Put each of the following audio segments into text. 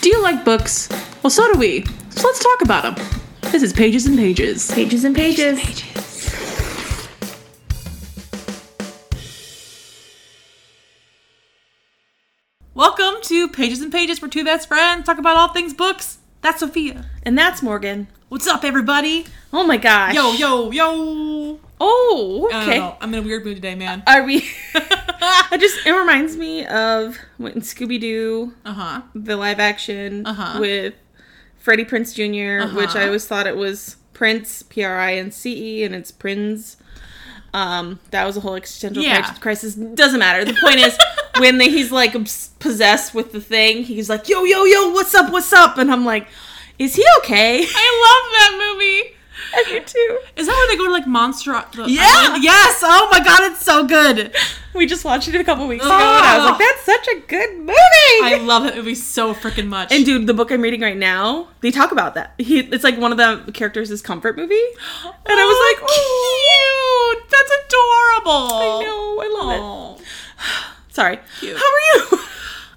Do you like books? Well, so do we. So let's talk about them. This is Pages and Pages. Pages and pages. Welcome to Pages and Pages, where two best friends talk about all things books. That's Sophia. And that's Morgan. What's up, everybody? Oh my gosh. Yo, yo, yo. Oh, I okay. don't know. I'm in a weird mood today, man. Are we? I uh just it reminds me of when Scooby Doo huh. the live action Uh-huh. with Freddie Prince junior which Uh-huh. I always thought it was Prince P R I N C E, and it's Prince. Um, that was a whole existential Yeah. cri- crisis. Doesn't matter. The point is when the, he's like obs- possessed with the thing, he's like, "Yo, yo, yo, what's up? What's up?" And I'm like, "Is he okay?" I love that movie. I do too. Is that where they go to like Monster? The Yeah. Island? Yes. Oh my God, it's so good. Oh. We just watched it a couple weeks ago, and I was like, "That's such a good movie." I love that movie so freaking much. And dude, the book I'm reading right now, they talk about that. He, it's like one of the characters' is comfort movie, and I was like, oh, cute. That's adorable. "I know, I love Aw. it." Sorry. Cute. How are you?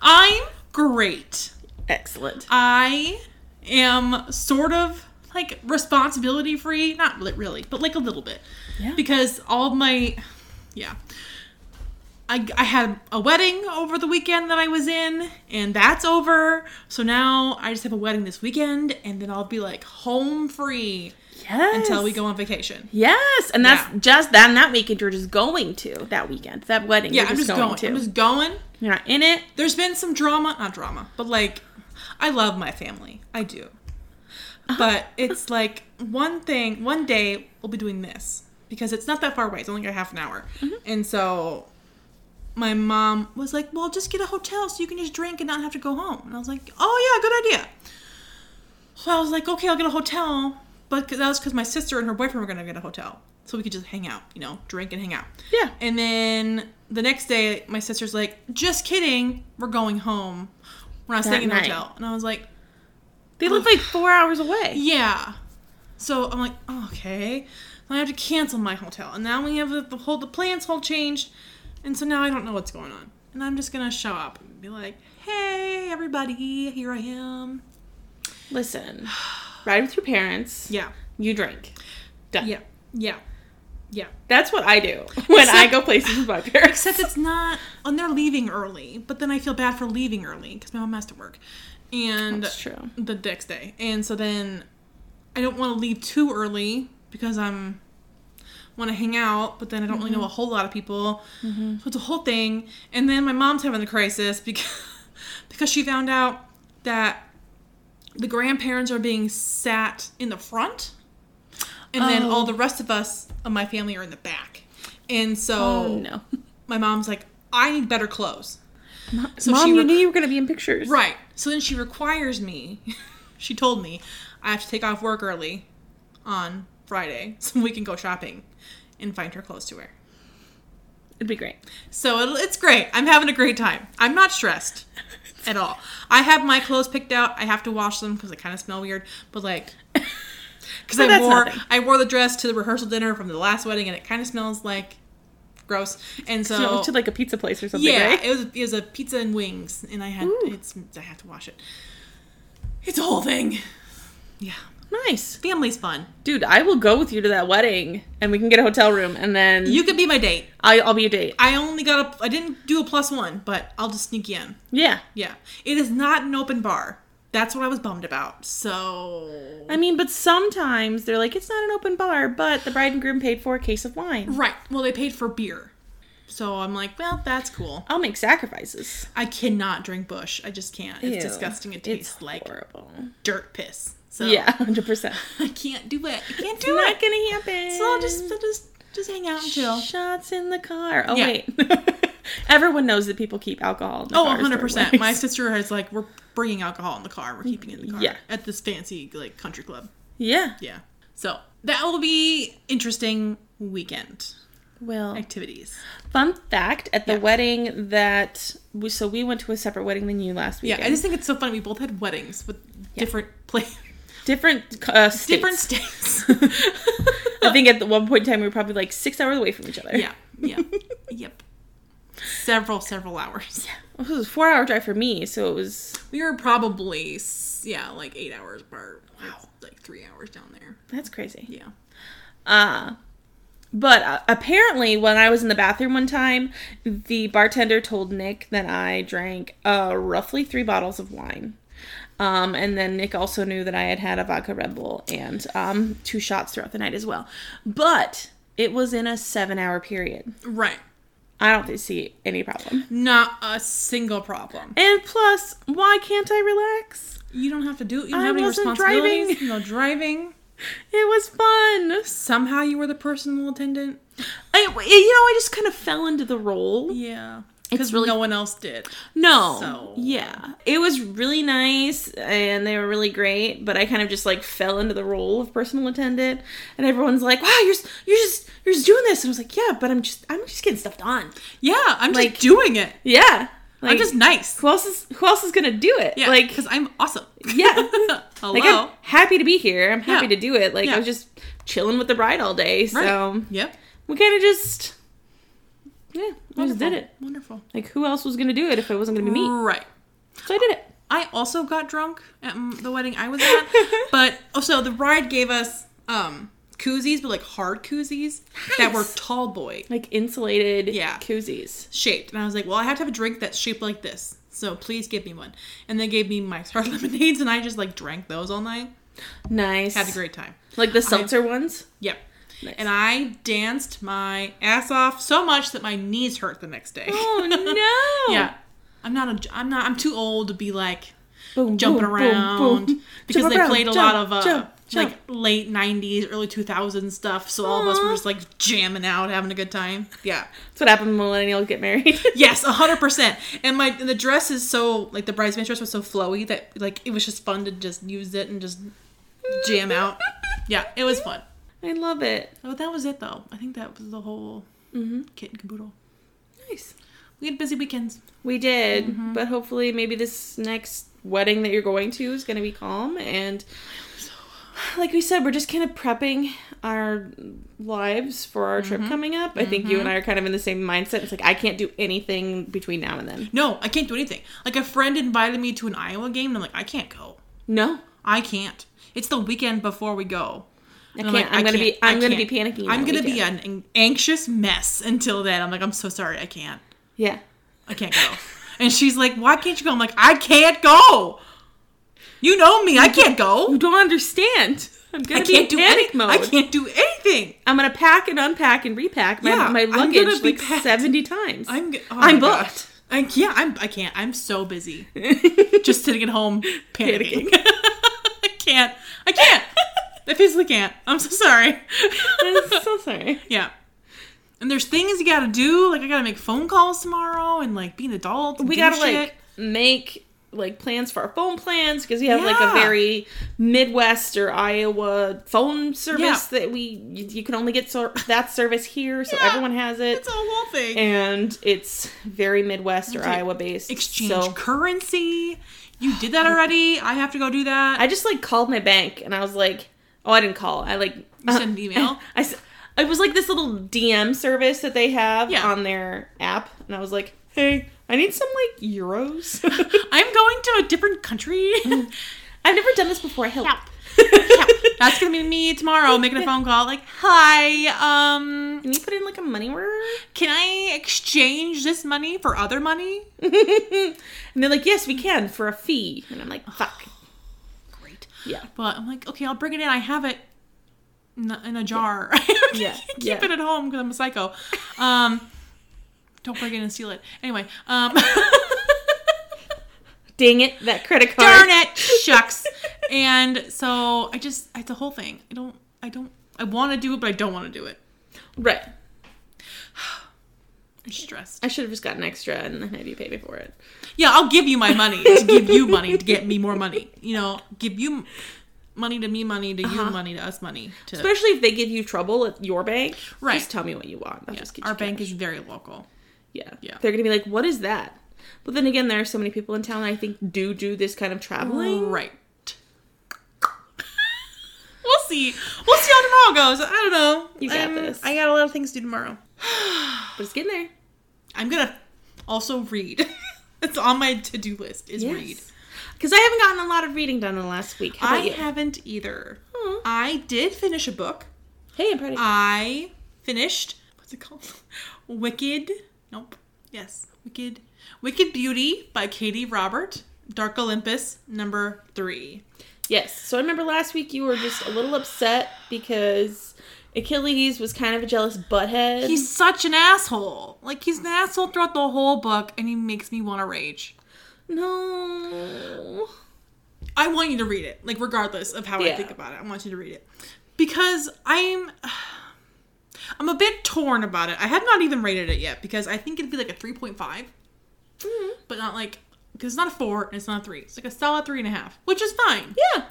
I'm great. Excellent. I am sort of like responsibility free. Not li- really, but like a little bit. Yeah. Because all of my, yeah. I, I had a wedding over the weekend that I was in, and that's over. So now I just have a wedding this weekend, and then I'll be like home free Yes. until we go on vacation. Yes, and that's Yeah. just that. And that weekend, you're just going to that weekend, that wedding. Yeah, you're I'm just going. to. I'm just going. You're not in it. There's been some drama, not drama, but like, I love my family. I do. But it's like one thing, one day we'll be doing this because it's not that far away. It's only like half an hour. And so my mom was like, well, just get a hotel so you can just drink and not have to go home. And I was like, oh, yeah, good idea. So I was like, okay, I'll get a hotel. But 'cause that was because my sister and her boyfriend were going to get a hotel. So we could just hang out, you know, drink and hang out. Yeah. And then the next day, my sister's like, "Just kidding, we're going home. We're not staying in a night. hotel." And I was like, They live like four hours away. "Yeah." So I'm like, oh, "Okay." So I have to cancel my hotel, and now we have the, the whole the plans whole changed, and so now I don't know what's going on, and I'm just gonna show up and be like, "Hey, everybody, here I am." Listen, ride with your parents. Yeah, You drink. Done. yeah, yeah, yeah. That's what I do when Except- I go places with my parents. Except it's not, and they're leaving early, but then I feel bad for leaving early because my mom has to work, and That's true. the next day. And so then I don't want to leave too early because I'm want to hang out, but then I don't Mm-hmm. really know a whole lot of people. So it's a whole thing. And then my mom's having a crisis because because she found out that the grandparents are being sat in the front and then Oh. all the rest of us of my family are in the back. And so Oh no. my mom's like, I need better clothes. so Mom, she you rec- knew you were gonna be in pictures. Right. So then she requires me. she told me I have to take off work early on Friday so we can go shopping and find her clothes to wear. It'd be great. So it'll, it's great. I'm having a great time. I'm not stressed at all. I have my clothes picked out. I have to wash them because they kind of smell weird. But like, because But I that's wore nothing. I wore the dress to the rehearsal dinner from the last wedding, and it kind of smells like gross. And So, so to like a pizza place or something, Yeah, right? it was it was a pizza and wings, and I had Ooh. it's I have to wash it. It's a whole thing. Yeah, nice. family's fun. Dude, I will go with you to that wedding and we can get a hotel room and then You could be my date. I, I'll be a date. I only got a I didn't do a plus one, but I'll just sneak you in. Yeah. Yeah, it is not an open bar. That's what I was bummed about. So I mean, but sometimes they're like, it's not an open bar, but the bride and groom paid for a case of wine. right, well they paid for beer, so I'm like, well that's cool. I'll make sacrifices. I cannot drink Bush. I just can't. It's Ew. disgusting. It It's tastes like horrible. dirt piss. So Yeah, 100%. I can't do it. I can't do not it. gonna happen. So I'll just I'll just just hang out and chill. Shots in the car. Oh, Yeah. wait. Everyone knows that people keep alcohol in the Oh, cars 100%. during My weddings. sister is like, we're bringing alcohol in the car. We're keeping it in the car. Yeah. At this fancy, like, country club. Yeah. Yeah. So that will be interesting weekend Well, activities. Fun fact at the Yeah. wedding that we so we went to a separate wedding than you last Yeah. weekend. I just think it's so funny. We both had weddings with different places, different uh, states. different states. I think at the one point in time we were probably like six hours away from each other. yeah. Yeah. yep. several, several hours. It was a four hour drive for me, so it was. We were probably, s- yeah, like eight hours apart. Wow. Like three hours down there. That's crazy. Yeah. Uh, but uh, apparently, when I was in the bathroom one time, the bartender told Nick that I drank uh, roughly three bottles of wine. Um, and then Nick also knew that I had had a vodka Red Bull and um, two shots throughout the night as well. But it was in a seven hour period. Right. I don't see any problem. Not a single problem. And plus, why can't I relax? You don't have to do. You don't I have any wasn't responsibilities. driving. No driving. It was fun. Somehow you were the personal attendant. I, you know, I just kind of fell into the role. Yeah, It's because really- no one else did. No. So- Yeah. It was really nice and they were really great, but I kind of just like fell into the role of personal attendant and everyone's like, "Wow, you're s- you're just you're just doing this." And I was like, "Yeah, but I'm just I'm just getting stuff done." Yeah, I'm Like- just doing it. Yeah. Like I'm just nice. who else is who else is going to do it? Yeah, like because I'm awesome. Yeah. Hello. like I'm happy to be here. I'm happy Yeah. to do it. Like I Yeah. was just chilling with the bride all day. So Yep. we kind of just yeah, we just did it. Wonderful. Like who else was going to do it if it wasn't going to be me? Right. So I did it. I also got drunk at mm, the wedding I was at, but also the bride gave us um koozies, but like hard koozies that were Nice. tall boy Like insulated Yeah. koozies. shaped. And I was like, well, I have to have a drink that's shaped like this. So please give me one. And they gave me my hard lemonades, and I just like drank those all night. Nice. Had a great time. Like the seltzer ones. Yep. Nice. And I danced my ass off so much that my knees hurt the next day. Oh no! yeah. I'm not a. I'm not. I'm too old to be like boom, jumping boom, boom, around boom. because Jump they around, played a jump, lot of uh, jump, jump. like late '90s, early 2000s stuff. So all of us Aw. were just like jamming out, having a good time. Yeah. That's what happened when millennials get married. Yes, hundred percent. And my and the dress is so like the bridesmaid dress was so flowy that like it was just fun to just use it and just jam out. Yeah, it was fun. I love it. Oh, that was it though. I think that was the whole kit and caboodle. Nice. We had busy weekends. We did, but hopefully, maybe this next wedding that you're going to is going to be calm and. Like we said, we're just kind of prepping our lives for our trip coming up. I think you and I are kind of in the same mindset. It's like I can't do anything between now and then. No, I can't do anything. Like a friend invited me to an Iowa game, and I'm like, I can't go. No, I can't. It's the weekend before we go. I And can't. like, I'm gonna can't. be. I'm I gonna can't. be panicking. I'm that gonna be weekend. an an anxious mess until then. I'm like, I'm so sorry. I can't. Yeah. I can't go. And she's like, Why can't you go? I'm like, I can't go. You know me. I can't You go. don't understand. I'm I gonna be in can't do panic anything. mode. I can't do anything. I'm gonna pack and unpack and repack my, Yeah, my I'm luggage gonna be like packed. seventy times. I'm. g- Oh I'm my God. booked. I can't. I'm. I can't. I'm so busy. Just sitting at home Panicking. panicking. I can't. I can't. I physically can't. I'm so sorry. I'm so sorry. yeah. And there's things you gotta do. Like I gotta make phone calls tomorrow and like be an adult. and We do gotta shit. like make like plans for our phone plans because we have like a Yeah. very Midwest or Iowa phone service that we you, you can only get sor- that service here, so Yeah. everyone has it. It's a whole thing. and it's very Midwest or It's like Iowa based. exchange So currency. You did that already. I have to go do that. I just like called my bank and I was like, oh, I didn't call. I like sent an email? I s- it was like this little DM service that they have Yeah. on their app, and I was like, hey, I need some like euros. I'm going to a different country. I've never done this before. Help. Help. That's gonna be me tomorrow making a phone call. Like, hi. Um, Can you put in like a money order? can I exchange this money for other money? And they're like, yes, we can for a fee. And I'm like, fuck. Great. Yeah. But I'm like, okay, I'll bring it in. I have it in a, in a jar. Yeah. Keep Yeah. it at home because I'm a psycho. Um, don't break it and steal it. Anyway, um. Dang it, that credit card. darn it shucks and so i just it's a whole thing i don't i don't i want to do it but i don't want to do it Right. i'm stressed I should have just gotten extra and then have you pay me for it. yeah i'll give you my money to give you money to get me more money you know give you money to me money to you money to us money to Uh-huh. Especially if they give you trouble at your bank. Right. Just tell me what you want. I'll just get you our bank cash. is very local Yeah. Yeah. They're going to be like, what is that? But then again, there are so many people in town that I think do do this kind of traveling. right we'll see we'll see how tomorrow goes i don't know You got I'm- this. i got a lot of things to do tomorrow But it's getting there. i'm gonna Also read. it's on my to do list is read. Because I haven't gotten a lot of reading done in the last week. How I about you? haven't either. Hmm. I did finish a book. Hey, I'm proud of you. I finished what's it called? Wicked. Nope. Yes. Wicked. Wicked Beauty by Katie Robert. Dark Olympus number three. Yes. So I remember last week you were just a little upset because Achilles was kind of a jealous butthead. He's such an asshole. Like he's an asshole throughout the whole book, and he makes me want to rage. no. I want you to read it, like regardless of how I Yeah. think about it. I want you to read it because I'm I'm a bit torn about it. I have not even rated it yet because I think it'd be like a three point five, Mm-hmm. but not like because it's not a four and it's not a three. It's like a solid three and a half, which is fine. Yeah.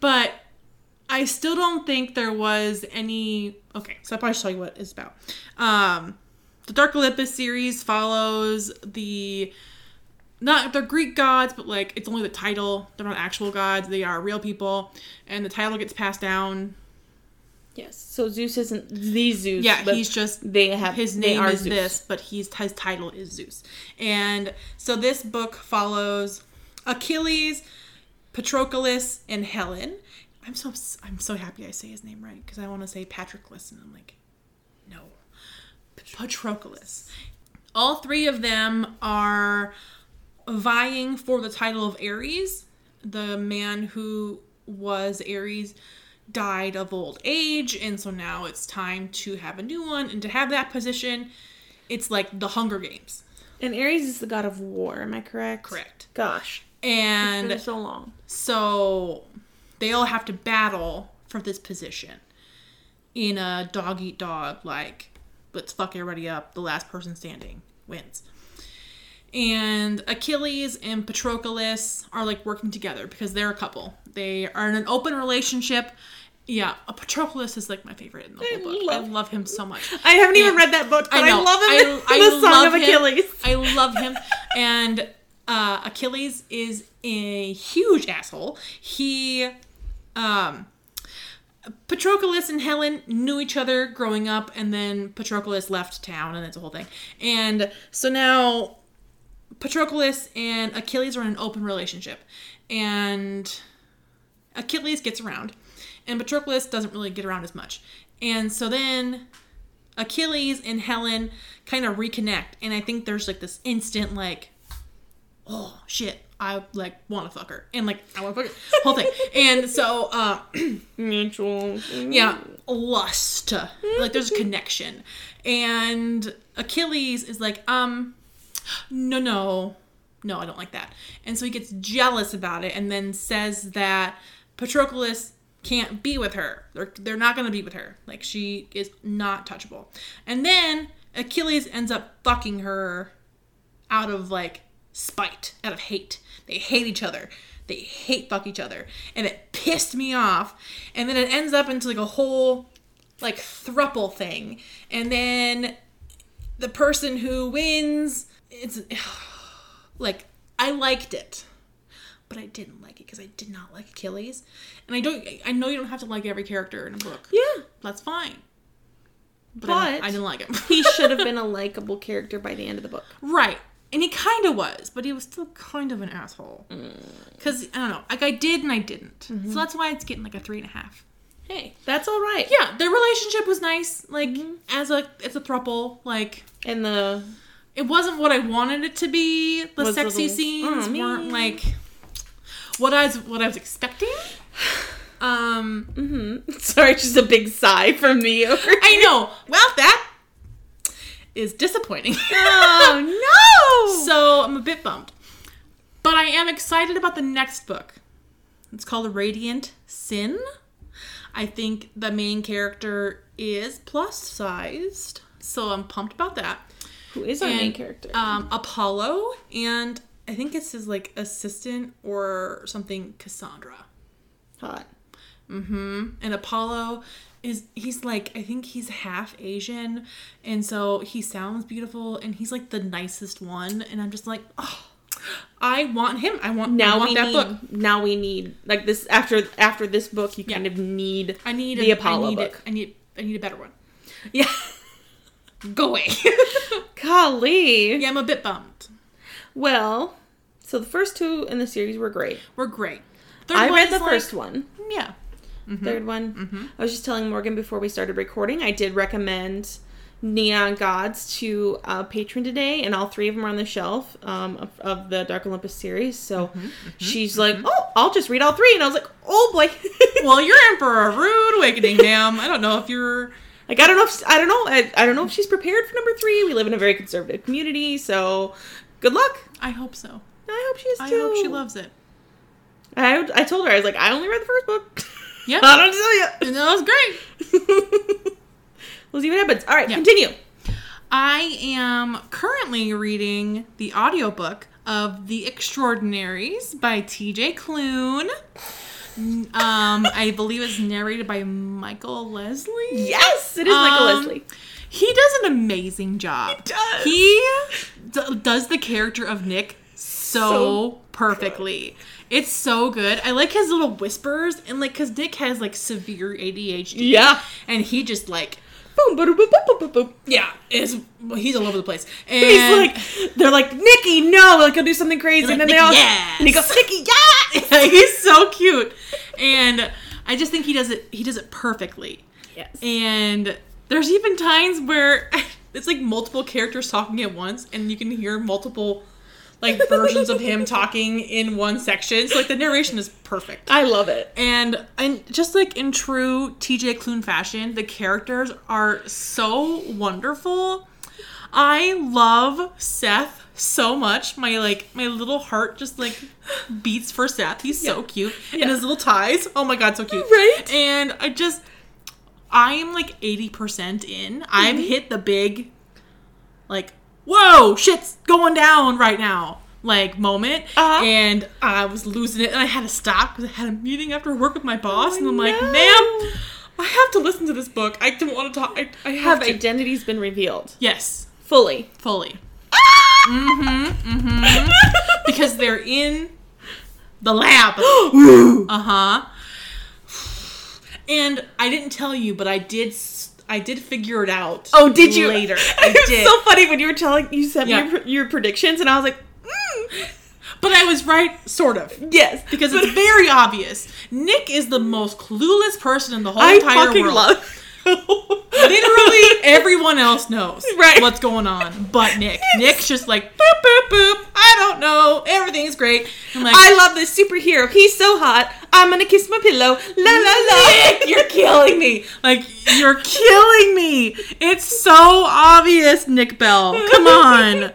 But I still don't think there was any. Okay, so I probably should tell you what it's about. Um, the Dark Olympus series follows the not they're Greek gods, but like it's only the title. They're not actual gods. They are real people, and the title gets passed down. Yes. So Zeus isn't the Zeus. Yeah, but he's just they have his they name are is Zeus. this, but he's his title is Zeus. And so this book follows Achilles, Patroclus, and Helen. I'm so obs- I'm so happy I say his name right because I want to say Patroclus, and I'm like, no, Patroclus. All three of them are vying for the title of Ares. The man who was Ares died of old age, and so now it's time to have a new one. And to have that position, it's like the Hunger Games. And Ares is the god of war. Am I correct? Correct. Gosh. And And been so long. so they all have to battle for this position in a dog eat dog, like, let's fuck everybody up. The last person standing wins. And Achilles and Patroclus are like working together because they're a couple. They are in an open relationship. Yeah, Patroclus is like my favorite in the whole book. I love- love him so much. I haven't even And- read that book, but I, know. love him. I- in I the Song love of him. Achilles. I love him. and uh, Achilles is a huge asshole. He, um, Patroclus and Helen knew each other growing up, and then Patroclus left town, and it's a whole thing. And so now Patroclus and Achilles are in an open relationship, and Achilles gets around, and Patroclus doesn't really get around as much. And so then Achilles and Helen kind of reconnect, and I think there's like this instant like, oh shit, I like want to fuck her, and like I want to fuck her, whole thing. And so, uh, Mutual. yeah, lust, like there's a connection, and Achilles is like, um, no, no, no, I don't like that, and so he gets jealous about it, and then says that Patroclus can't be with her. They're, they're not going to be with her. Like, she is not touchable. And then Achilles ends up fucking her out of like spite, out of hate. They hate each other. They hate fuck each other. And it pissed me off. And then it ends up into like a whole like thruple thing. And then the person who wins, it's like I liked it. But I didn't like it because I did not like Achilles. And I don't I know you don't have to like every character in a book. Yeah. That's fine. But, I, But- I didn't like him. He should have been a likable character by the end of the book. Right. And he kind of was, but he was still kind of an asshole. Because, I don't know, like I did and I didn't. So that's why it's getting like a three and a half. Hey, that's all right. Yeah, their relationship was nice. Like, as a, it's a throuple. Like, And the it wasn't what I wanted it mm-hmm. to be. The Was sexy little- scenes Aw, man. weren't like what I was, what I was expecting. Um, sorry, just a big sigh from me. Over I know. Well, that is disappointing. oh no! So I'm a bit bummed. But I am excited about the next book. It's called Radiant Sin. I think the main character is plus sized. So I'm pumped about that. Who is our main And, character? Um, Apollo and I think it's his like assistant or something, Cassandra. Hot. Mm-hmm. And Apollo is he's like I think he's half Asian, and so he sounds beautiful, and he's like the nicest one, and I'm just like, oh, I want him. I want Now now I want we that need. book. Now we need like this after after this book. You Yeah. kind of need. I need The a, Apollo I need a- book. I need I need a better one. Yeah. Go away. Golly. yeah, I'm a bit bummed. Well, so the first two in the series were great. We're great. Third I one read is the like- first one. Yeah. Mm-hmm. Third one. I was just telling Morgan before we started recording, I did recommend Neon Gods to a patron today, and all three of them are on the shelf um, of, of the Dark Olympus series. So Mm-hmm. she's like, Oh, I'll just read all three. And I was like, Oh boy. Well, you're in for a rude awakening, ma'am. I don't know if you're. Like I don't know if I don't know I, I don't know if she's prepared for number three. We live in a very conservative community, so good luck. I hope so. I hope she is too. I hope she loves it. I, would- I told her I was like I only read the first book. Yeah. I don't know yet. And that was great. we'll see what happens. All right, Yeah. continue. I am currently reading the audiobook of The Extraordinaries by TJ Klune. Um, I believe it's narrated by Michael Leslie. Yes, it is Michael Um, Leslie. He does an amazing job. does. He d- does the character of Nick so, So perfectly. It's so good. I like his little whispers and like because Nick has like severe ADHD. Yeah. and he just like Boom, boom, boom, boom, boom, boom. yeah is well, he's all over the place. And He's like, they're like Nikki, no, like he'll do something crazy, They're and like, then they all, "Nikki, yes." and he goes Nikki, yeah. he's so cute, and I just think he does it. He does it perfectly. Yes. And there's even times where it's like multiple characters talking at once, and you can hear multiple like versions of him talking in one section. So like the narration is perfect. I love it. And and just like in true TJ Klune fashion, the characters are so wonderful. I love Seth so much. My like my little heart just like beats for Seth. He's so cute. Yeah. And his little ties. Oh my god, so cute. Right? And I just I am like 80% in. I've Mm-hmm. hit the big like whoa, shit's going down right now like moment Uh-huh. and I was losing it and I had to stop cuz I had a meeting after work Oh, with my boss and I'm like, no. "Ma'am, I have to listen to this book. I don't want to talk. I, I have, Have to." identities been revealed yes, fully? fully. because they're in the lab. uh huh. And I didn't tell you, but I did. s- I did figure it out. Oh, did you? later? I It was did. so funny when you were telling you sent Yeah. me your, your predictions, and I was like, mm, but I was right, sort of, yes, because it's very obvious. Nick is the most clueless person in the whole I entire fucking world. love. Literally, everyone else knows Right. what's going on, but Nick. Nick's just like boop boop boop. I don't know. Everything's great. I'm like, I love this superhero. He's so hot. I'm gonna kiss my pillow. La la la. Nick, you're killing me. Like, you're killing me. It's so obvious, Nick Bell. Come on.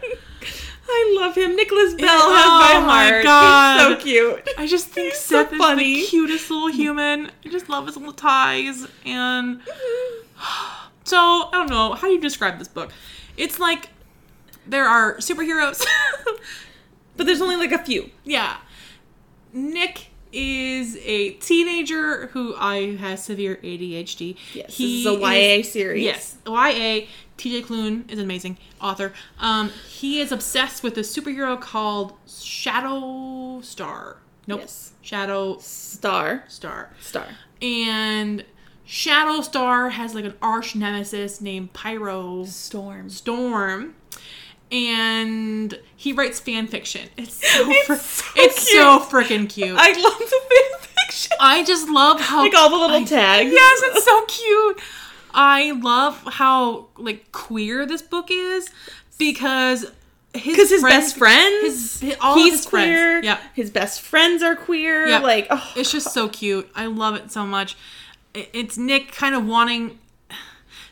I love him. Nicholas Bell Oh has my my heart. God. He's so cute. I just think He's so Seth is funny. the cutest little human. I just love his little ties. And so, I don't know. How do you describe this book? It's like there are superheroes. But there's only like a few. yeah. Nick is a teenager who I has severe ADHD. Yes, He this is a YA series. Yes, YA. TJ Klune is an amazing author. Um, he is obsessed with a superhero called Shadow Star. Nope. Yes. Shadow Star. Star. Star. And Shadow Star has like an arch nemesis named Pyro Storm. Storm. And he writes fan fiction. It's so, It's fr- so it's cute. so freaking cute. I, I love the fanfiction. just love how Like all the little I- tags. Yes, it's so cute. I love how like queer this book is because his Because his friends- best friends, his- hi- all of he's his friends. queer. Yeah. His best friends are queer. Yeah. Like, oh, It's just so cute. I love it so much. I- It's Nick kind of wanting.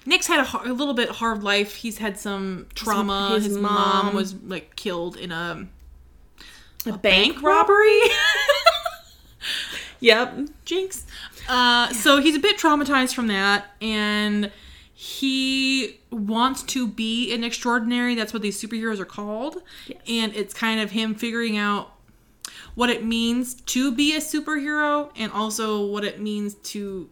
Nick's had a, har- a little bit hard life. He's had some trauma. his His, mom. mom- was like killed in a a bank, robbery. Yep. Jinx. Uh, So he's a bit traumatized from that, and he wants to be an extraordinary. That's what these superheroes are called, Yes. and it's kind of him figuring out what it means to be a superhero, and also what it means to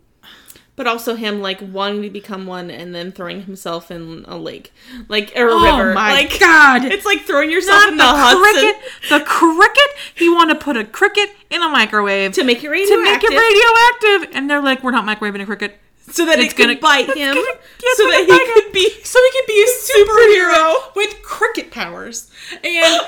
But also him like wanting to become one and then throwing himself in a lake, like or a oh river. my like, god! It's like throwing yourself not in the, the, Hudson cricket. The cricket. He wanted to put a cricket in a microwave to make it to make radioactive. it radioactive, and they're like, "We're not microwaving a cricket." so that It's it could gonna- bite him, it's so gonna that bite he could be so he could be a superhero with cricket powers. And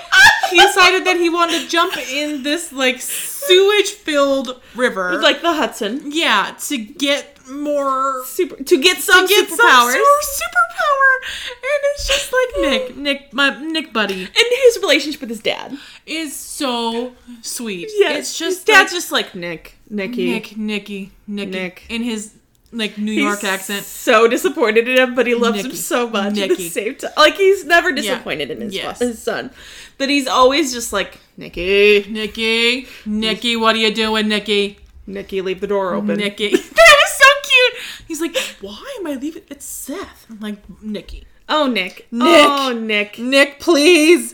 he decided that he wanted to jump in this like sewage filled river. like the Hudson. yeah, to get more Super to get some get some superpowers. sort of superpower. And it's just like Nick, Nick, my Nick buddy and his relationship with his dad. is so sweet. it's his just dad's like, just like Nick, Nicky. Nick, Nicky, Nicky, Nick. in his like New He's York accent. So disappointed in him, but he loves him Nicky. so much. At the Nicky. same time, like he's never disappointed in his, Yes. his son, but he's always just like Nicky, Nicky, Nicky, what are you doing, Nicky? Nicky, leave the door open. Nicky. that was so cute. He's like, why am I leaving? It's Seth. I'm like, Nicky. Oh Nick, Nick. oh Nick. Nick, please.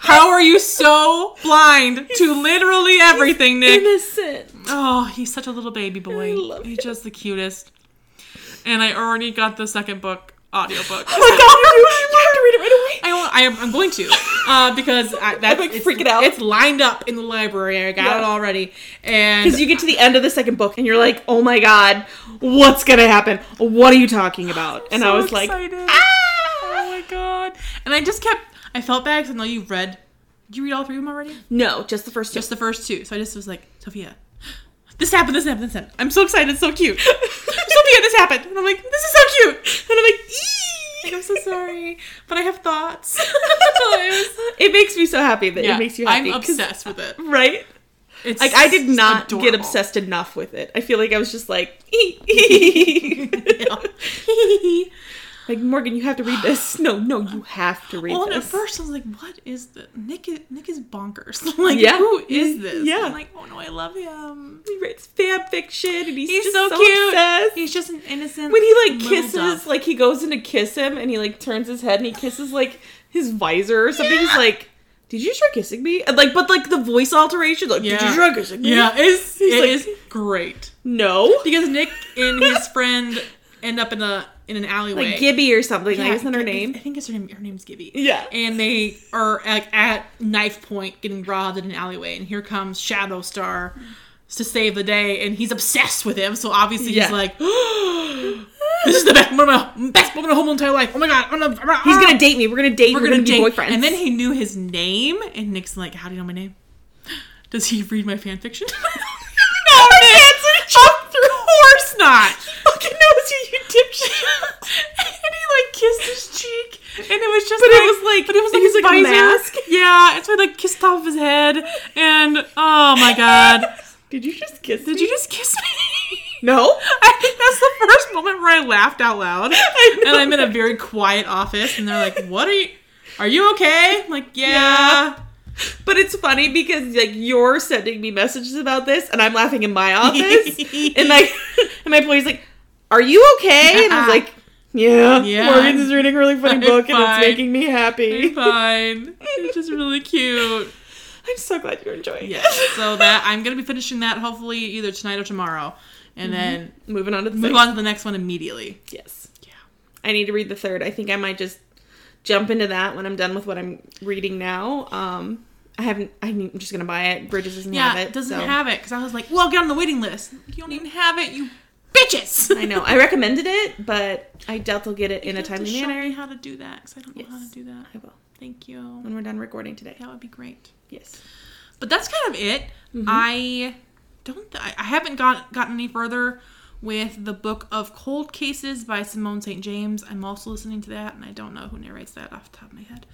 How are you so blind to literally everything, Nick? Innocent. Oh, he's such a little baby boy. I love he's him. just the cutest. And I already got the second book audiobook. Oh my god, you, you have to read it right away. I, won't- I am, I'm going to uh, because I, that's like, it's- freaking out. It's lined up in the library. I got Yeah. it already, and Because you get to the end of the second book and you're like, oh my god, what's gonna happen? What are you talking about? And I so was like, "Ah!" excited. Oh my god! And I just kept. I felt bad because I know you read. Did you read all three of them already? no, just the first two. Just the first two. So I just was like, Sophia, this happened. This happened. This happened. I'm so excited. It's so cute. Sophia, this happened. And I'm like, this is so cute. And I'm like, eee! I'm so sorry, but I have thoughts. it was, it makes me so happy that yeah, it makes you happy. I'm 'cause- obsessed with it. Right? It's Like I did not get adorable. obsessed enough with it. I feel like I was just like, Yeah. like Morgan, you have to read this. No, no, you have to read Well, and at this. first I was like, "What is the Nick? Is, Nick is bonkers. like, Yeah. who is this? Yeah. I'm like, oh no, I love him. he writes fan fiction, and he's, He's just so so, cute. obsessed. He's just an innocent. when he like little kisses, dove. like he goes in to kiss him, and he like turns his head and he kisses like his visor or something. He's Yeah. like, "Did you try kissing me?" And, like, but like the voice alteration, like, "Did you Yeah. try kissing me?" yeah, it's He's it like- is great No. because Nick and his friend end up in a in an alleyway. Like Gibby or something. Yeah, like, isn't that her Gibby- I name? think it's her name. Her name's Gibby. Yeah. and they are like at knife point getting robbed in an alleyway and here comes shadow star to save the day and he's obsessed with him so obviously Yeah. he's like this is the best one of my best moment of my whole entire life oh my god I'm gonna, I'm gonna, He's gonna date me. We're gonna date. We're, we're gonna, gonna be date boyfriends. and then he knew his name and nick's like how do you know my name does he read my fan fiction no Nick! of course not fucking knows you, you dipshit. and he like kissed his cheek, and it was just. But it like, was, like- but it was like it was, his like, a visor. mask. Yeah, it's why like kissed top of his head, and oh my god, Did you just kiss? did you just kiss me? No. I think that's the first moment where I laughed out loud, I know. and I'm in a very quiet office, and they're like, "What are you? Are you okay?" I'm like, "Yeah." But it's funny because like you're sending me messages about this, and I'm laughing in my office, and my and my employee's like, "Are you okay?" And I was like, "Yeah, Yeah. Morgan's is reading a really funny I'm book, and fine. it's making me I'm happy. Fine. It's just really cute. I'm so glad you're enjoying Yeah. it. So that I'm gonna be finishing that hopefully either tonight or tomorrow, and Mm-hmm. then Moving on to the move third. on to the next one immediately. Yes. Yeah. I need to read the third. I think I might just jump into that when I'm done with what I'm reading now. Um, I haven't. I need, I'm just gonna buy it. Bridges doesn't Yeah, have it. it doesn't so- have it because I was like, well, get on the waiting list. You don't even have it, you bitches. I know. I recommended it, but I doubt they'll get it in You a have to timely show manner. me how to do that because I don't know how Yes. to do that. I will Thank you. when we're done recording today. That would be great. Yes. But that's kind of it. I don't. Th- I I haven't got gotten any further with the book of cold cases by Simone St. James. I'm also listening to that, and I don't know who narrates that off the top of my head.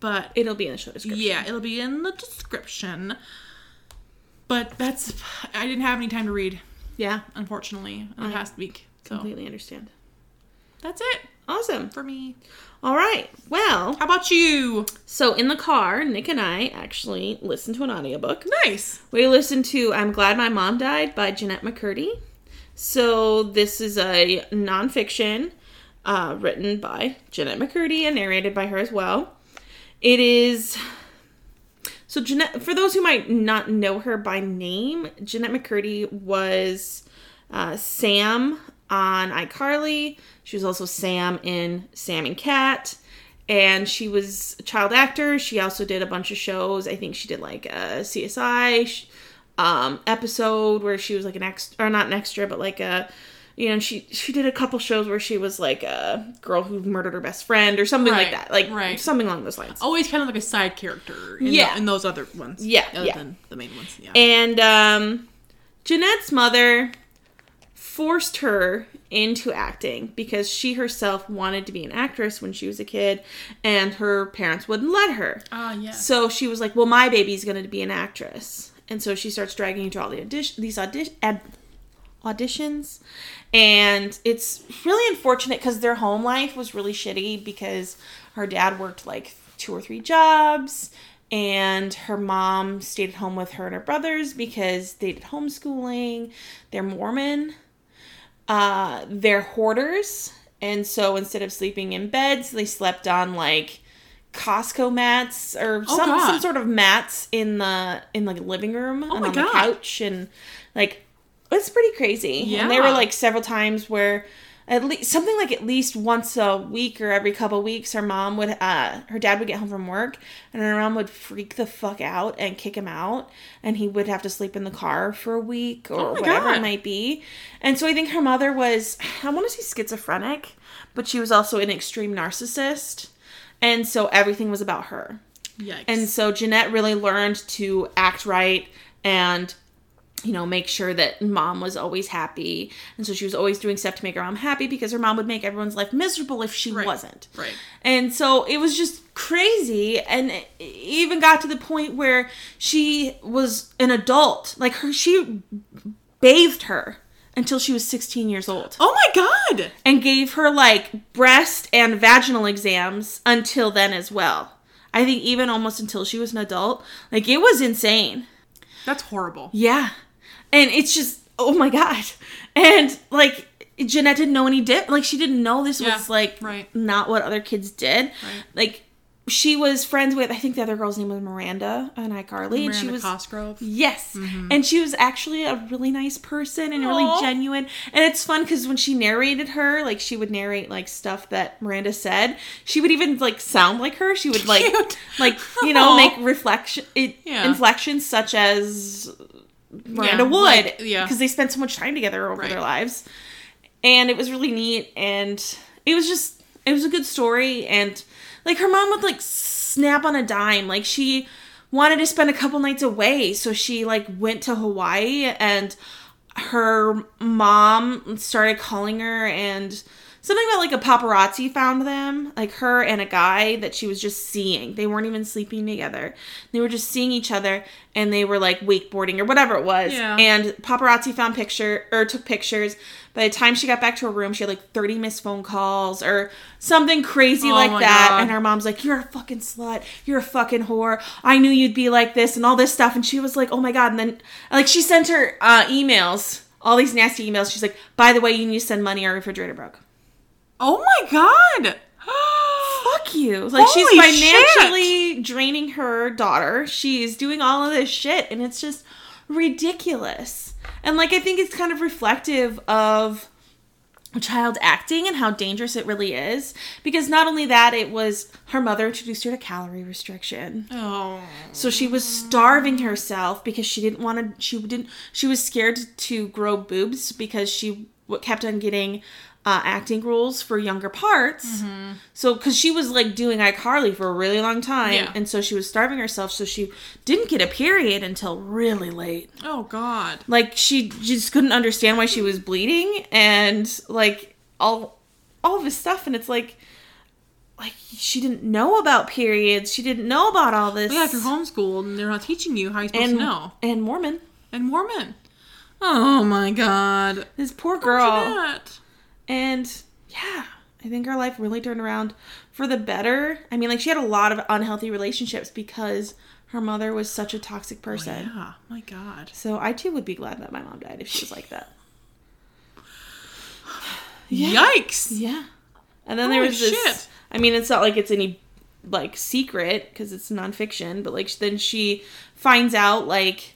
But It'll be in the show description. Yeah, it'll be in the description. But that's I didn't have any time to read, Yeah. unfortunately, in the I past week. So Completely understand. that's it Awesome. for me. All right. Well, How about you? so in the car, Nick and I actually listened to an audiobook. Nice. We listened to I'm Glad My Mom Died by Jeanette McCurdy. So, this is a nonfiction uh, written by Jeanette McCurdy and narrated by her as well. It is. So, Jeanette, for those who might not know her by name, Jeanette McCurdy was uh, Sam on iCarly. She was also Sam in Sam and Cat. And she was a child actor. She also did a bunch of shows. I think she did like a CSI sh- um, episode where she was like an extra, or not an extra, but like a you know, and she she did a couple shows where she was like a girl who murdered her best friend or something like Right, that, like right. something along those lines. Always kind of like a side character. In Yeah. The, in those other ones. Yeah, Other yeah. than the main ones. Yeah. And um, Jeanette's mother forced her into acting because she herself wanted to be an actress when she was a kid, and her parents wouldn't let her. Ah, yeah. So she was like, "Well, my baby's going to be an actress," and so she starts dragging you to all the audition these audition. Ab- auditions and it's really unfortunate because their home life was really shitty because her dad worked like two or three jobs and her mom stayed at home with her and her brothers because they did homeschooling they're mormon uh, they're hoarders and so instead of sleeping in beds they slept on like costco mats or some, Oh, God. Oh, some sort of mats in the in the living room and my on the God. couch and like it's pretty crazy. And there were Yeah. like several times where at least something like at least once a week or every couple weeks her mom would uh her dad would get home from work and her mom would freak the fuck out and kick him out and he would have to sleep in the car for a week or Oh my whatever it God. might be. And so I think her mother was I want to say schizophrenic, but she was also an extreme narcissist. And so everything was about her. Yikes. And so Jeanette really learned to act right and you know make sure that mom was always happy and so she was always doing stuff to make her mom happy because her mom would make everyone's life miserable if she Right. wasn't Right. and so it was just crazy and it even got to the point where she was an adult like her she bathed her until she was 16 years old Oh my god. and gave her like breast and vaginal exams until then as well. I think even almost until she was an adult. Like it was insane. That's horrible. Yeah. And it's just oh my god. And like Jeanette didn't know any dip like she didn't know this Yeah, was like right. not what other kids did. Like she was friends with I think the other girl's name was Miranda and iCarly and she Miranda was Cosgrove. Yes. And she was actually a really nice person and really Mm-hmm. Aw. genuine. And it's fun because when she narrated her, like she would narrate like stuff that Miranda said. She would even like sound like her. She would like Cute. like you know Aw. make reflection it, Yeah. inflections such as Miranda Yeah, would like- yeah. because they spent so much time together over Right. their lives. And it was really neat and it was just it was a good story and like her mom would like snap on a dime like she wanted to spend a couple nights away so she like went to Hawaii and her mom started calling her and something about like a paparazzi found them like her and a guy that she was just seeing they weren't even sleeping together they were just seeing each other and they were like wakeboarding or whatever it was Yeah. and paparazzi found picture or took pictures by the time she got back to her room she had like 30 missed phone calls or something crazy Oh like my that God. and her mom's like you're a fucking slut you're a fucking whore i knew you'd be like this and all this stuff and she was like oh my god and then like she sent her uh, emails all these nasty emails she's like by the way you need to send money our refrigerator broke Oh my god. fuck you like she's Holy shit. financially draining her daughter she's doing all of this shit and it's just ridiculous and like i think it's kind of reflective of child acting and how dangerous it really is because not only that it was her mother introduced her to calorie restriction Oh. so she was starving herself because she didn't want to. She didn't. She was scared to grow boobs because she w- kept on getting uh, acting roles for younger parts. Mm-hmm. So because she was like doing iCarly for a really long time, Yeah. and so she was starving herself. So she didn't get a period until really late. Oh god. Like she just couldn't understand why she was bleeding and like all all of this stuff. And it's like. Like she didn't know about periods. She didn't know about all this. Yeah, if you're homeschooled and they're not teaching you how you're supposed and to know. and Mormon. And Mormon. Oh my god. This poor girl. Jeanette. And yeah, I think her life really turned around for the better. I mean, like she had a lot of unhealthy relationships because her mother was such a toxic person. Oh, Yeah, my god. So I too would be glad that my mom died if she was like that. Yikes. Yeah. And then there Holy was this. shit. I mean, it's not like it's any like secret because it's nonfiction, but like sh- then she finds out like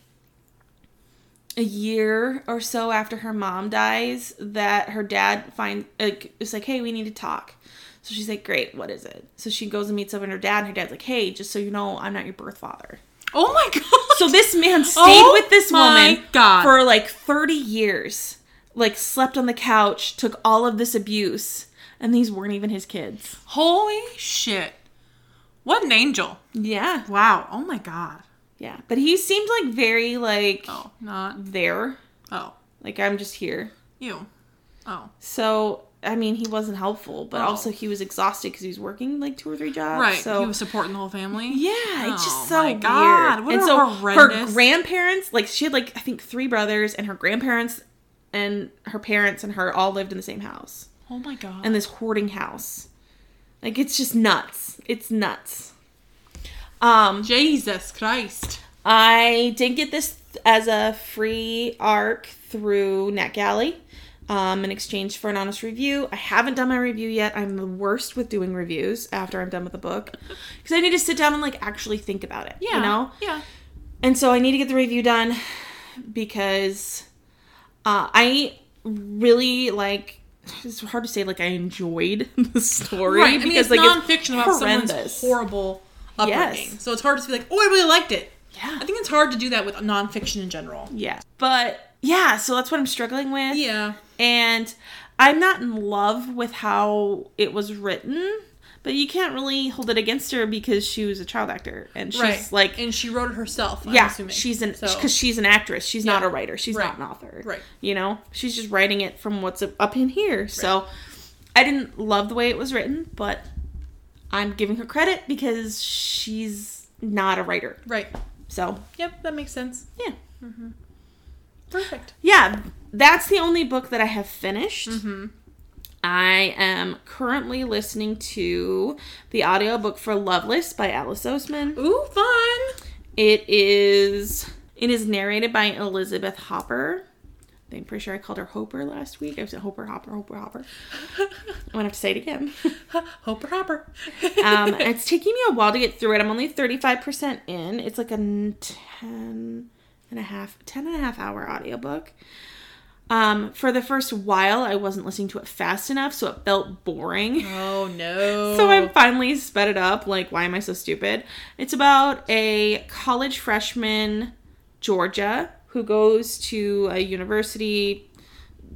a year or so after her mom dies that her dad find like it's like, hey, we need to talk. So she's like, great, what is it? So she goes and meets up with her dad, and her dad's like, hey, just so you know, I'm not your birth father. Oh my god. So this man stayed Oh with this my woman God. for like 30 years. like slept on the couch, took all of this abuse, and these weren't even his kids. Holy shit. What an angel. Yeah. Wow. Oh my god. Yeah. But he seemed like very like Oh, not. there. Oh. Like I'm just here. You. Oh. So I mean, he wasn't helpful, but Oh. also he was exhausted because he was working like two or three jobs. Right. So He was supporting the whole family. yeah, it's Oh just so my God, weird. what and a so her horrendous- grandparents, like she had like I think three brothers, and her grandparents and her parents and her all lived in the same house Oh my god. and this hoarding house. Like it's just nuts. It's nuts. Um, Jesus Christ. I did get this as a free arc through NetGalley um, in exchange for an honest review. I haven't done my review yet. I'm the worst with doing reviews after I'm done with a book because I need to sit down and like actually think about it. Yeah. You know? Yeah. And so I need to get the review done because uh, I really like. It's hard to say like I enjoyed the story Right. I mean, it's because like nonfiction about someone's horrible upbringing. Yes. So it's hard to be like, oh, I really liked it. Yeah. I think it's hard to do that with nonfiction in general. Yeah. But yeah, so that's what I'm struggling with. Yeah. And I'm not in love with how it was written, but you can't really hold it against her because she was a child actor and she's right. like and she wrote it herself. I'm yeah, assuming. she's an So- because she's an actress. She's not Yeah. a writer. She's not Right. an author. Right. You know, she's just writing it from what's up- up in here. So I didn't love the way it was written, but I'm giving her credit because she's not a writer. right. So Yep, that makes sense. yeah. Perfect. yeah, that's the only book that I have finished. Mm-hmm. I am currently listening to the audiobook for Loveless by Alice Oseman. Ooh, fun. It is it is narrated by Elizabeth Hopper. I'm pretty sure I called her Hopper last week. I said Hopper, Hopper, Hopper, Hopper. I'm gonna have to say it again. Hopper Hopper. um, and it's taking me a while to get through it. I'm only 35% in. It's like a n- 10 and a half, 10 and a half hour audiobook. Um, for the first while, I wasn't listening to it fast enough, so it felt boring. oh no. So I finally sped it up. Like, why am I so stupid? It's about a college freshman, Georgia, who goes to a university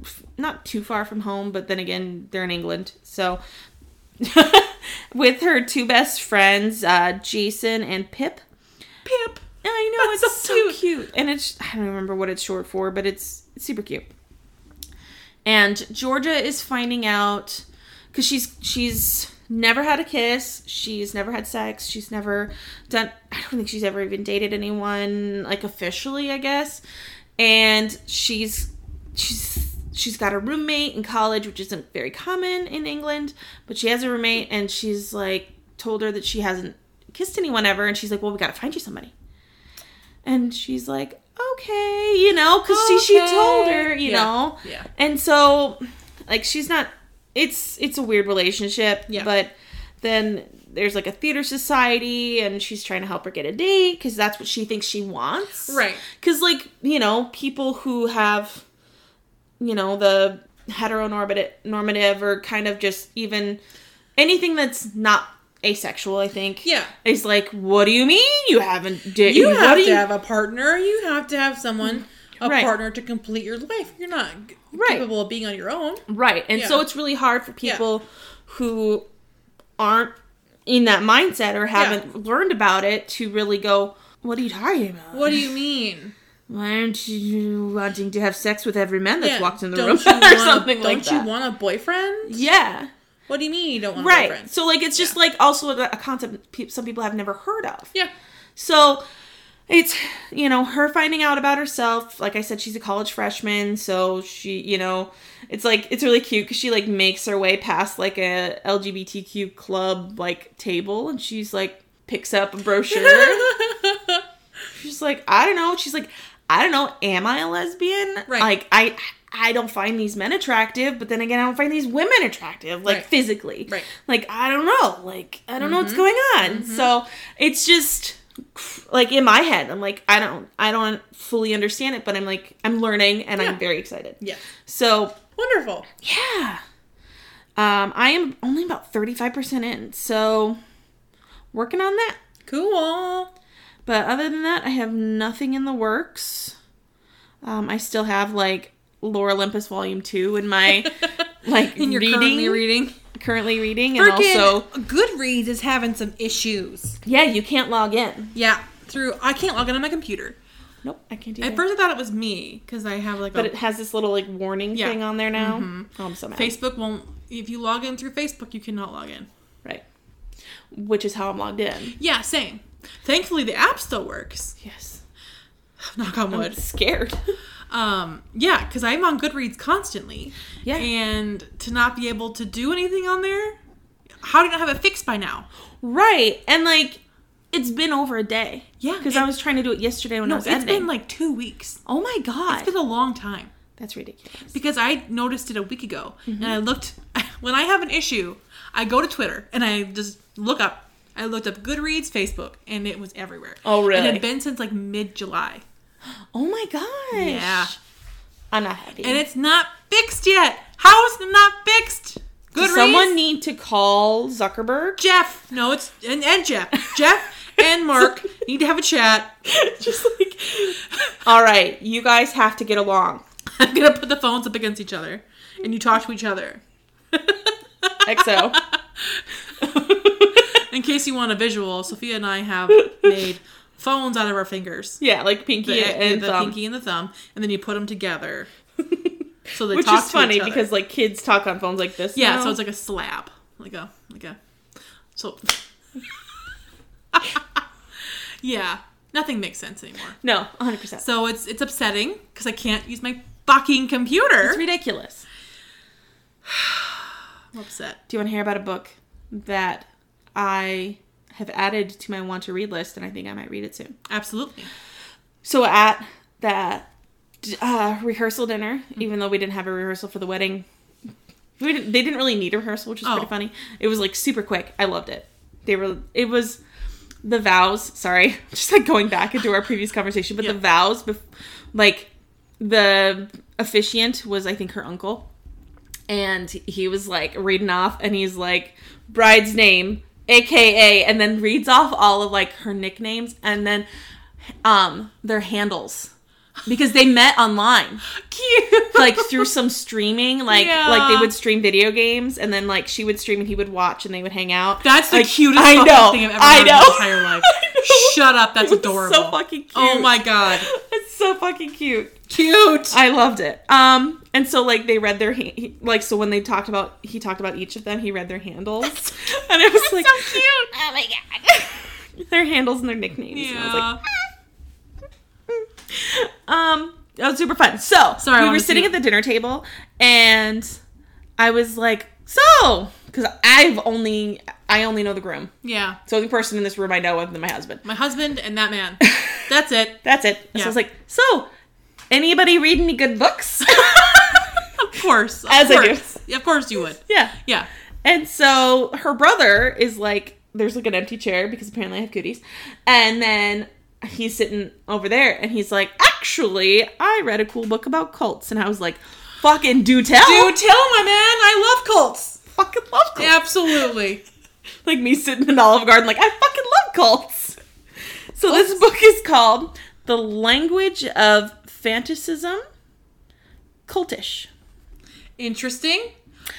f- not too far from home, but then again, they're in England. So with her two best friends, uh, Jason and Pip. Pip. I know That's it's so so cute. and it's I don't remember what it's short for, but it's, it's super cute. And Georgia is finding out because she's she's never had a kiss, she's never had sex, she's never done. I don't think she's ever even dated anyone like officially, I guess. And she's she's she's got a roommate in college, which isn't very common in England, but she has a roommate, and she's like told her that she hasn't kissed anyone ever, and she's like, well, we gotta find you somebody. And she's like, okay, you know, because she, she told Okay. her, you Yeah. know, Yeah. and so like she's not it's it's a weird relationship Yeah. but then there's like a theater society and she's trying to help her get a date because that's what she thinks she wants Right. because like you know people who have you know the heteronormative normative or kind of just even anything that's not asexual i think Yeah. is like what do you mean you haven't did You what have do to have a partner. You have to have someone, a Right. partner to complete your life. You're not g- Right. capable of being on your own. Right. And so Yeah. it's really hard for people who aren't in that mindset or haven't learned about it to really go, What are you talking about? What do you mean? Why aren't you wanting to have sex with every man that's Yeah. walked in the Don't room? you or want- something don't like you that. want a boyfriend? yeah. What do you mean you don't want a Right. boyfriend? So, like, it's just like also a a concept pe- some people have never heard of. Yeah. So it's you know her finding out about herself. Like I said, she's a college freshman, so she you know it's like it's really cute because she like makes her way past like a LGBTQ club like table, and she's like picks up a brochure. she's like I don't know. She's like I don't know. Am I a lesbian? Right. Like I. I don't find these men attractive, but then again, I don't find these women attractive, like Right. physically. Right. Mm-hmm. Like I don't know. Like I don't know what's going on. So it's just like in my head, I'm like I don't I don't fully understand it, but I'm like I'm learning and Yeah. I'm very excited. yeah. So Wonderful. yeah, um, I am only about thirty five percent in, so working on that. Cool. But other than that, I have nothing in the works. Um, I still have like Lore Olympus Volume Two in my like And you're reading currently, currently reading. reading, and Freaking also Goodreads is having some issues. yeah, you can't log in. Yeah, through I can't log in on my computer. Nope, I can't do At that. first, I thought it was me because I have like but a it has this little like warning Yeah. thing on there now. Oh, I'm so mad. Facebook won't. If you log in through Facebook, you cannot log in. right, which is how I'm logged in. Yeah, same. Thankfully, the app still works. Yes, Knock on I'm wood. scared. Um, yeah, because I'm on Goodreads constantly. Yeah. And to not be able to do anything on there, how do you not have it fixed by now? right, and like it's been over a day. Yeah, because it- I was trying to do it yesterday when I No, was it's editing. been like two weeks. oh my god, It's been a long time. that's ridiculous. because I noticed it a week ago Mm-hmm. and I looked when I have an issue, I go to Twitter and I just look up. I looked up Goodreads, Facebook, and it was everywhere. Oh, really? And it had been since like mid July. Oh my gosh. Yeah. I'm not happy. And it's not fixed yet. How is it not fixed? Does Goodreads. someone need to call Zuckerberg? Jeff. No, it's and, and Jeff. Jeff and Mark need to have a chat. Just like, all right, you guys have to get along. I'm gonna put the phones up against each other and you talk to each other. XO. In case you want a visual, Sophia and I have made phones out of our fingers. yeah, like pinky the, and um, the thumb. pinky and the thumb, and then you put them together. So they Which talk is to funny each other. because like kids talk on phones like this. yeah, now. so it's like a slap, like a like a so. yeah, nothing makes sense anymore. no, 100. percent So it's it's upsetting because I can't use my fucking computer. It's ridiculous. I'm upset. Do you want to hear about a book that I have added to my want to read list, and I think I might read it soon. Absolutely. So at the uh, rehearsal dinner, Mm. even though we didn't have a rehearsal for the wedding, we didn't, they didn't really need a rehearsal, which is Oh. pretty funny. It was like super quick. I loved it. They were. It was the vows. Sorry, just like going back into our previous conversation, but Yeah. the vows, bef- like the officiant was, I think, her uncle and he was like reading off and he's like bride's name aka and then reads off all of like her nicknames and then um their handles because they met online Cute. like through some streaming like Yeah. like they would stream video games and then like she would stream and he would watch and they would hang out That's the Like, cutest I fucking know, thing I've ever I heard in know. my entire life. Shut up. That's It was adorable. so fucking cute Oh my god. it's so fucking cute Cute. I loved it. Um, and so like they read their ha- he- like so when they talked about he talked about each of them, he read their handles, and it was like so cute. Oh my god, their handles and their nicknames. And I was like, yeah. um, that was super fun. So Sorry, I we wanna were sitting see- at the dinner table, and I was like, so because I've only I only know the groom, Yeah. so the only person in this room I know other than my husband. My husband and that man. That's it. That's it. So Yeah. I was like, so anybody read any good books? Of course. Of As I do. course. Yeah, Of course you would. yeah. Yeah. And so her brother is like, there's like an empty chair because apparently I have cooties. And then he's sitting over there and he's like, actually, I read a cool book about cults. And I was like, fucking do tell. Do tell my man I love cults. fucking love cults. Absolutely. Like me sitting in Olive Garden, like, I fucking love cults. So this book is called The Language of Fantasism Cultish. Interesting.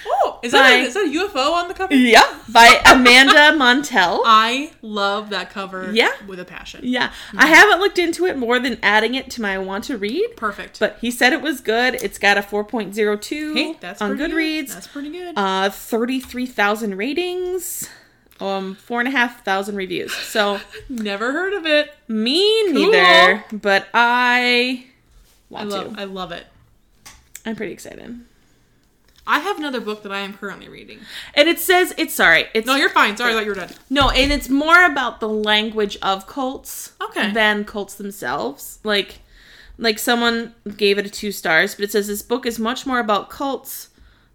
Oh, is that, a, Bye. is that a UFO on the cover? Yep. By Amanda Montell. I love that cover Yeah. with a passion. Yeah, I haven't looked into it more than adding it to my want to read, Perfect. but he said it was good. It's got a 4.02 hey, Oh, that's on pretty Goodreads, Good. That's pretty good. uh, 33,000 ratings, um, four and a half thousand reviews. So Never heard of it. me neither, but I I want love to. I love it. I'm pretty excited. I have another book that I am currently reading. And it says it's sorry. It's No, no, you're fine. Sorry, I thought you were done. and it's more about the language of cults Okay. than cults themselves. Like like someone gave it a two stars, but it says this book is much more about cults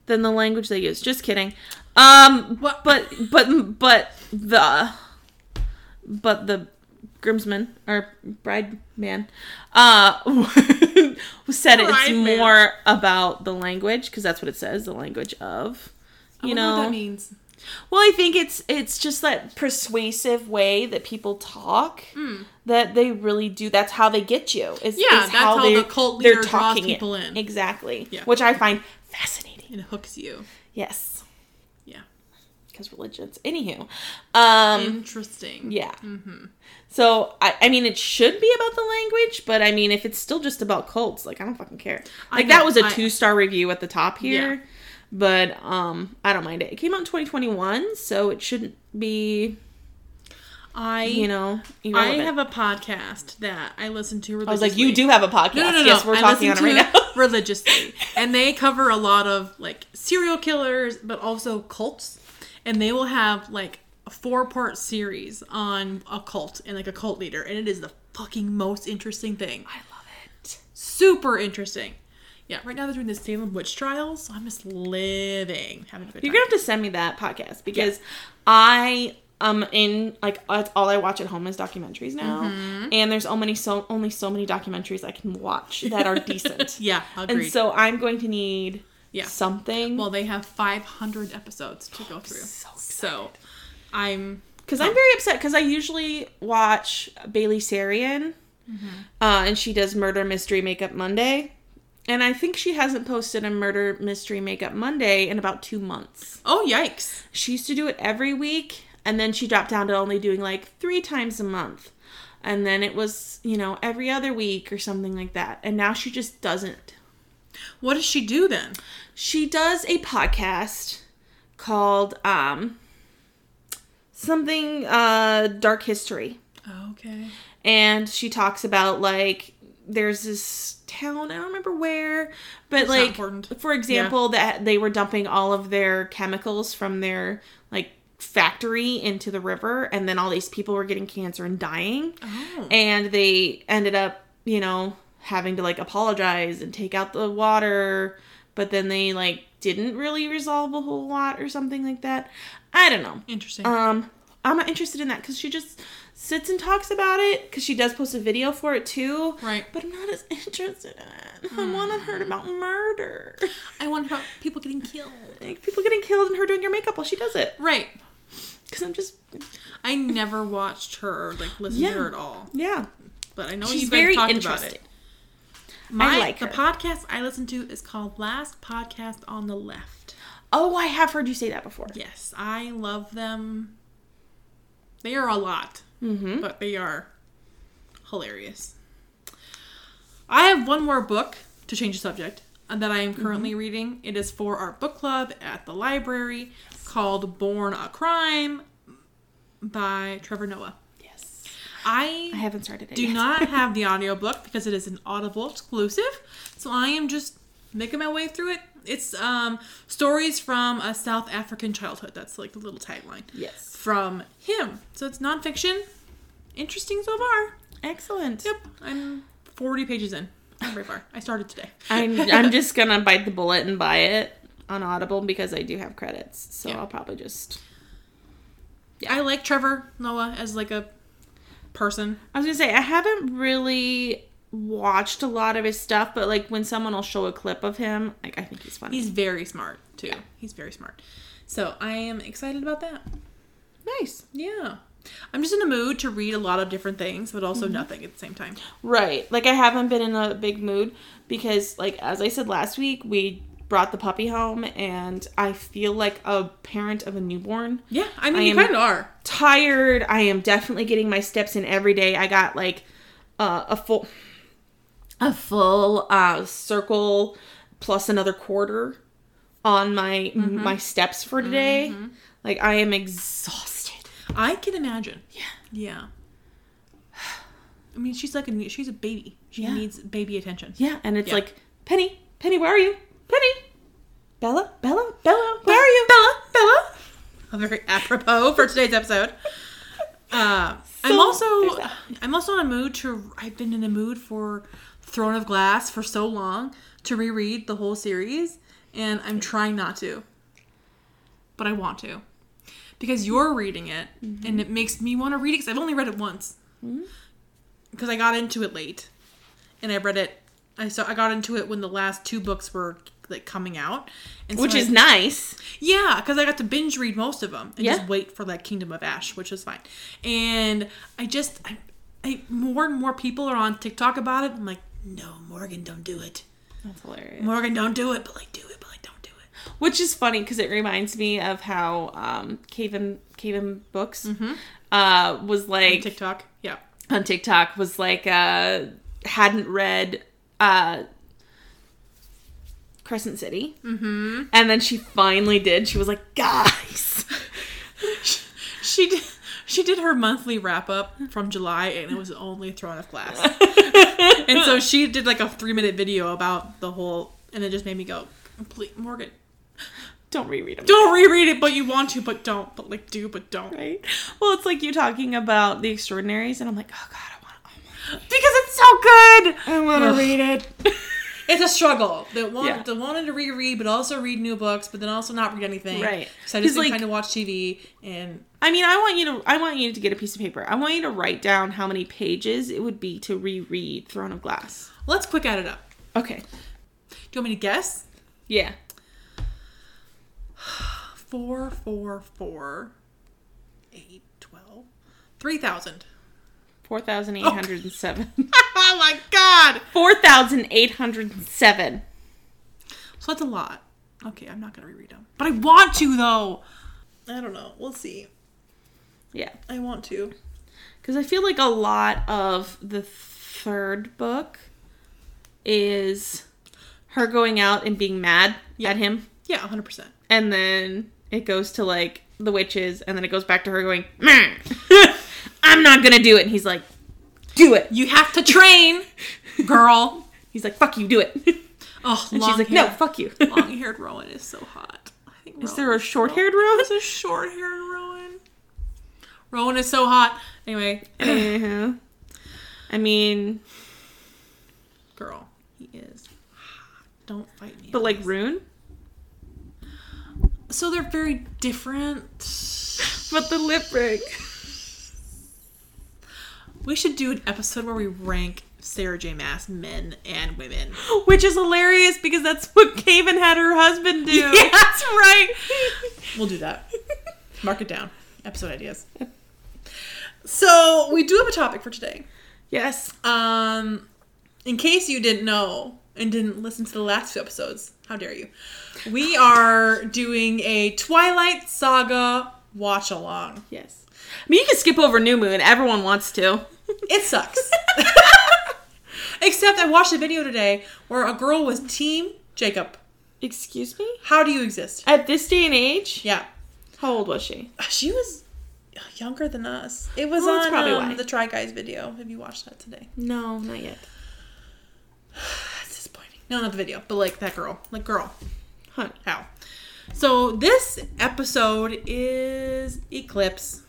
than the language they use. Just kidding. Um What- but but but the but the groomsman or bride man uh said it's Bride man. more about the language because that's what it says the language of I you wonder know what that means. Well, I think it's it's just that persuasive way that people talk that they really do. That's how they get you. Is, Hmm. Yeah, is that's how they're- the cult they're leader draws talking it. people in. exactly. Yeah. which I find fascinating. It hooks you. Yes, Yeah. because religions. Anywho, Mm-hmm. um, Interesting. yeah. Mm-hmm. So I, I mean, it should be about the language, but I mean, if it's still just about cults, like I don't fucking care. I Like that know, was a I- two star review at the top here, Yeah. but um, I don't mind it. It came out in 2021, so it shouldn't be I you know. I Irrelevant. have a podcast that I listen to religiously. I was like, you do have a podcast. No, no, no. Yes, no. we're I talking on it listen right now. to religiously. And they cover a lot of like serial killers, but also cults. And they will have like a four part series on a cult and like a cult leader. And it is the fucking most interesting thing. I love it. Super interesting. Yeah, right now they're doing the Salem witch trials. So I'm just living, having a good You're time. gonna have to send me that podcast because I um in like that's all I watch at home is documentaries now, Mm-hmm. and there's only so only so many documentaries I can watch that are decent. yeah, agreed. and so I'm going to need Yeah. something well, they have 500 episodes to go through. so so I'm because I'm very upset because I usually watch Bailey Sarian, uh, and she does Murder Mystery Makeup Monday. And I think she hasn't posted a murder mystery makeup Monday in about two months. Oh yikes! She used to do it every week, and then she dropped down to only doing like three times a month. And then it was, you know, every other week or something like that. And now she just doesn't. What does she do then? She does a podcast called um something uh Dark History. Okay. And she talks about like there's this town, I don't remember where, but not like important. for example, that they were dumping all of their chemicals from their like factory into the river and then all these people were getting cancer and dying Oh. and they ended up, you know, having to like apologize and take out the water, but then they like didn't really resolve a whole lot or something like that. I don't know. Interesting. Um, I'm not interested in that because she just sits and talks about it because she does post a video for it too. Right. Hmm. But I'm not as interested in it. I want to hear about murder. I wonder about people getting killed. Like people getting killed and her doing your makeup while she does it. Right. Because I'm just, I never watched her or like listened to her at all, yeah. but I know She's Oh, you guys very talked interesting. about it. My like the her. podcast I listen to is called Last Podcast on the Left. Oh, I have heard you say that before. Yes, I love them. They are a lot, Mm-hmm. but they are hilarious. I have one more book to change the subject uh, that I am currently reading. It is for our book club at the library called Born a Crime by Trevor Noah. Yes. I I haven't started it. do yet. not have the audiobook because it is an Audible exclusive. So I am just making my way through it. It's um, stories from a South African childhood. That's like the little tagline. Yes. From him. So it's nonfiction. Interesting so far. Excellent. Yep, I'm 40 pages in. Not very far. I started today. I'm I'm just gonna bite the bullet and buy it on Audible because I do have credits, so Yeah. I'll probably just. I like Trevor Noah as like a person. I was gonna say I haven't really watched a lot of his stuff, but like when someone will show a clip of him, like I think he's funny. He's very smart too. He's very smart. So I am excited about that. nice, Yeah. I'm just in the mood to read a lot of different things, but also nothing at the same time. right? Like I haven't been in a big mood because, like as I said last week, we brought the puppy home, and I feel like a parent of a newborn. Yeah, I mean, I you am- kind of are. tired. I am definitely getting my steps in every day. I got like uh, a full a full uh, circle plus another quarter on my my steps for today. Like I am exhausted. I can imagine. Yeah. Yeah. I mean, she's like a she's a baby. She Yeah. needs baby attention. Yeah, and it's Yeah. like Penny, Penny, where are you? Penny, Bella, Bella, Bella, where are you? Bella, Bella. Very apropos for today's episode. Uh, I'm So, there's also that. I'm also in a mood to I've been in a mood for Throne of Glass for so long to reread the whole series, and I'm trying not to, but I want to because you're reading it, Mm-hmm. and it makes me want to read it because I've only read it once because I got into it late, and I read it. I so I got into it when the last two books were like coming out, and so which I- is nice. yeah, because I got to binge read most of them and Yeah. just wait for like Kingdom of Ash, which is fine. And I just, I, I more and more people are on TikTok about it. I'm like, no, Morgan, don't do it. That's hilarious. Morgan, don't do it. But like, do it. But like, don't do it. Which is funny because it reminds me of how um, Cave and Cave and Books Mm-hmm. uh, was like TikTok, yeah. on TikTok was like uh, hadn't read uh, Crescent City, mm-hmm. and then she finally did. She was like, guys, She did. She did her monthly wrap up from July, and it was only Throne of Glass. and so she did like a three minute video about the whole, and it just made me go, "Please, Morgan, don't reread them. don't reread it, but you want to, but don't, but like do, but don't." Right? Well, it's like you talking about the Extraordinaries, and I'm like, oh god, I want. Oh because it's so good. I want Ugh. read it. It's a struggle. The one, Yeah. the wanted to reread, but also read new books, but then also not read anything. Right. So I He's just been like- trying to watch TV and I mean, I want you to. I want you to get a piece of paper. I want you to write down how many pages it would be to reread Throne of Glass. let's quick add it up. Okay. Do you want me to guess? Yeah. Four, four, four, eight, twelve, three thousand. Four thousand eight hundred and seven. oh my god! Four thousand eight hundred and seven. So that's a lot. Okay, I'm not gonna reread them, but I want to though. I don't know. We'll see. Yeah. I want to. Because I feel like a lot of the third book is her going out and being mad Yeah. at him. Yeah, 100. percent And then it goes to like the witches. And then it goes back to her going, "Meh. I'm not going to do it. And he's like, do it. You have to train, girl. He's like, fuck you, do it. Oh, And long she's like, hair. no, fuck you. long haired Rowan is so hot. I think Is there a short haired rose? There's a short haired Rowan. Rowan is so hot. Anyway, Anywho. I mean, girl, he is. don't fight me. But like Rune? so they're very different. But the lip ring. We should do an episode where we rank Sarah J. Mass men and women. Which is hilarious because that's what Caven had her husband do. Yeah, that's right. We'll do that. Mark it down. Episode ideas. So we do have a topic for today. yes. Um, in case you didn't know and didn't listen to the last two episodes, how dare you? We are doing a Twilight Saga watch along. Yes. I mean, you can skip over New Moon. Everyone wants to. It sucks. Except I watched a video today where a girl was Team Jacob. Excuse me? How do you exist? At this day and age? Yeah, How old was she? she was younger than us. It was Well, that's on probably um, why. the Try Guys video. Have you watched that today? No, not yet. That's disappointing. No, not the video, but like that girl. Like girl. Huh. how. So this episode is Eclipse.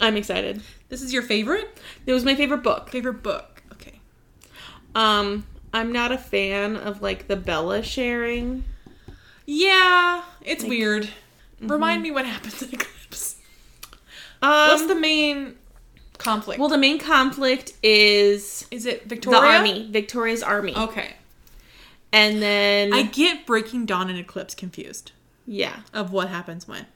I'm excited. This is your favorite It was my favorite book. favorite book. Okay. Um, I'm not a fan of like the Bella sharing. Yeah, it's weird. Remind me what happens in Eclipse. Um, What's the main conflict? well, the main conflict is is it Victoria? the army, Victoria's army, Okay. and then I get Breaking Dawn and Eclipse confused yeah, of what happens when.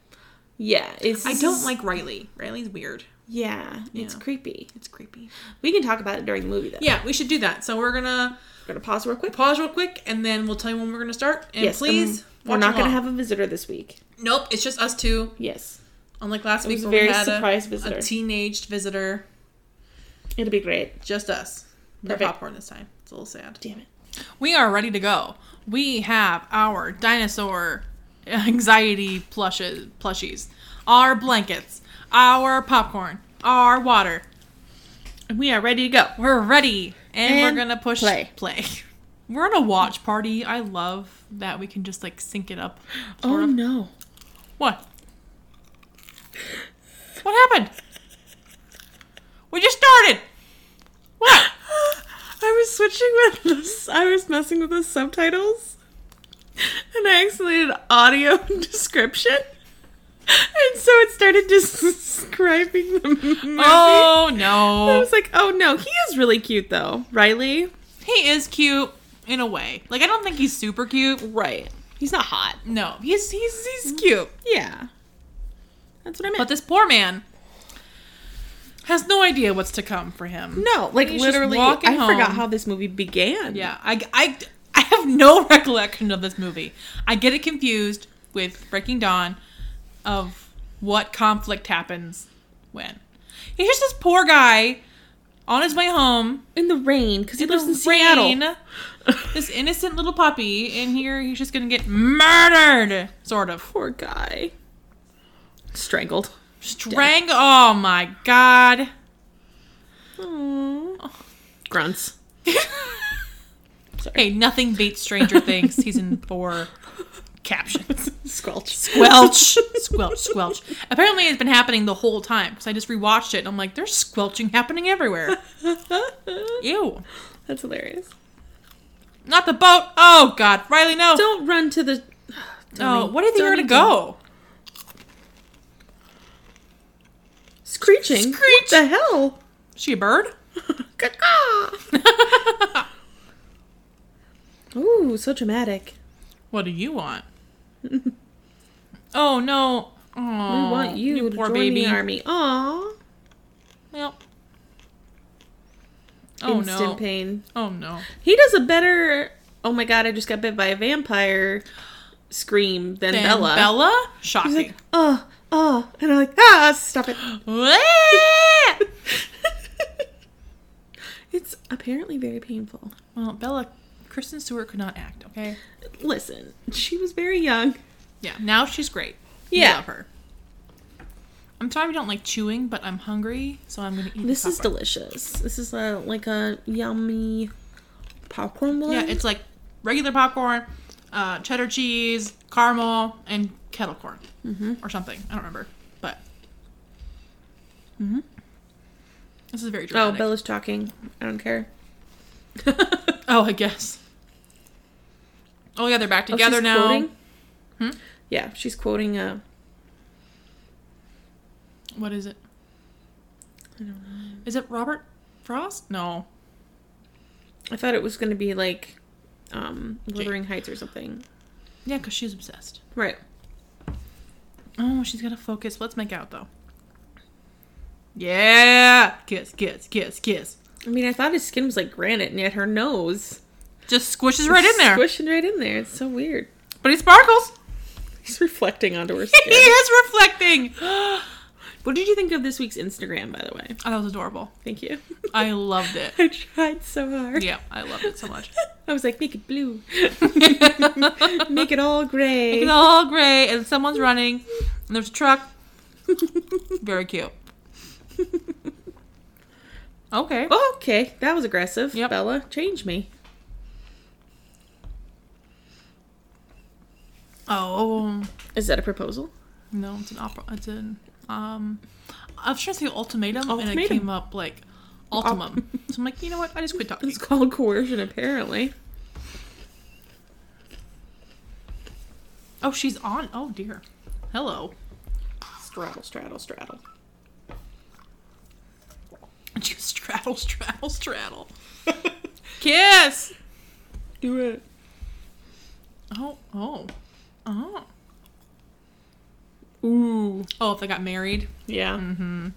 yeah. It's I don't like Riley. Riley's weird. Yeah, it's Yeah. creepy. It's creepy. We can talk about it during the movie though. Yeah, we should do that. So we're gonna We're gonna pause real quick. pause real quick, and then we'll tell you when we're gonna start. And Yes, please, um, we're watch not gonna along. have a visitor this week. Nope, it's just us two. Yes, Unlike last week, was a where we very had surprise a, visitor. a teenaged visitor, it'll be great. just us. No Perfect. popcorn this time. It's a little sad. Damn it. We are ready to go. We have our dinosaur anxiety plushes, plushies, our blankets, our popcorn, our water. We are ready to go. We're ready, and, And we're gonna push play. play. We're on a watch party. I love that we can just like sync it up. Oh sort of. no! What? What happened? We just started. What? I was switching with this. I was messing with the subtitles, and I accidentally did audio description, and so it started describing the movie. Oh I oh, no. was like, oh no, he is really cute though, Riley. He is cute. in a way. Like I don't think he's super cute. Right. He's not hot. No, he's he's he's cute. Yeah. That's what I meant. But this poor man has no idea what's to come for him. no, like He's just literally, I walking forgot home. how this movie began. Yeah, I, I, I have no recollection of this movie. I get it confused with Breaking Dawn of what conflict happens when. Here's this poor guy on his way home. In the rain, because he in lives the in Seattle. rain, This innocent little puppy, and here he's just gonna get murdered, sort of. Poor guy. Strangled. Strang. Oh my god. Aww. Grunts. Hey, nothing beats Stranger Things season four captions. Squelch. Squelch, squelch, squelch. Apparently, it's been happening the whole time because I just rewatched it and I'm like, there's squelching happening everywhere. Ew. That's hilarious. Not the boat. Oh, God. Riley, no. Don't run to the. oh, what do you think you're Don't going to go? Screeching. Screech. What the hell? Is she a bird? Caw-caw. Ooh, so dramatic. what do you want? oh, no. We Aww, want you, Oh, to join the army. Aw. Yep. Oh, Instant no. pain. Oh, no. He does a better. Oh my god! I just got bit by a vampire. Scream than Then Bella. Bella? Shocking. He's like, oh, oh, and I'm like, ah, stop it. Wah! it's apparently very painful. well, Bella, Kristen Stewart could not act, okay? Listen, she was very young. Yeah, now she's great. Yeah. Yeah. Love her. I'm sorry we don't like chewing, but I'm hungry, so I'm gonna eat. This is popcorn. delicious. This is a, like a yummy popcorn blend. Yeah, it's like regular popcorn, uh, cheddar cheese, caramel, and kettle corn, Mm-hmm. or something. I don't remember, but this is very Mm-hmm. oh, dramatic. Bella's talking. I don't care. Oh, I guess. Oh yeah, they're back Oh, together she's now. Quoting? Hmm? Yeah, she's quoting uh, a. What is it? Is it Robert Frost? No. I thought it was going to be like, um, Jake. Wuthering Heights or something. Yeah, because she's obsessed. Right. Oh, she's got to focus. Let's make out though. Yeah, kiss, kiss, kiss, kiss. I mean, I thought his skin was like granite, and yet her nose Just squishes right in there, squishing right in there. It's so weird. but he sparkles. He's reflecting onto her he skin. is reflecting. oh, What did you think of this week's Instagram, by the way? that was adorable. Thank you. I loved it. I tried so hard. Yeah, I loved it so much. I was like, make it blue, it's make it all gray. all gray, and someone's running, and there's a truck. Very cute. Okay. Oh, okay, that was aggressive. Yep. Bella, change me. Oh Is that a proposal? no, it's an opera. It's an um. I was trying to say ultimatum, and it Ultimatum. came up like ultimum. so I'm like, you know what? I just quit talking. It's called coercion, apparently. Oh, she's on. Oh dear. Hello. Straddle, straddle, straddle. Just straddle, straddle, straddle. Kiss. Do it. Oh, oh, oh. Ooh. Oh, if they got married. Yeah. Mm-hmm.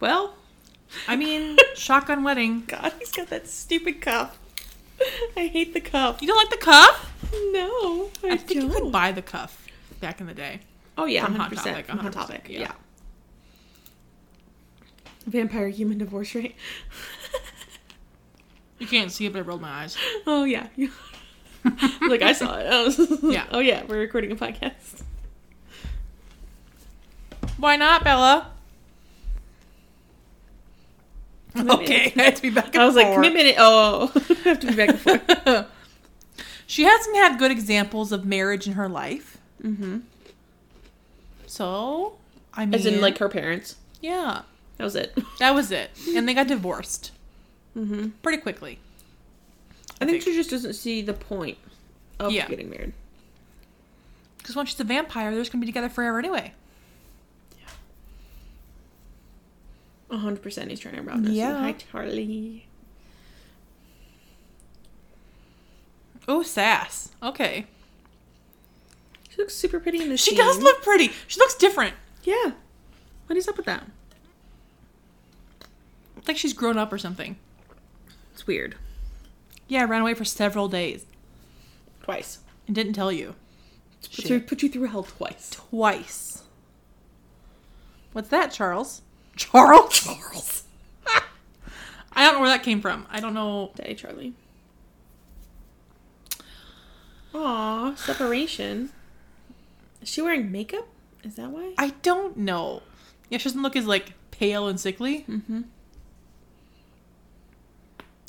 Well, I mean, shotgun wedding. God, he's got that stupid cuff. I hate the cuff. You don't like the cuff? No, I, I think you don't. could buy the cuff back in the day. Oh yeah, From Hot 100%, Topic, from 100%, Hot Topic. Yeah. yeah. Vampire human divorce rate. You can't see it, but I rolled my eyes. oh yeah. like I saw it. I was- Yeah. Oh yeah, we're recording a podcast. Why not, Bella? Commitment. Okay, I had to be back. I was like, forth. commitment. Oh, I have to be back and forth. she hasn't had good examples of marriage in her life. mm-hmm. So, I mean, As in, like her parents. yeah, That was it. that was it, and they got divorced Mm-hmm. pretty quickly. I think think- she just doesn't see the point of Yeah. getting married. Because once she's a vampire, they're just gonna be together forever anyway. hundred percent. He's trying to rob us. Yeah. Hi, Charlie. Oh, sass. Okay. She looks super pretty in this. She scene. does look pretty. She looks different. Yeah. What is up with that? Like she's grown up or something. It's weird. Yeah, I ran away for several days Twice. and didn't tell you. Put, through, put you through hell twice. Twice. What's that, Charles? Charles? Charles. I don't know where that came from. I don't know. Daddy Charlie. Aw, separation. Is she wearing makeup? Is that why? I don't know. Yeah, she doesn't look as like pale and sickly. Mm-hmm.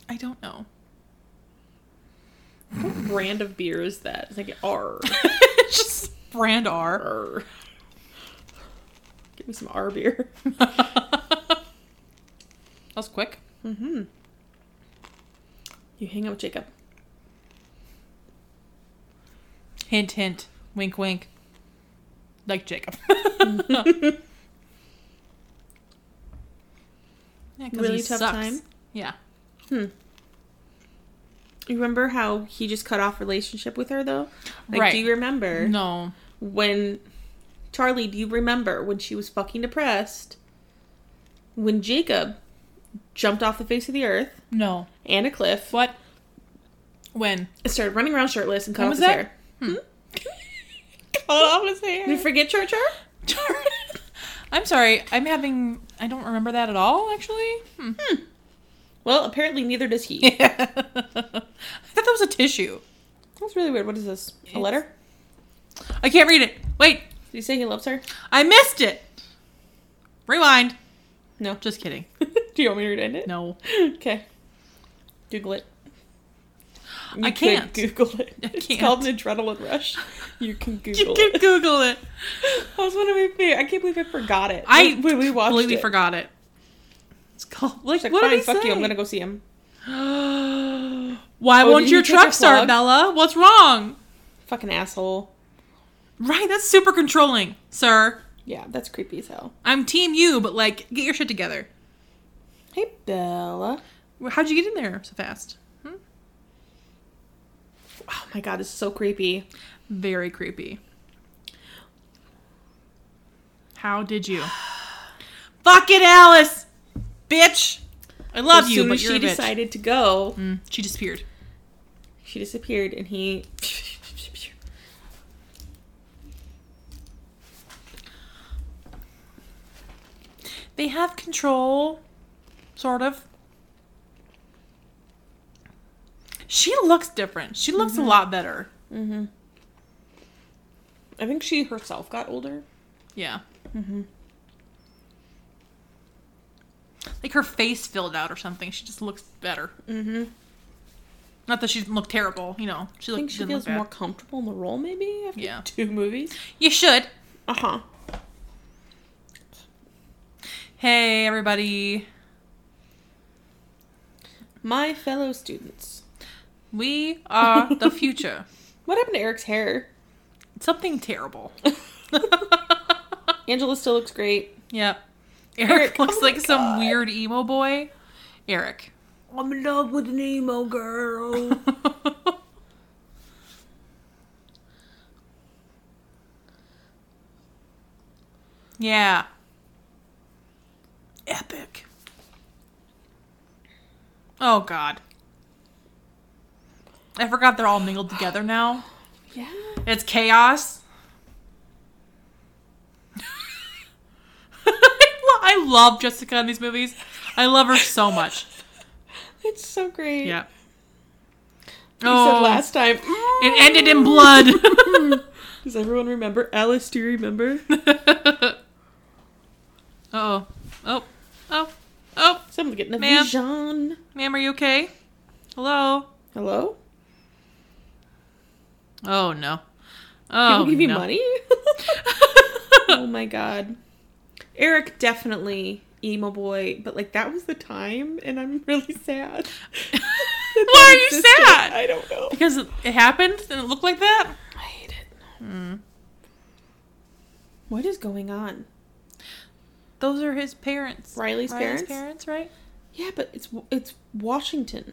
I don't know. What brand of beer is that? It's like R. It's just brand R. R. Give me some R beer. that was quick. Mm-hmm. You hang out with Jacob. Hint, hint. Wink, wink. Like Jacob. Yeah, 'cause Really he tough sucks. time? Yeah. Hmm. You remember how he just cut off relationship with her though? Like Right. do you remember No. when Charlie, do you remember when she was fucking depressed? When Jacob jumped off the face of the earth No. and a cliff, What? When? started running around shirtless and cut When off was his that? Hmm. hair. Hmm? Hold on a Did you forget Char Char? I'm sorry. I'm having. I don't remember that at all, actually. Hmm. Well, apparently neither does he. I thought that was a tissue. That's really weird. What is this? A It's- letter? I can't read it. Wait. Did he say he loves her? I missed it. Rewind. No. Just kidding. do you want me to read it? No. Okay. Google it. You I could can't. Google it. I It's can't. called an adrenaline rush. You can Google You can it. Google it. That was one of my favorite. I can't believe I forgot it. I when we watched completely it. forgot it. It's called. Like, She's like, what did fine, he fuck you. I'm say? gonna go see him. Why Oh, won't did your you catch a truck start, fog? Bella? What's wrong? Fucking asshole. Right, that's super controlling, sir. Yeah, that's creepy as hell. I'm team you, but like, get your shit together. Hey Bella. How'd you get in there so fast? Hmm? Oh my god, this is so creepy. Very creepy. How did you? Fuck it, Alice, bitch. I love as you, soon but as you're she a bitch. decided to go, Mm, she disappeared. she disappeared, and he. They have control, sort of. She looks different. She looks a lot better. Mm-hmm. I think she herself got older. Yeah. Mm-hmm. Like her face filled out or something. She just looks better. Mm-hmm. Not that she didn't look terrible, you know. She I looked, think she didn't look feels more bad. comfortable in the role, maybe after Yeah. two movies. You should. Uh huh. Hey everybody. My fellow students, We are the future. what happened to Eric's hair? Something terrible. Angela still looks great. yep. Eric, Eric, looks oh my like some God. weird emo boy. Eric. I'm in love with an emo girl. yeah. Epic. Oh god. I forgot they're all mingled together now. yeah. It's chaos. I love Jessica in these movies. I love her so much. It's so great. Yeah. You said last time. It ended in blood. Does everyone remember? Alice, do you remember? oh. Oh. Oh. Oh. Someone's getting a Ma'am. vision. Ma'am, are you okay? Hello? Hello? Oh, no. Can Oh, we give you no. money? oh my god. Eric definitely emo boy, but like that was the time, and I'm really sad. that that Why are you existed. sad? I don't know. because it it happened and it looked like that? I hate it. Hmm. What is going on? Those are his parents. Riley's Riley's parents? parents, right? Yeah, but it's it's Washington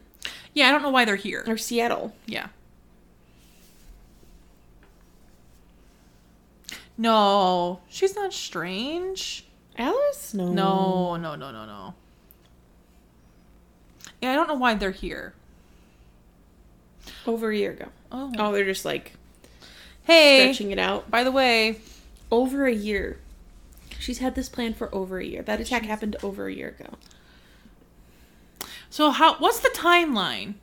Yeah, I don't know why they're here. or Seattle. Yeah. No, she's not strange. Alice? No. No, Oh. no, no, no, no. Yeah, I don't know why they're here. Over a year ago. Oh, Oh, they're just like hey. stretching it out. By the way, Over a year. She's had this plan for over a year. That attack happened over a year ago. so how? What's the timeline?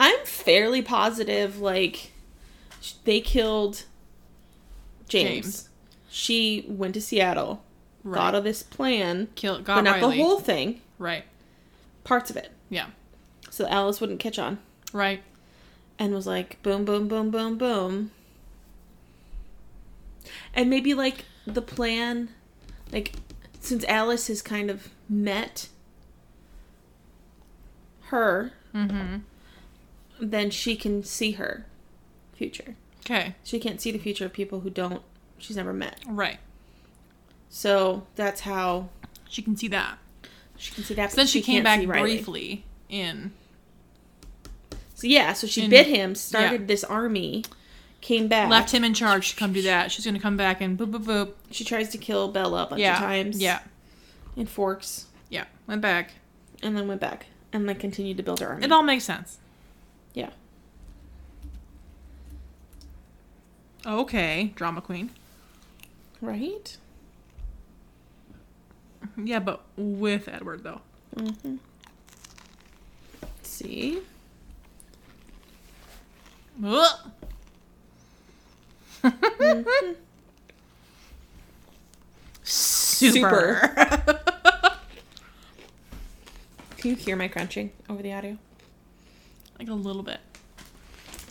I'm fairly positive, like, sh- they killed James. James. She went to Seattle, thought of this plan, Kill but got not Riley. the whole thing, Right. parts of it. Yeah. So Alice wouldn't catch on Right. and was like, boom, boom, boom, boom, boom. And maybe, like, the plan, like, since Alice has kind of met her, Mm-hmm. then she can see her future. Okay. She can't see the future of people who don't she's never met. Right. So that's how She can see that. she can see that. So then but she, came can't back see Riley. briefly in. So yeah, so she in- bit him, started this army, came back. Left him in charge. She come do that. She's gonna come back and boop boop boop. She tries to kill Bella a bunch yeah. of times. Yeah. And forks. Yeah. Went back. And then went back. And then continued to build her army. It all makes sense. yeah. Okay. Drama queen. Right? Yeah, but with Edward though. Mm-hmm. See? Ugh. Super. Can you hear my crunching over the audio? like a little bit.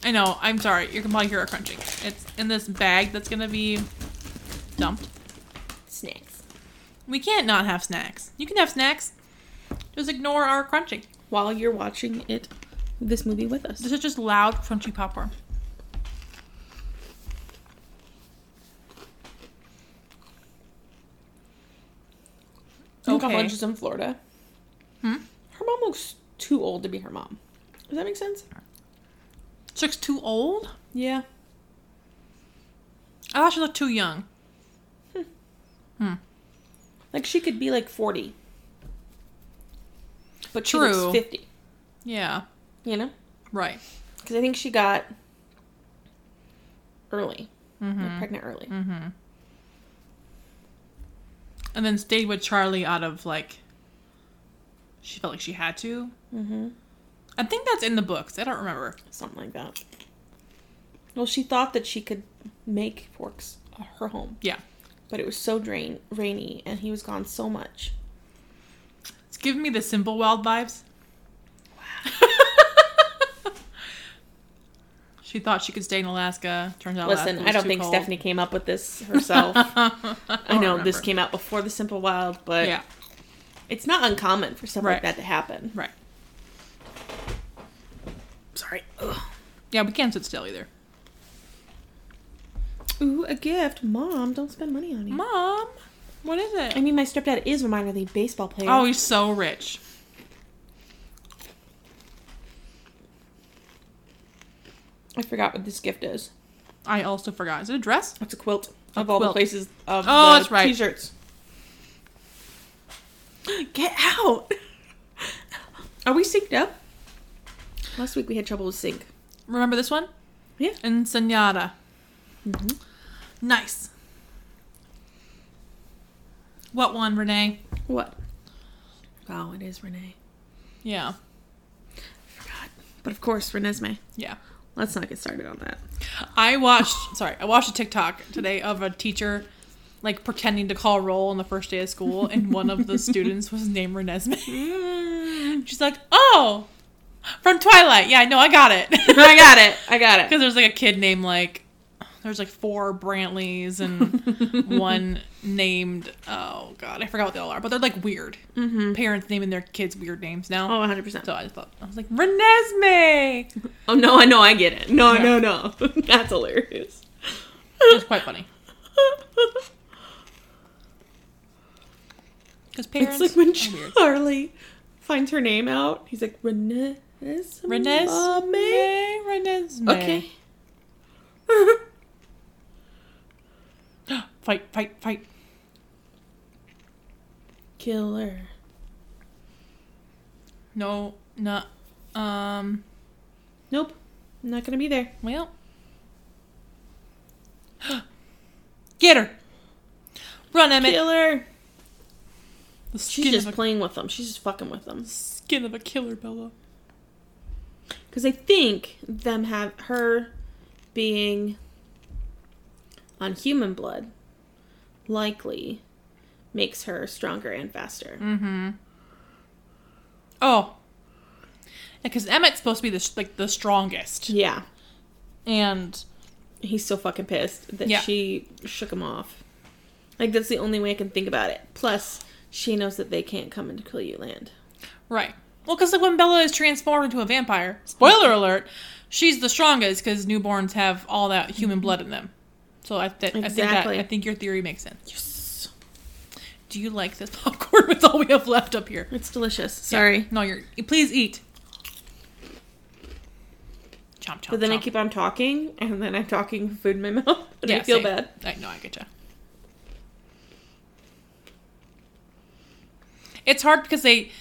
I know. I'm sorry. You can probably hear it crunching. It's in this bag that's gonna be dumped. Snacks. We can't not have snacks. You can have snacks. Just ignore our crunching. While you're watching it this movie with us. This is just loud, crunchy popcorn. in Okay. college is in Florida. Hmm? Her mom looks too old to be her mom. Does that make sense? She looks too old. Yeah. I thought she looked too young. Like she could be like forty. But she True. looks fifty. Yeah. You know? Right. Because I think she got early. Mm-hmm. Like, pregnant early. And then stayed with Charlie out of like. She felt like she had to. Mm-hmm. I think that's in the books. I don't remember. Something like that. Well, she thought that she could make Forks her home, Yeah. but it was so drain rainy, and he was gone so much. It's giving me the simple wild vibes. she thought she could stay in Alaska. Turns out, Listen, Alaska I don't Oh, was think too Stephanie came up with this cold. herself. I know this remember. came out before The Simple Wild, but yeah, it's not uncommon for stuff Right. like that to happen. right. Sorry. Yeah, we can't sit still either. Ooh, a gift. Mom, don't spend money on you. Mom, what is I it? mean, my stepdad is a minor league baseball player. Oh, he's so rich. I forgot what this gift is. I also forgot. Is it a dress? It's a quilt A of all quilt. the places of Oh, the that's right. t-shirts. Get out. Are we synced up? Last week we had trouble with sync. Remember this one? Yeah. Ensenada. Mhm. Nice. What one, Renee? What? Wow, Oh, it is Renee. Yeah, Forgot. But of course, Renesmee. yeah. Let's not get started on that. I watched sorry, I watched a TikTok today of a teacher like pretending to call roll on the first day of school and one of the students was named Renesmee. Mm. She's like, "Oh, from Twilight. Yeah, I know, I got it." I got it. I got Cuz there's like a kid named like there's like four Brantleys and it. one named oh god, I forgot what they all are, but they're like weird. mm-hmm. Parents naming their kids weird names now. Oh, 100%. So I just thought I was like, "Renesmee." Oh, no, I know. I get it. No, Yeah. no, no. That's hilarious. It's quite funny. Cuz parents it's like when are weird. Charlie finds her name out. He's like, Renesmee. Renesmee. Renesmee. Okay. Fight, fight, fight. Killer. No, not. Um, Nope. I'm not gonna be there. well. Get her! Run, Emmett! Killer. The She's skin just of, a, playing with them. She's just fucking with them. skin of a killer, Bella. Because I think them have her being on human blood likely makes her stronger and faster. Mm. Oh. Because Emmett's supposed to be the, sh- like the strongest. Yeah. And He's so fucking pissed that Yeah. she shook him off. Like that's the only way I can think about it. Plus, she knows that they can't come into Kill You Land. Right. Well, because like when Bella is transformed into a vampire, spoiler alert, she's the strongest because newborns have all that human blood in them. So I, th- I think that, Exactly. I think your theory makes sense. Yes. Do you like this popcorn? It's all we have left up here. It's delicious. Sorry. Yeah. No, you're. Please eat. Chomp chomp. But then I chomp. keep on talking, and then I'm talking with food in my mouth, and I Yeah, feel same. bad. I know. I get you. It's hard because they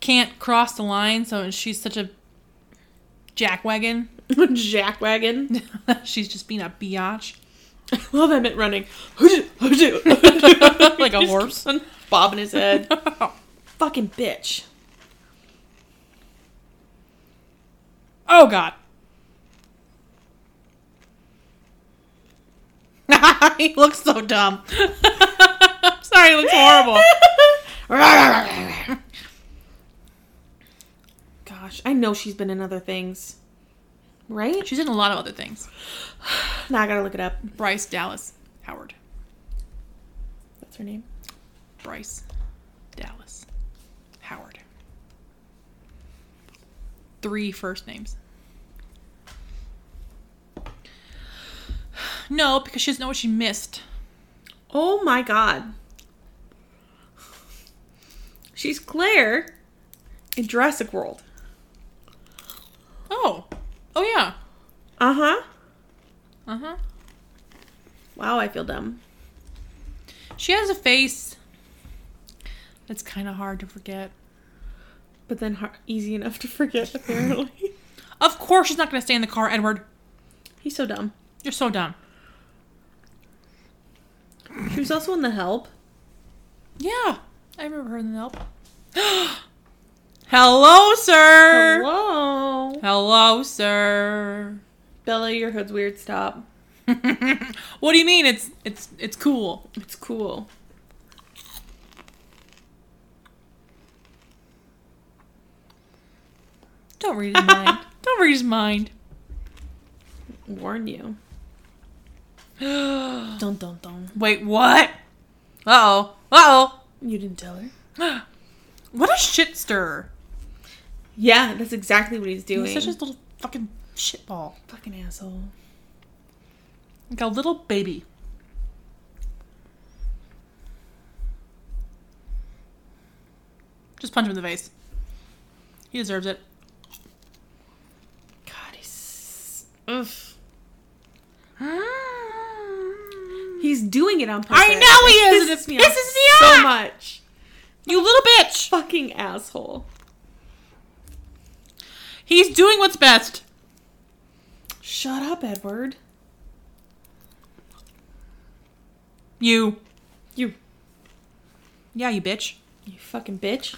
can't cross the line. So she's such a jackwagon. Jackwagon. She's just being a biatch. I love Emmett running. like Like a horse. bobbing his head. oh Fucking bitch. god. he looks so dumb. Sorry, he looks horrible. Gosh, I know she's been in other things. Right? She's in a lot of other things. Now I gotta look it up. Bryce Dallas Howard. That's her name. Bryce Dallas Howard. Three first names. No, because she doesn't know what she missed. Oh my god. She's Claire in Jurassic World. Oh. Oh yeah. Uh huh. Uh-huh. Wow, I feel dumb. She has a face that's kind of hard to forget. But then har easy enough to forget, apparently. Of course, she's not going to stay in the car, Edward. He's so dumb. You're so dumb. She was also in The Help. Yeah, I remember her in the help. Hello, sir. Hello, Hello. sir. Bella, your hood's weird. Stop. what do you mean? It's it's it's cool. It's cool. Don't read his mind. Don't read his mind. Warn you. Dun dun dun. Wait, what? Uh oh. Uh You didn't tell her? oh. What a shit stirrer. Yeah, that's exactly what he's doing. He's such a little fucking shitball. fucking asshole. Like a little baby. Just punch him in the face. He deserves it. God, he's. Ugh. I He's doing it on purpose. know he is. and It pisses me off so much. You little bitch. Fucking asshole. He's doing what's best. Shut up, Edward. You. You, Yeah, you bitch. you fucking bitch.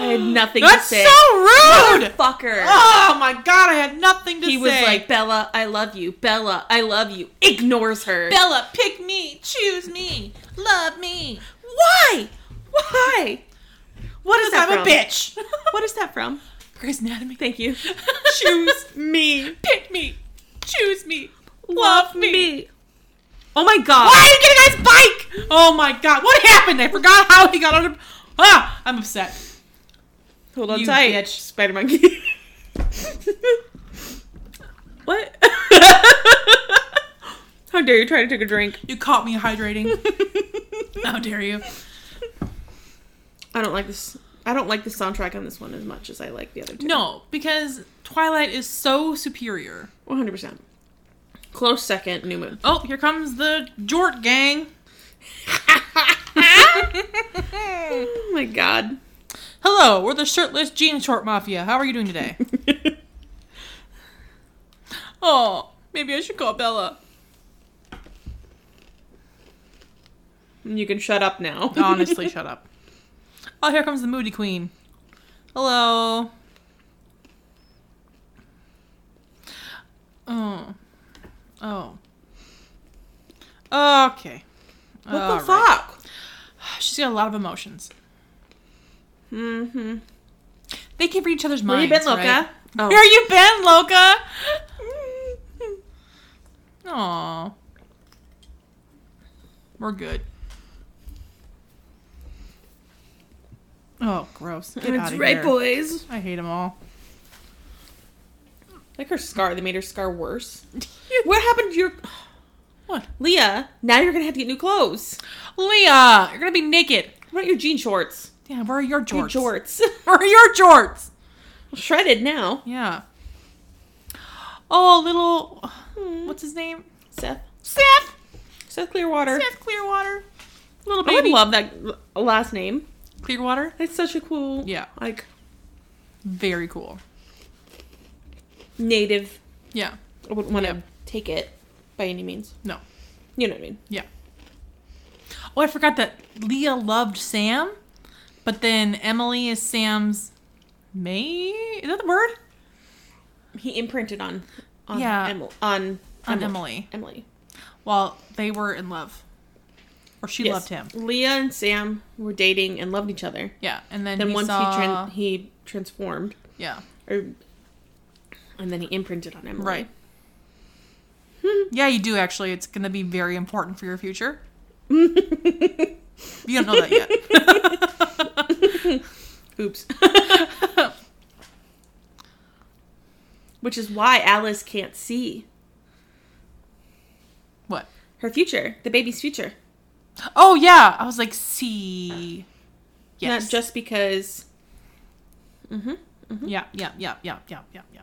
I had nothing That's to say. so rude. Fucker. Oh my god, I had nothing to he say. was like, Bella, I love you. Bella, I love you. Ignores her. Bella, pick me, choose me, love me. Why? Why? What is that I'm from? a bitch. What is that from? Grey's Anatomy. Thank you. choose me. pick me, choose me, Love me. Oh my god. Why are you getting on his bike? Oh my god, what happened? I forgot how he got on. A- ah, I'm upset. Hold on You tight. bitch. Spider monkey. what? How dare you try to take a drink? You caught me hydrating. I how dare you? don't like this. I don't like the soundtrack on this one as much as I like the other two. No, because Twilight is so superior. 100%. Close second, New Moon. Oh, here comes the Jort gang. Oh my god. Hello, we're the shirtless jean short mafia. How are you doing today? oh, maybe I should call Bella. You can shut up now. Honestly, shut up. Oh, here comes the Moody Queen. Hello. Oh. Oh. Okay. What the All right. fuck? She's got a lot of emotions. Mm-hmm. They can read each other's Where you minds. been, Loca? right? Oh. Where you been, Loca? Aw. We're good. Oh, gross. Get It's out of right, here. boys. I hate them all. Like her scar. They made her scar worse. what happened to your... What? Leah, now you're going to have to get new clothes. Leah, you're gonna be naked. What about your jean shorts? Yeah, where are your jorts? Your jorts. Where are your jorts? Shredded now. Yeah. Oh, little. What's his name? Hmm. Seth. Seth. Seth Clearwater. Seth Clearwater. Little I would baby. love that l- last name. Clearwater. That's such a cool, Yeah. like Very cool. native. Yeah. I wouldn't want to Yep. take it by any means. No. You know what I mean? Yeah. Oh, I forgot that Leah loved Sam, but then Emily is Sam's May. Is that the word? He imprinted on, on Yeah. Emily, on, On Emily. Emily. Emily. Well, they were in love, or she Yes. loved him. Leah and Sam were dating and loved each other. Yeah, and then, Then he once saw, he tran- he transformed, yeah, or and then he imprinted on Emily. right. yeah, you do actually. It's gonna be very important for your future. You don't know that yet. Oops. Which is why Alice can't see what? her future, the baby's future. Oh yeah, I was like, see. Yes. Not just because. hmm Yeah, yeah, yeah, yeah, yeah, yeah, yeah.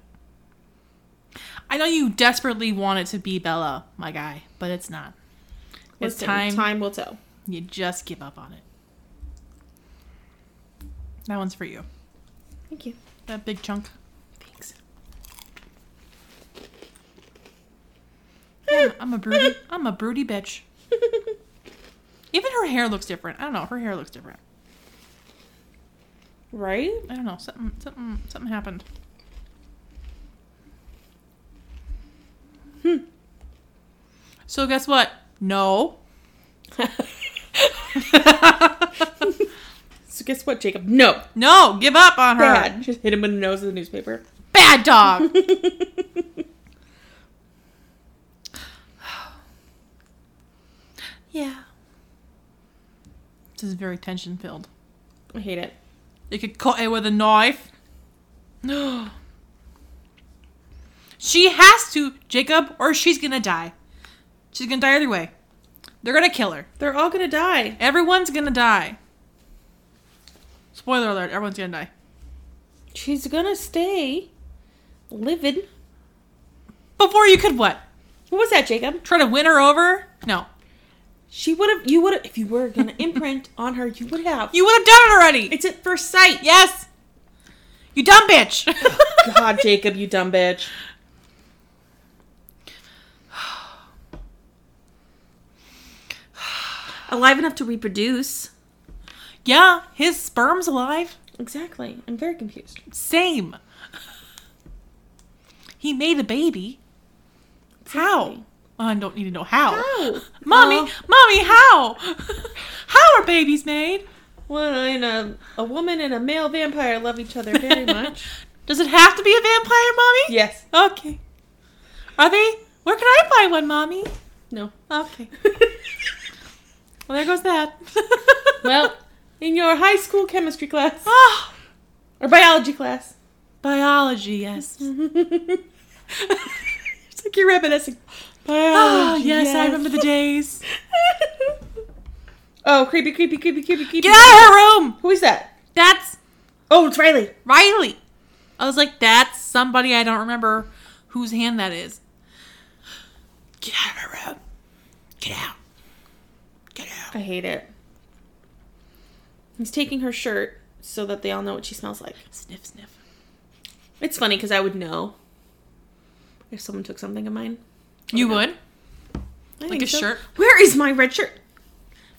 I know you desperately want it to be Bella, my guy, but it's not. It's Listen, time, Time will tell. you just give up on it. That one's for you. Thank you. That big chunk. Thanks. Yeah, I'm a broody. I'm a broody bitch. Even her hair looks different. I don't know. Her hair looks different. right? I don't know. Something. Something. Something happened. Hmm. So guess what? No. so guess what, Jacob? No. No. Give up on her. Bad. Just hit him in the nose with a newspaper. Bad dog. yeah. This is very tension filled. I hate it. You could cut it with a knife. she has to, Jacob, or she's gonna die. She's gonna die either way. They're gonna kill her. They're all gonna die. Everyone's gonna die. Spoiler alert, everyone's gonna die. She's gonna stay living. Before you could what? What was that, Jacob? Try to win her over? No. She would have. You would have. If you were gonna imprint on her, you would have. You would have done it already! it's at first sight. Yes! You dumb bitch! God, Jacob, you dumb bitch. Alive enough to reproduce. yeah, his sperm's alive. Exactly. I'm very confused. Same. He made a baby. How? I don't need to know how. How? Mommy, Uh, mommy, how? how are babies made? Well, and a, a woman and a male vampire love each other very much. Does it have to be a vampire, mommy? yes. Okay. Are they? Where can I buy one, mommy? No. Okay. Well, there goes that. well, in your high school chemistry class Ah, or biology class. biology, yes. it's like you're reminiscing. Ah, Biology. yes, I remember the days. oh, creepy, creepy, creepy, creepy, creepy. Get out of her room. Who is that? That's Oh, it's Riley. Riley. I was like, that's somebody I don't remember whose hand that is. Get out of my room. Get out. Get out. I hate it. He's taking her shirt so that they all know what she smells like. Sniff, sniff. It's funny because I would know if someone took something of mine. You would? I Like think a shirt? Where is my red shirt?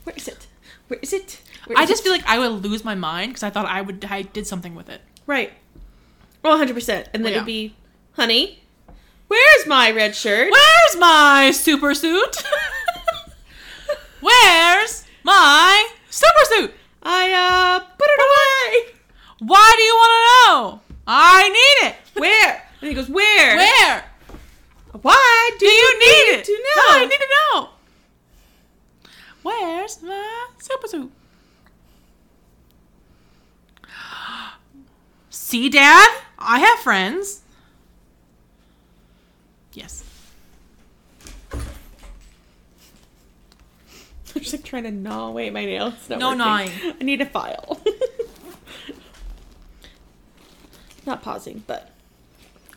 Where is it? Where is it? Where I is just it? feel like I would lose my mind because I thought I would. I did something with it. right. Oh, Well, 100%. And then Yeah. it'd be, honey, where's my red shirt? Where's my super suit? Where's my super suit? I uh put it away. Why do you want to know? I need it. Where? And he goes, Where? Where? Why do, you need it to know? No, I need to know. Where's my super suit? See, Dad, I have friends. Yes. I'm just like trying to gnaw away at my nails. It's not No working. gnawing. I need a file. not pausing, but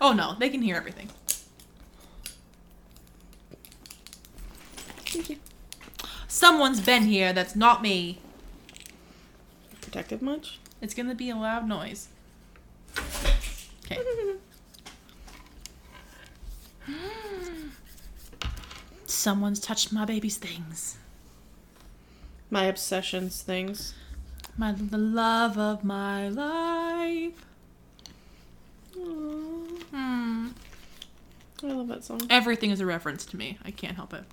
Oh no, they can hear everything. thank you. Someone's been here that's not me. Protective much? It's gonna be a loud noise. Okay. Someone's touched my baby's things. my obsessions things. My the love of my life. Aww, Hmm. I love that song. Everything is a reference to me. I can't help it.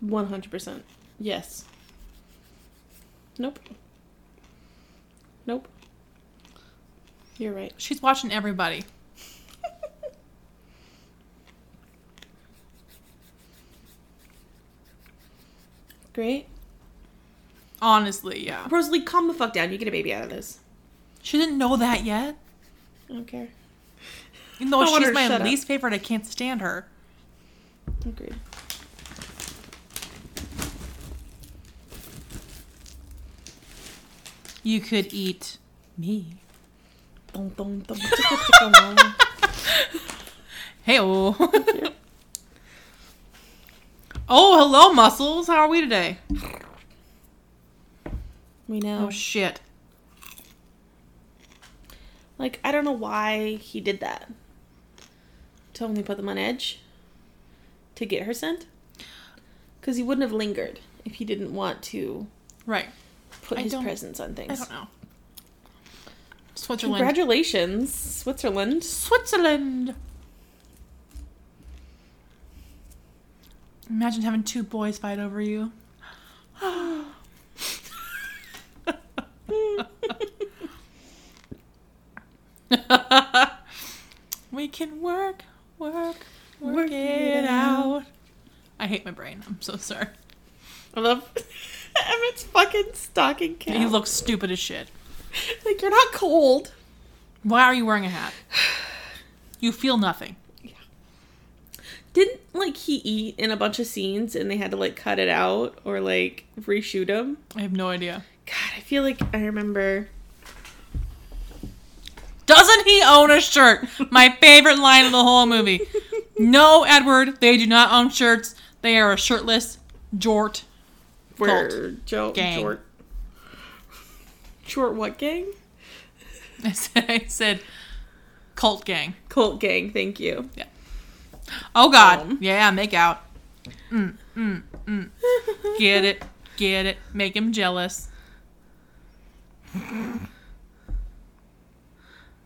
One hundred percent. Yes. Nope. Nope. You're right. She's watching everybody. Great. Honestly, yeah. Rosalie, calm the fuck down. You get a baby out of this. She didn't know that yet. I don't care. Even though I want her she's to my shut up. least favorite, I can't stand her. Agreed. You could eat me. Dun, dun, dun, chicka, chicka, wow. Hey oh. Oh, hello, muscles. How are we today? We know. Oh shit. Like, I don't know why he did that. To only put them on edge? To get her sent? Because he wouldn't have lingered if he didn't want to Right. put I his don't- presence on I things. don't know. Switzerland. Congratulations, Switzerland. Switzerland. Imagine having two boys fight over you. we can work, work, work, Work it it out. I hate my brain. I'm so sorry. I love Emmett's fucking stocking cap. He looks stupid as shit. like, you're not cold. Why are you wearing a hat? You feel nothing. Didn't, like, he eat in a bunch of scenes and they had to, like, cut it out or, like, reshoot him? I have no idea. God, I feel like I remember. Doesn't he own a shirt? My favorite line of the whole movie. No, Edward, they do not own shirts. They are a shirtless jort. Where Joe Gang. Short. Short what gang? I said, I said cult gang. Cult gang. Thank you. Oh God, Um. yeah, make out. Mm, mm, mm. Get it, get it. Make him jealous.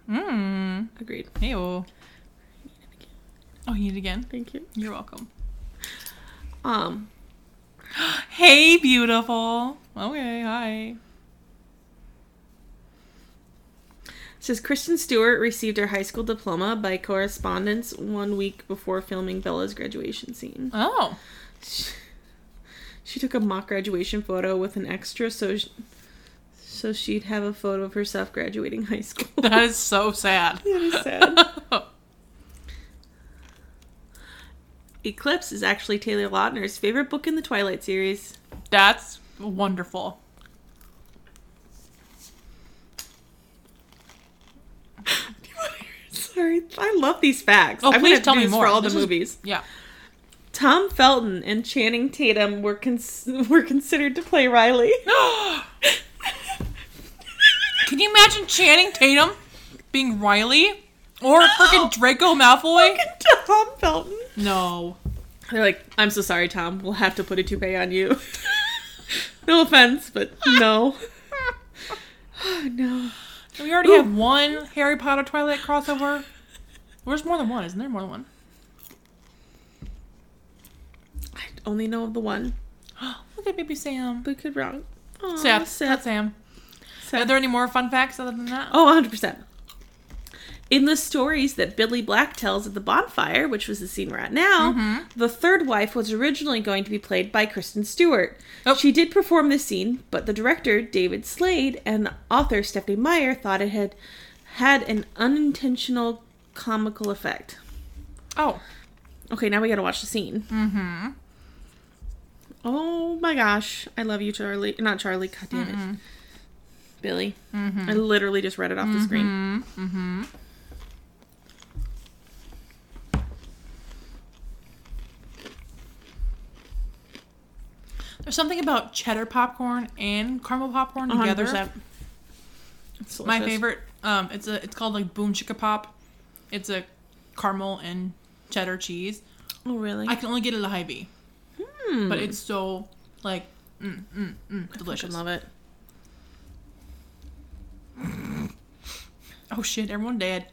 Mmm. Agreed. Hey oh. Oh, you need it again. Thank you. You're welcome. Um. Hey, beautiful. Okay, hi. Says Kristen Stewart received her high school diploma by correspondence one week before filming Bella's graduation scene. Oh. She, she took a mock graduation photo with an extra, so sh so she'd have a photo of herself graduating high school. That is so sad. That is sad. Eclipse is actually Taylor Lautner's favorite book in the Twilight series. That's wonderful. Do you want to hear sorry. I love these facts. Oh, I'm gonna please have to tell do me this more. for all This the is- movies. Yeah. Tom Felton and Channing Tatum were cons- were considered to play Riley. Can you imagine Channing Tatum being Riley or freaking Draco Malfoy? Tom Felton. No. They're like, I'm so sorry, Tom. We'll have to put a toupee on you. no offense, but no. Oh, no. We already have one Harry Potter Twilight crossover. There's more than one, isn't there? More than one. I only know of the one. Look at baby Sam. We could wrong. Aw, Seth. That's Seth. Sam. Seth. Are there any more fun facts other than that? Oh, 100%. In the stories that Billy Black tells at the bonfire, which was the scene we're at now, the third wife was originally going to be played by Kristen Stewart. Oh. She did perform this scene, but the director, David Slade, and the author, Stephanie Meyer, thought it had had an unintentional comical effect. Oh. Okay, now we gotta watch the scene. Mm-hmm. Oh my gosh. I love you, Charlie. Not Charlie, god damn it. Billy. I literally just read it off the screen. Mm hmm. There's something about cheddar popcorn and caramel popcorn together. 100%. It's My delicious. favorite. Um, it's a. It's called like Boom Chicka Pop. It's a caramel and cheddar cheese. Oh really? I can only get it at Hy-Vee, Hmm. but it's so like mm, mm, mm, delicious. I love it. Oh shit! Everyone dead.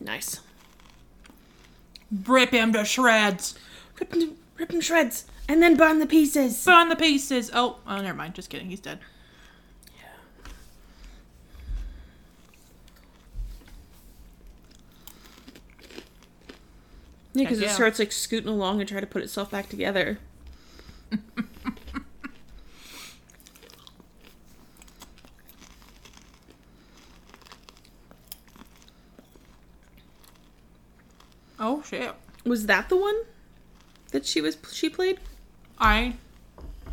Nice. Rip him to shreds. Rip him, rip him shreds and then burn the pieces. Burn the pieces. Oh, oh, never mind. Just kidding. He's dead. Yeah, because Heck it yeah. starts like scooting along and trying to put itself back together. Oh shit! Was that the one that she was she played? I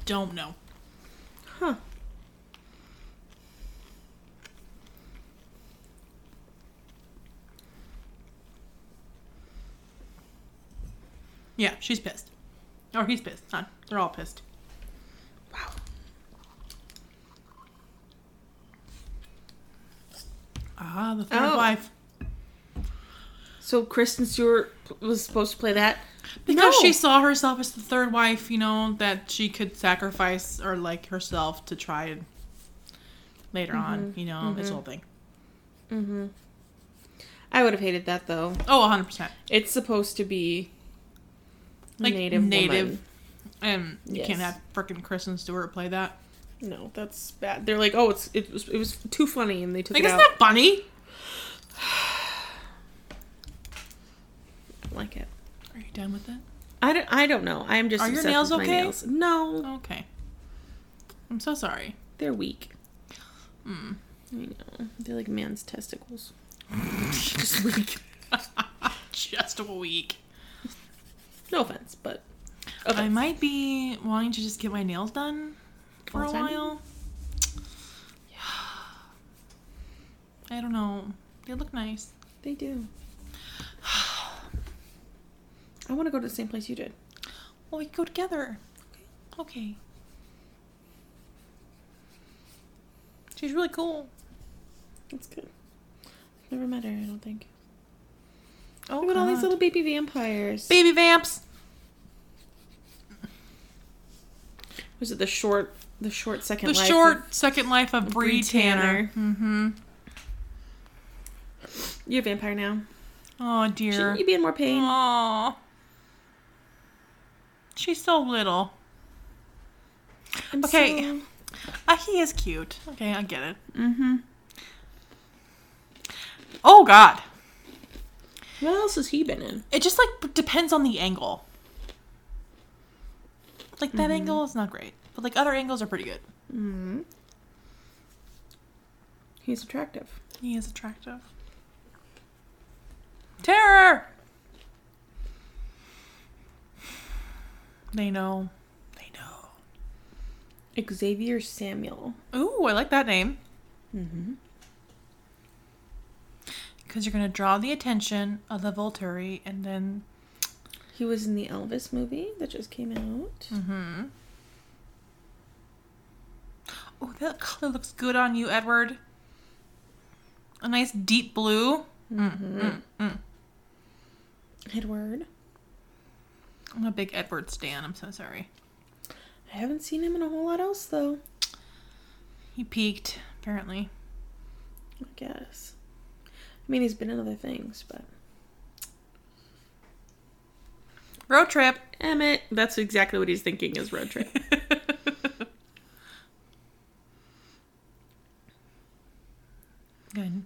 don't know. Huh. Yeah, she's pissed. Or he's pissed. Huh. They're all pissed. Wow. Ah, the third Oh. wife. So Kristen Stewart p- was supposed to play that. Because No. she saw herself as the third wife, you know, that she could sacrifice or like herself to try and later Mm-hmm. on, you know, this whole thing. I would have hated that though. Oh, 100%. It's supposed to be Like native. native. woman. And you can't Yes. have frickin' Kristen Stewart play that. No, that's bad. They're like, oh, it's it was it was too funny, and they took Like, it it's out. not funny. Don't like it. Are you done with that? I don't. I don't know. I'm just. Are your obsessed nails with my okay? Nails. No, Okay. I'm so sorry. they're weak. Hmm. I know. They're like man's testicles. just weak. Just a week. No offense, but I might be wanting to just get my nails done for All a the time? while. I don't know. They look nice. they do. I want to go to the same place you did. Well, we could go together. Okay. She's really cool. That's good. Never met her. I don't think. Oh, Look at all these little baby vampires. baby vamps. Was it the short? The short second. The life short of- second life of Bree Bree Tanner. Tanner. Mm-hmm. You're a vampire now. Oh dear. Shouldn't you be in more pain? Aw. She's so little. I'm Okay. so- Uh, he is cute. Okay, I get it. Mm-hmm. Oh God. What else has he been in? It just like p- depends on the angle. Like that angle is not great, but like other angles are pretty good. Mm-hmm. He's attractive. He is attractive. Terror. They know. They know. Xavier Samuel. Ooh, I like that name. Mm-hmm. Because you're going to draw the attention of the Volturi and then. He was in the Elvis movie that just came out. Mm-hmm. Oh, that color looks good on you, Edward. A nice deep blue. Mm-hmm. Edward. I'm a big Edward stan. I'm so sorry. I haven't seen him in a whole lot else though. He peaked, apparently. I guess. I mean, he's been in other things, but Road trip. Emmett. That's exactly what he's thinking is road trip. Good.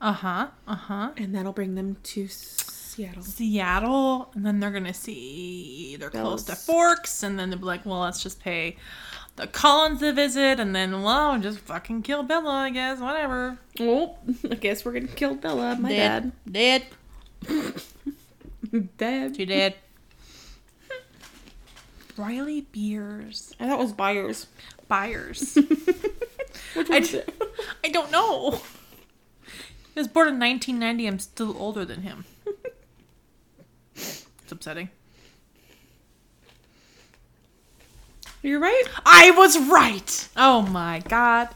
Uh huh. Uh huh. and that'll bring them to Seattle. Seattle, and then they're gonna see they're close to Bells. Forks, and then they'll be like, well, let's just pay the Collins a visit, and then well, just fucking kill Bella, I guess, whatever. Oh, I guess we're gonna kill Bella. My dad. dead, Dad. she dead. Riley Beers I thought it was Byers. Byers. Which I one's d- it? I don't know. He was born in 1990. I'm still older than him. It's upsetting. You're right. I was right. Oh my god.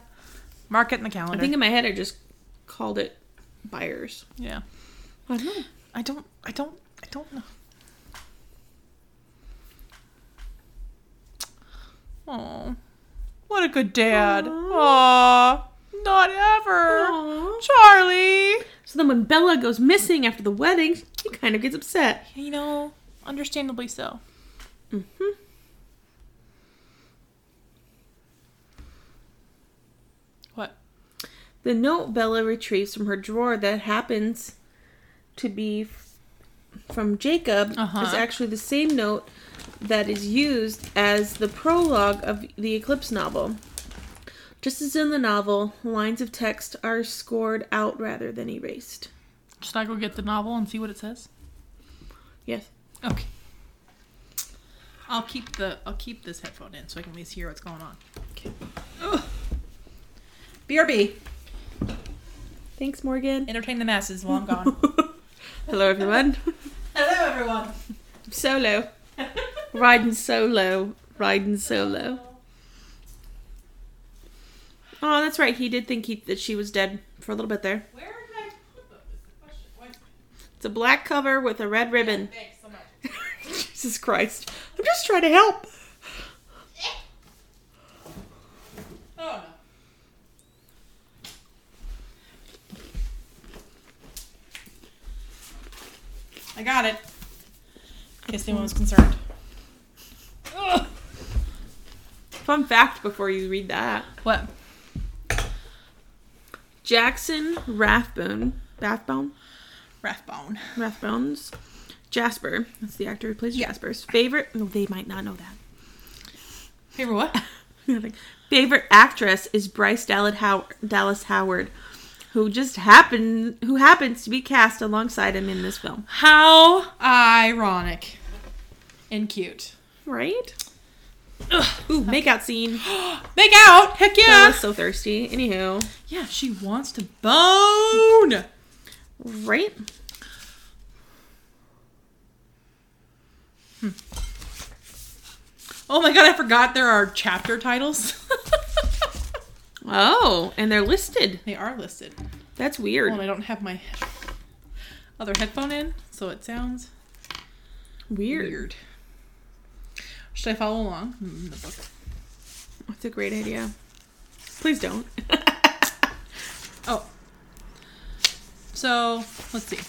Mark it in the calendar. I think in my head I just called it Byers. yeah. I don't know. I don't. I don't. I don't know. Oh, what a good dad. Aw, not ever, Charlie. So then when Bella goes missing after the wedding, he kind of gets upset. You know, understandably so. Mm-hmm. What? The note Bella retrieves from her drawer that happens to be f- from Jacob Uh-huh. is actually the same note that is used as the prologue of the Eclipse novel. Just as in the novel, lines of text are scored out rather than erased. Should I go get the novel and see what it says? Yes. Okay. I'll keep the I'll keep this headphone in so I can at least hear what's going on. Okay. Ugh. BRB. Thanks, Morgan. Entertain the masses while I'm gone. Hello, everyone. Hello, everyone. solo. Riding solo. Riding solo. Oh, that's right. He did think he, that she was dead for a little bit there. Where did I put them? Is the question. Why- It's a black cover with a red ribbon. Thanks so much. Jesus Christ. I'm just trying to help. Oh no. I got it. In case anyone was concerned. Ugh. Fun fact before you read that What? Jackson Rathbone. Rathbone? Rathbone. Rathbones. Jasper. That's the actor who plays Jasper's favorite. No, they might not know that. Favorite what? Nothing. Favorite actress is Bryce Dallas Howard, Dallas Howard, who just happened who happens to be cast alongside him in this film. How ironic and cute. Right? Ooh, makeout scene. Make out! Heck yeah! Bella's so thirsty. Anywho, Yeah, she wants to bone! right? Oh my god, I forgot there are chapter titles. Oh, and they're listed. they are listed. That's Well, weird. Oh, I don't have my other headphone in, so it sounds Weird. weird. Should I follow along in the book? That's a great idea. Please don't. Oh. So, let's see.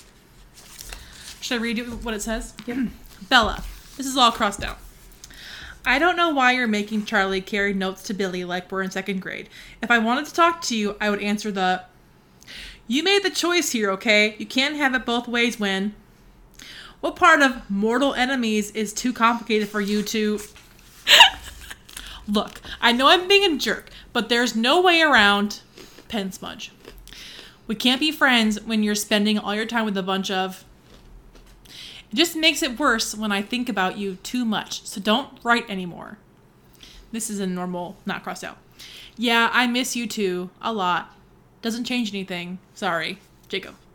Should I read you what it says? Yep. Bella, this is all crossed out. I don't know why you're making Charlie carry notes to Billy like we're in second grade. If I wanted to talk to you, I would answer the You made the choice here, okay? You can't have it both ways when. What part of mortal enemies is too complicated for you to. Look, I know I'm being a jerk, but there's no way around. Pen smudge. We can't be friends when you're spending all your time with a bunch of. It just makes it worse when I think about you too much, so don't write anymore. This is a normal, not crossed out. Yeah, I miss you too, a lot. Doesn't change anything. Sorry, Jacob.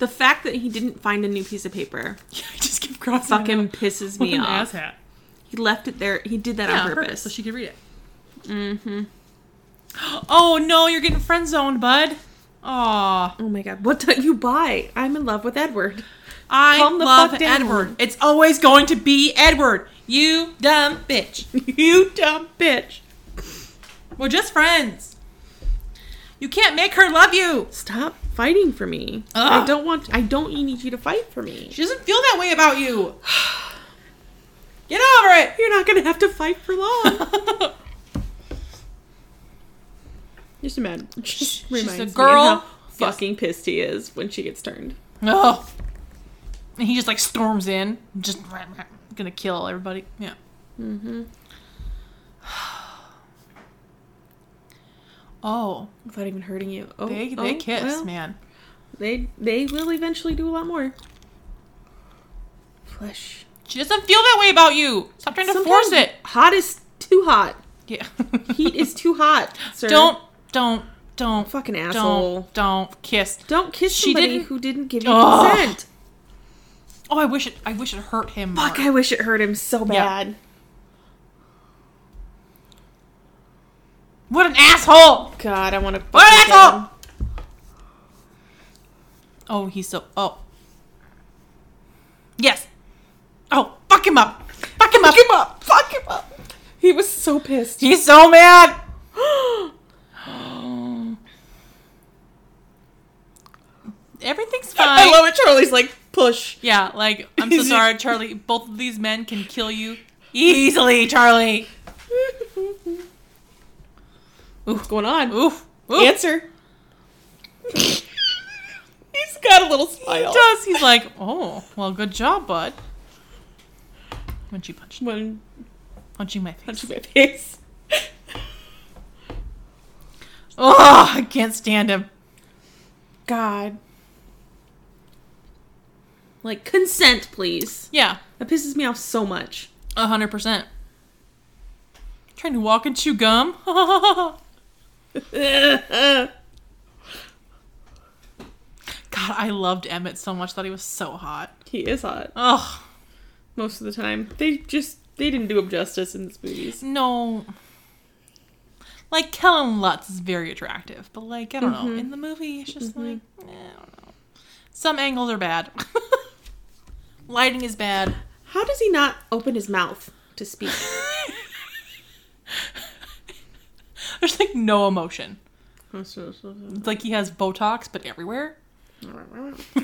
The fact that he didn't find a new piece of paper Yeah, I just keep crossing. him fucking pisses with me an off. asshat. He left it there. He did that Yeah, on purpose. so she could read it. Mm-hmm. Oh no, you're getting friend zoned, bud. Aw. oh my god, what did you buy? I'm in love with Edward. I Calm the love fuck down. Edward. It's always going to be Edward. You dumb bitch. you dumb bitch. We're just friends. You can't make her love you. Stop fighting for me. I Ugh. don't want. I don't need you to fight for me. She doesn't feel that way about you. Get over it. You're not gonna have to fight for long. Just imagine. Just reminds a me of girl. how Yes. fucking pissed he is when she gets turned. oh. And he just like storms in, just rah, rah, gonna kill everybody. Yeah. Mm-hmm. Oh, Without even hurting you. Oh, they oh, they kiss, well, man. They they will eventually do a lot more. Flesh. She doesn't feel that way about you. Stop trying to force Sometimes it. Hot is too hot. Yeah. Heat is too hot. Sir. Don't don't don't fucking asshole. don't don't kiss. Don't kiss She somebody didn't- who didn't give you Ugh. consent. Oh, I wish it. I wish it hurt him. Fuck, more. I wish it hurt him so Yeah. bad. What an asshole! God, I want to. What an asshole! Oh, he's so. Oh. Yes. Oh, fuck him up. Fuck him up. Fuck him up. Fuck him up. He was so pissed. He's so mad. Everything's fine. I love it. Charlie's like, push. yeah, like I'm so sorry, Charlie. Both of these men can kill you easily, Charlie. What's going on? Oof. Oof. Answer. He's got a little smile. He does. He's like, oh, well, good job, bud. When she punched, One punching my face. punch in my face. Oh, I can't stand him. God. Like, consent, please. Yeah, That pisses me off so much. a hundred percent. Trying to walk and chew gum. God, God, I loved Emmett so much. Thought he was so hot. he is hot Ugh, most of the time. They just they didn't do him justice in these movies. no. Like Kellen Lutz is very attractive, but like I don't know. In the movie, it's just like eh, I don't know. Some angles are bad. Lighting is bad. How does he not open his mouth to speak? There's like no emotion. It's like he has Botox, but everywhere. I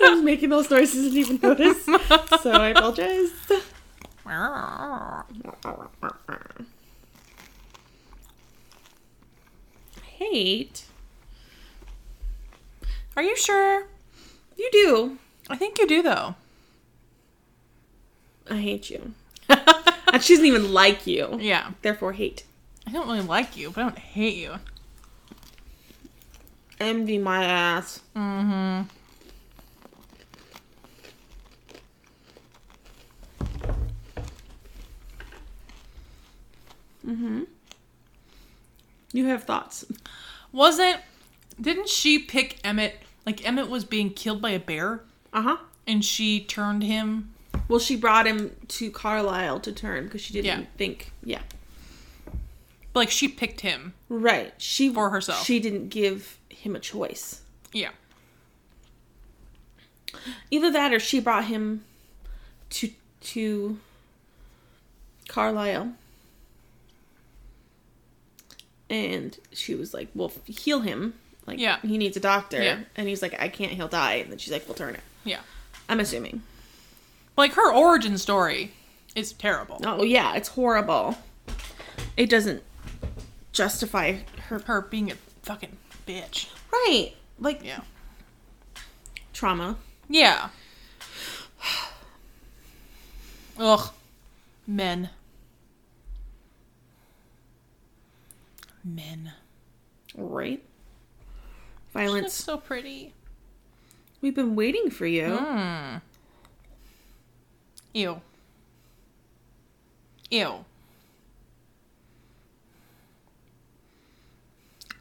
was making those noises and didn't even notice, so I apologize. Hate. Are you sure? You do. I think you do though. I hate you. And she doesn't even like you. yeah. Therefore, hate. I don't really like you, but I don't hate you. Envy my ass. Mm-hmm. Mm-hmm. You have thoughts. Wasn't didn't she pick Emmett like Emmett was being killed by a bear Uh huh. and she turned him Well, she brought him to Carlisle to turn because she didn't Yeah. think. Yeah. like she picked him. Right. She For herself. She didn't give him a choice. Yeah. Either that or she brought him to to Carlisle. And she was like, Well heal him. Like Yeah. he needs a doctor. Yeah. And he's like, I can't, he'll die. And then she's like, We'll turn it. Yeah. I'm assuming. Like her origin story is terrible. Oh yeah, it's horrible. It doesn't justify her Her being a fucking bitch. Right. Like Yeah. trauma. Yeah. Ugh. Men. Men. Right. That's Violence. so pretty. We've been waiting for you. Mm. Ew. Ew.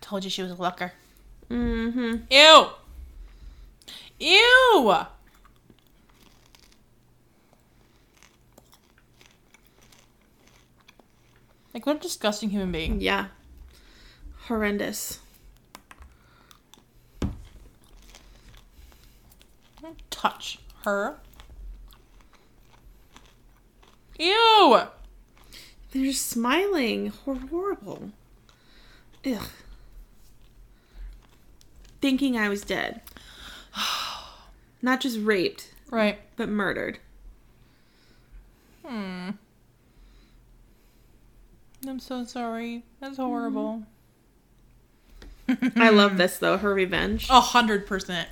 Told you she was a looker. Mm-hmm. Ew. Ew. Like, what a disgusting human being. Yeah. Horrendous. Don't touch her. Ew. They're just smiling. Hor- Horrible. Ugh. Thinking I was dead. Not just raped, Right. but murdered. Hmm. I'm so sorry. That's horrible. I love this though. Her revenge. A hundred percent.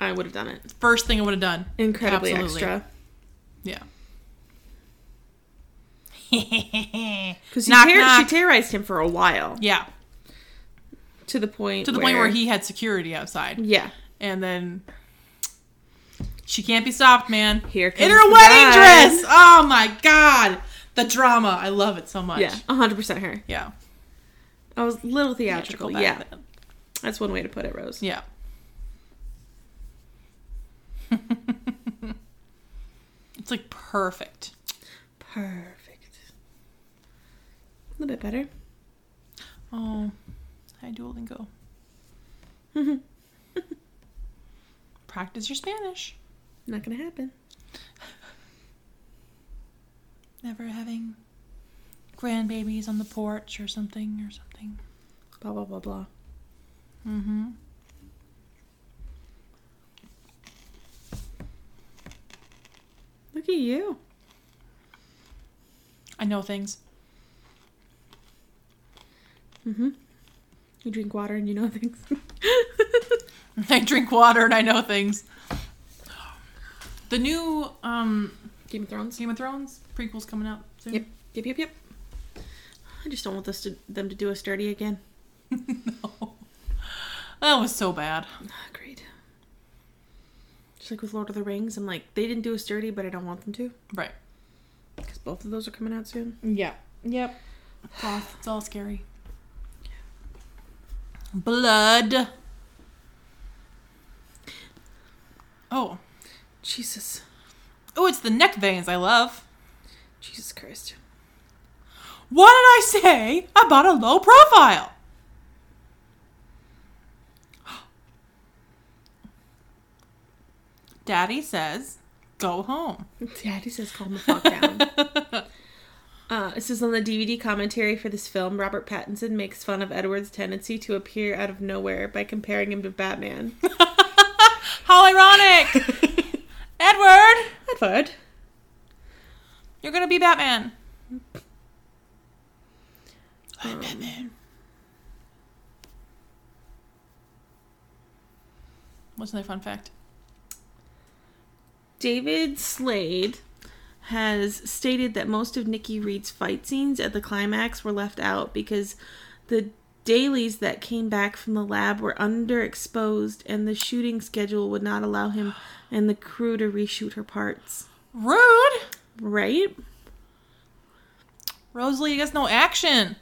I would have done it. First thing I would have done. Incredibly Absolutely. extra. Yeah. Because she, Knock, terror- she knock. terrorized him for a while yeah. to the point To the point where he had security outside. yeah And then she can't be stopped, man. Here In comes her the wedding guy. dress. Oh my god. The drama. I love it so much. yeah hundred percent her. Yeah. I was a little theatrical. back yeah, then. that's one way to put it, Rose. Yeah. it's like perfect. Perfect. A little bit better. Oh, hi Duolingo. Practice your Spanish. Not gonna happen. Never having grandbabies on the porch or something or something. Blah blah blah blah. Mm-hmm. Look at you. I know things. Mm-hmm. You drink water and you know things. I drink water and I know things. The new um, Game of Thrones. Game of Thrones prequel's coming out soon. Yep. Yep. Yep. Yep. I just don't want this to, them to do us dirty again. no. That was so bad. Agreed. Ah, Just like with Lord of the Rings, I'm like, they didn't do us dirty, but I don't want them to. Right. Because both of those are coming out soon. Yeah. Yep. It's all, it's all scary. Blood. Oh. Jesus. Oh, it's the neck veins I love. Jesus Christ. What did I say about a low profile? Daddy says, go home. Daddy says calm the fuck down. uh, this is on the DVD commentary for this film. Robert Pattinson makes fun of Edward's tendency to appear out of nowhere by comparing him to Batman. How ironic! Edward, Edward. you're gonna be Batman. Um, What's another fun fact? David Slade has stated that most of Nikki Reed's fight scenes at the climax were left out because the dailies that came back from the lab were underexposed and the shooting schedule would not allow him and the crew to reshoot her parts. Rude! Right? Rosalie gets no action.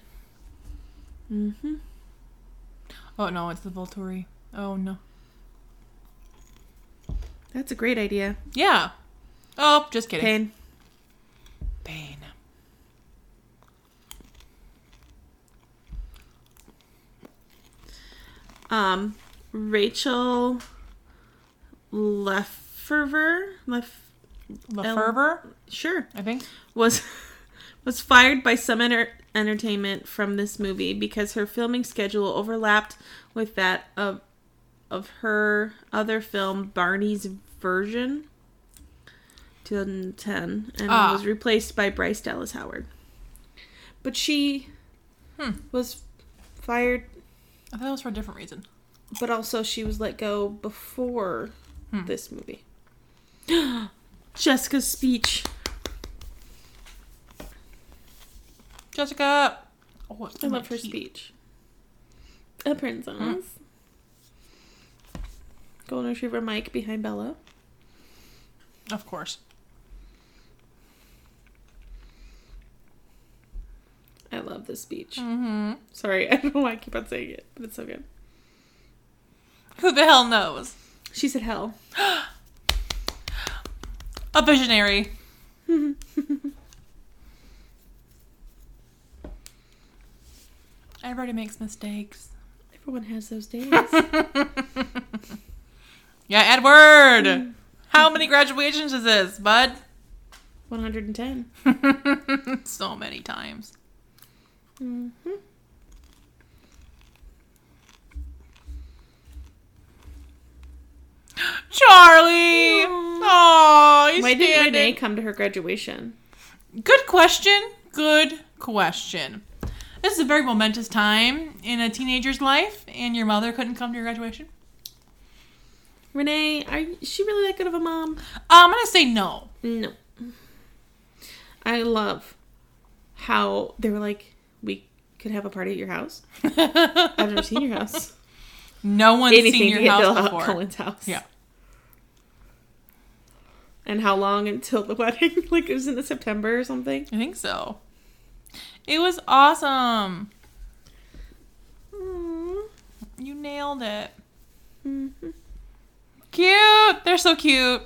Mm-hmm. Oh no, it's the Volturi. Oh no. That's a great idea. Yeah. Oh, just kidding. Pain. Pain. Um, Rachel Lefevre, Lef- La El- Fervor, sure, I think. was was fired by some enter- entertainment from this movie because her filming schedule overlapped with that of of her other film Barney's Version 2010 and Ah. was replaced by Bryce Dallas Howard. But she Hmm. was fired I thought it was for a different reason. but also she was let go before Hmm. this movie. Jessica's speech. Jessica. Oh, it's I in my love her teeth. speech. A princess. Hmm. Golden Retriever Mike behind Bella. Of course. I love love this speech. Hmm. Mm-hmm. Sorry, I don't know why I keep on saying it, but it's so good. Who the hell knows? She said, "Hell." A visionary. Everybody makes mistakes. Everyone has those days. Yeah, Mm. Edward! How many graduations is this, bud? One hundred and ten. so many times. Mm-hmm. Charlie! Oh, he's Why didn't Renee standing. come to her graduation? Good question. Good question. This is a very momentous time in a teenager's life, and your mother couldn't come to your graduation. Renee, are you- is she really that good of a mom? Uh, I'm gonna say no. No. I love how they were like, we could have a party at your house. I've never seen your house. No one's Anything seen to your get house to before. Colin's house. Yeah. And how long until the wedding? like it was in the September or something. I think so. It was awesome. You nailed it. Mm-hmm. Cute. They're so cute.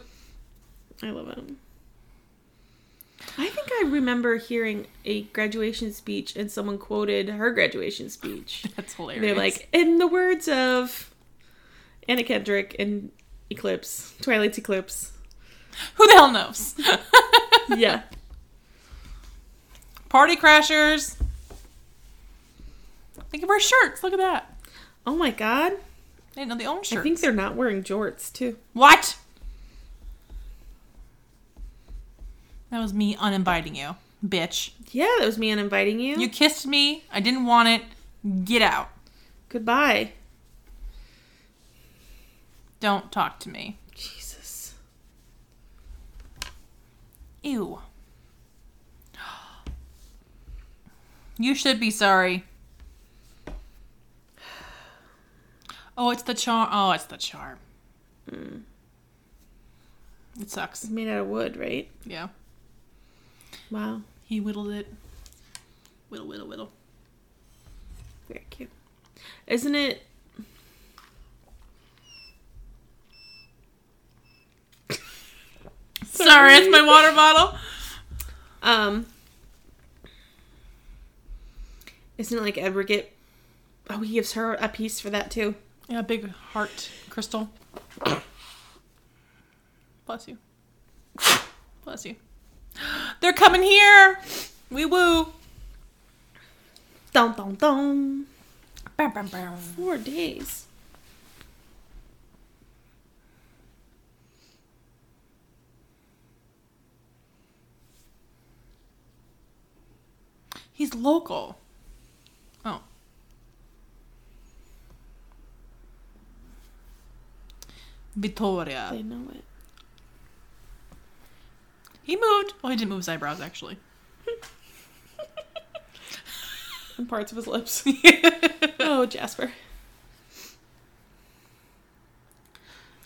I love it. I think I remember hearing a graduation speech and someone quoted her graduation speech. That's And hilarious. They're like, in the words of Anna Kendrick and Eclipse, Twilight's Eclipse. who the hell knows? Yeah. Party crashers. Think of our shirts. Look at that. Oh my god. They didn't know they own shirts. I think they're not wearing jorts too. What? That was me uninviting you, bitch. Yeah, that was me and inviting you. You kissed me. I didn't want it. Get out. Goodbye. Don't talk to me. Jesus. Ew. You should be sorry. Oh, it's the charm. Oh, it's the charm. Hmm. It sucks. It's made out of wood, right? Yeah. Wow. He whittled it. Whittle, whittle, whittle. Very cute. Isn't it? Sorry, it's my water bottle. Um. Isn't it like Edward get? Oh, he gives her a piece for that too. Yeah, big heart crystal. Bless you. Bless you. They're coming here. Wee woo. Dum dum dum. Bam, bam, bam. Four days. He's local. Oh. They Vittoria. know it. He moved. Oh, he didn't move his eyebrows, actually. And parts of his lips. of oh, Jasper.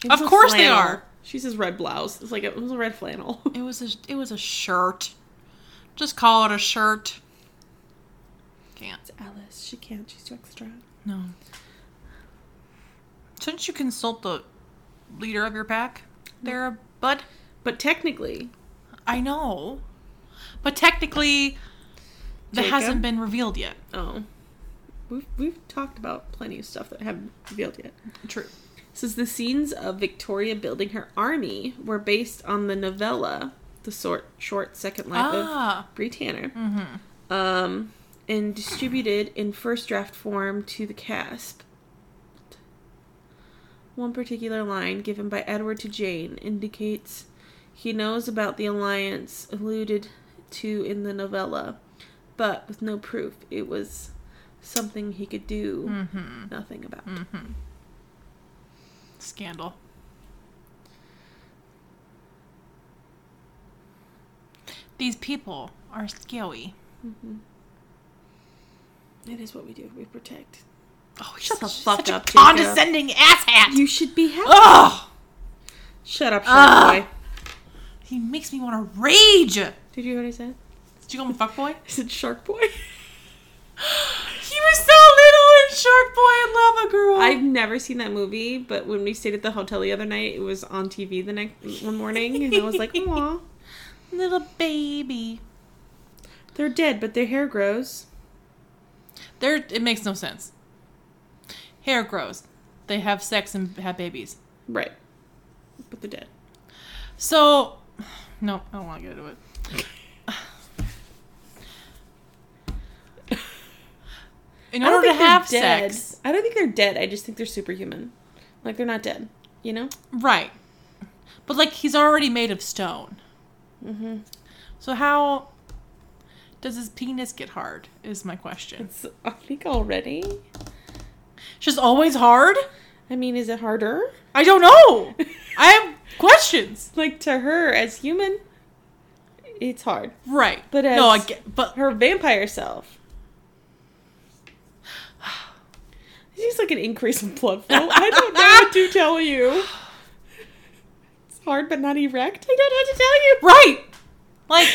It's a course they flannel. are. She says red blouse. It's like a, it was a red flannel. It was a it was a shirt. Just call it a shirt. Can't. It's Alice. She can't. She's too extra. No. Shouldn't you consult the leader of your pack there, bud? But technically, I know. But technically, that hasn't Jacob? been revealed yet. oh, we've we've talked about plenty of stuff that haven't revealed yet. True. says the scenes of Victoria building her army were based on the novella, the sort, short second life Ah. of Brie Tanner, um, and distributed in first draft form to the cast. One particular line given by Edward to Jane indicates he knows about the alliance alluded to in the novella, but with no proof it was something he could do nothing about. Scandal. These people are scary. It is what we do. We protect. Oh, shut the fuck up, Jacob. condescending asshat. You should be happy. Ah. Oh, Shut up, Ugh. short boy. he makes me want to rage. Did Did you hear what I said? you call him a fuckboy? I said shark boy. drama girl. I've never seen that movie, but when we stayed at the hotel the other night, it was on TV the next one morning, and I was like, "Aw, little baby. they're dead, but their hair grows." There, it makes no sense. Hair grows. They have sex and have babies. Right, but they're dead. So, no, I don't want to get into it. In I don't order to think they're have dead. sex, I don't think they're dead. I just think they're superhuman. Like they're not dead. You know? right? But like, he's already made of stone. Mm-hmm. So how does his penis get hard? Is my question. It's I think already. It's just always hard. I mean, is it harder? I don't know. I have questions. Like to her as human, it's hard. Right. But no, I as- get, but Her vampire self. It's just like an increase in blood flow. I don't know what to tell you. It's hard but not erect. I don't know what to tell you. right. Like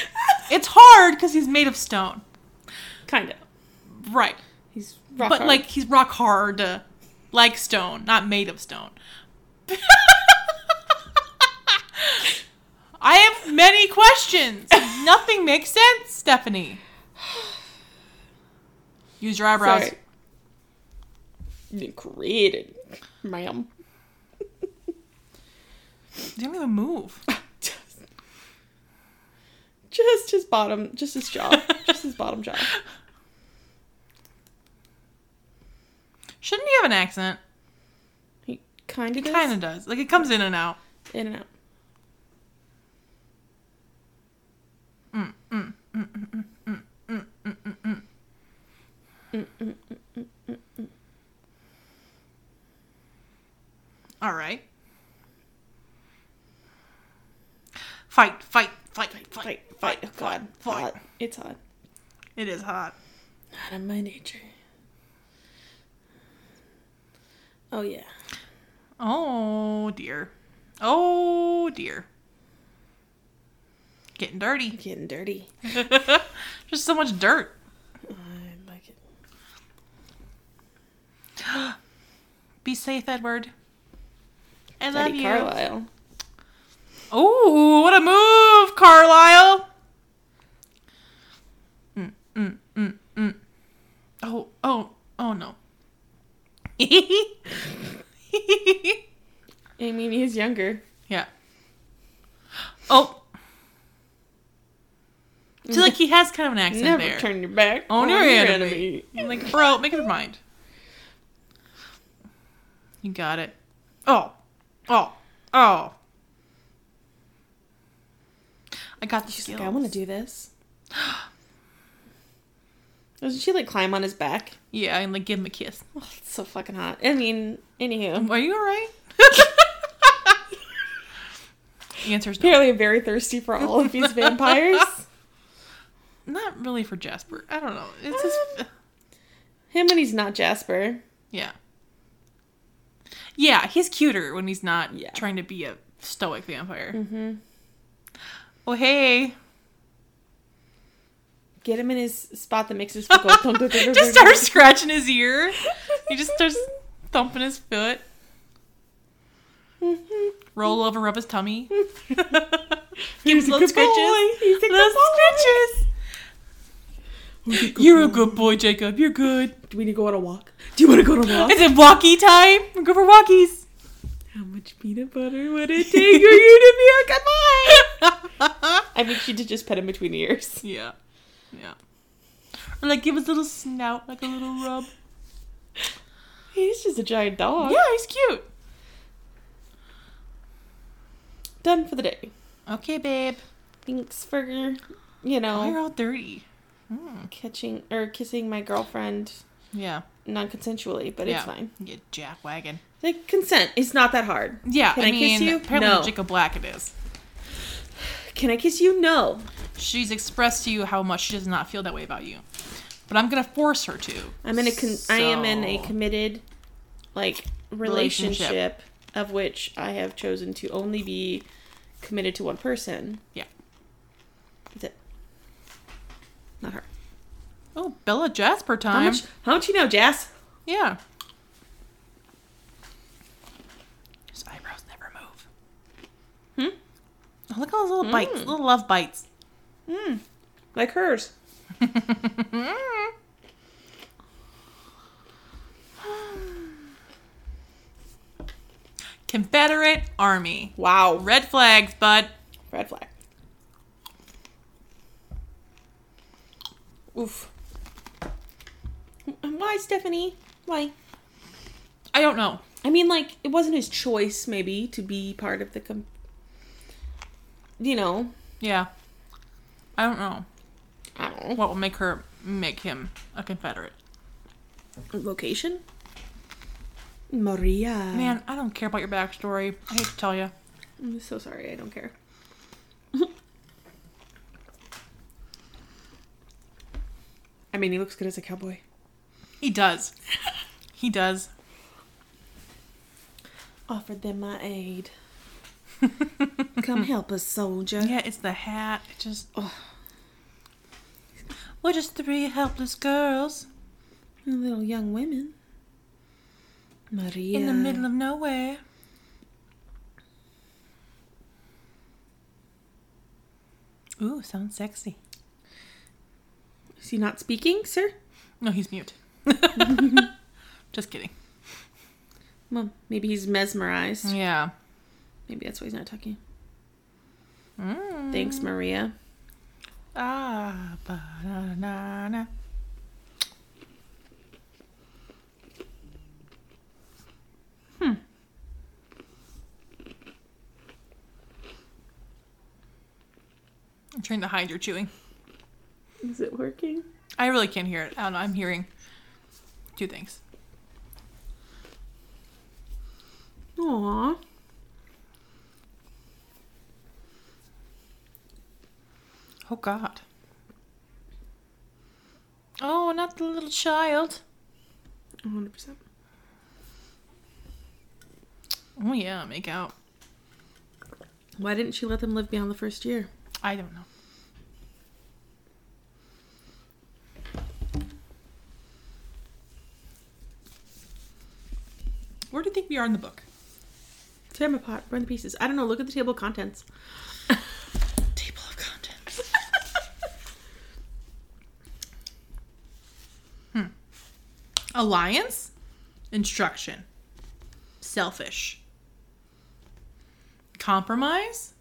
it's hard because he's made of stone. kind of. Right. He's rock but hard. like he's rock hard, uh, like stone, not made of stone. I have many questions. Nothing makes sense, Stephanie. Use your eyebrows. Sorry. You created, ma'am. Didn't even move. just, just his bottom, just his jaw, just his bottom jaw. Shouldn't he have an accent? He kind of does. Kind of does. Like it comes in and out. In and out. All right. Fight, fight, fight, fight, Fight, fight, oh god, fight. hot. It's hot. It is hot. Not in my nature. Oh yeah. Oh dear. Oh dear. Getting dirty. Getting dirty. Just so much dirt. I like it. Be safe, Edward. I love Daddy you. Carlisle. Oh, what a move, Carlisle. Mm, mm, mm, mm. Oh, oh, oh no. I mean he's younger. yeah. Oh. So like he has kind of an accent Never there. turn your back On your enemy. enemy. I'm like, bro, make up your mind. You got it. Oh, oh, oh. I got the She's skills. like, I want to do this. Doesn't she like climb on his back? Yeah, and like give him a kiss. Oh, it's so fucking hot. I mean, anywho, Are you alright? the answer's no. apparently I'm very thirsty for all of these vampires. Not really for Jasper. I don't know. It's Uh. just Him when he's not Jasper. yeah. Yeah, he's cuter when he's not Yeah. trying to be a stoic vampire. Mm-hmm. Oh hey. Get him in his spot that makes his foot go. thump, thump, thump, just thump, starts scratching his ear. He just starts thumping his foot. Mm-hmm. Roll over, rub his tummy. Give him He's a little good boy. scratches. He's a good Little scratches. You're a good boy, Jacob. You're good. boy. Do we need to go on a walk? Do you want to go on a walk? Is it walkie time? We're good for walkies. How much peanut butter would it take for you to be a good boy? I mean, she did just pet him between the ears. yeah. Yeah. Or like give his little snout, like a little rub. He's just a giant dog. Yeah, he's cute. Done for the day. Okay, babe. Thanks for, you Oh, you're know, all dirty. Mm. catching or kissing my girlfriend Yeah. non-consensually, but yeah. it's fine. You jackwagon. Like consent is not that hard. Yeah, Can I, I kiss mean, you? apparently No. Jacob Black it is. Can I kiss you? No. She's expressed to you how much she does not feel that way about you. But I'm gonna force her to. I'm in a con- I am in a So- committed like Relationship. relationship, of which I have chosen to only be committed to one person. Yeah. That's it. Not her. Oh, Bella Jasper How time. much how much you know, Jazz? Yeah. Hmm? Oh, Look at those little bites, little love bites. Like hers. Confederate Army. Wow. Red flags, bud. Red flag. Oof. Why, Stephanie? Why? I don't know. I mean, like, it wasn't his choice, maybe, to be part of the. Com- you know, Yeah. I don't know I don't know. what will make her make him a Confederate. Location? Maria. Hmm. Man, I don't care about your backstory. I hate to tell you. I'm so sorry. I don't care. I mean, he looks good as a cowboy. He does. He does. Offered them my aid. Come help us, soldier. Yeah, it's the hat. It just. We're just three helpless girls Little young women. Maria. in the middle of nowhere. Ooh, sounds sexy. Is he not speaking, sir? No, he's mute. just kidding. Well, maybe he's mesmerized. Yeah. Maybe that's why he's not talking. Thanks, Maria. Ah, banana. Hmm. I'm trying to hide your chewing. Is it working? I really can't hear it. I don't know. I'm hearing two things. Aw. Oh, God. Oh, not the little child. 100%. Oh, yeah, make out. Why didn't she let them live beyond the first year? I don't know. Where do you think we are in the book? Tear my pot, burn the pieces. I don't know. Look at the table of contents. Table of contents. hmm. Alliance? Instruction. Selfish. Compromise?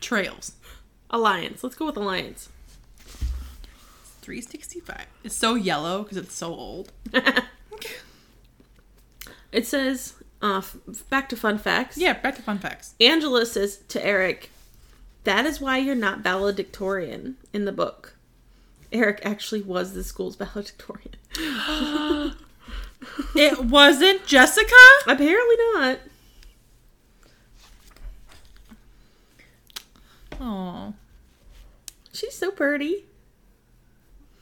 Trails. Alliance. Let's go with alliance. 365. It's so yellow because it's so old. It says, uh, f- back to fun facts. Yeah, back to fun facts. Angela says to Eric, That is why you're not valedictorian in the book. Eric actually was the school's valedictorian. It wasn't Jessica? Apparently not. Oh, She's so pretty.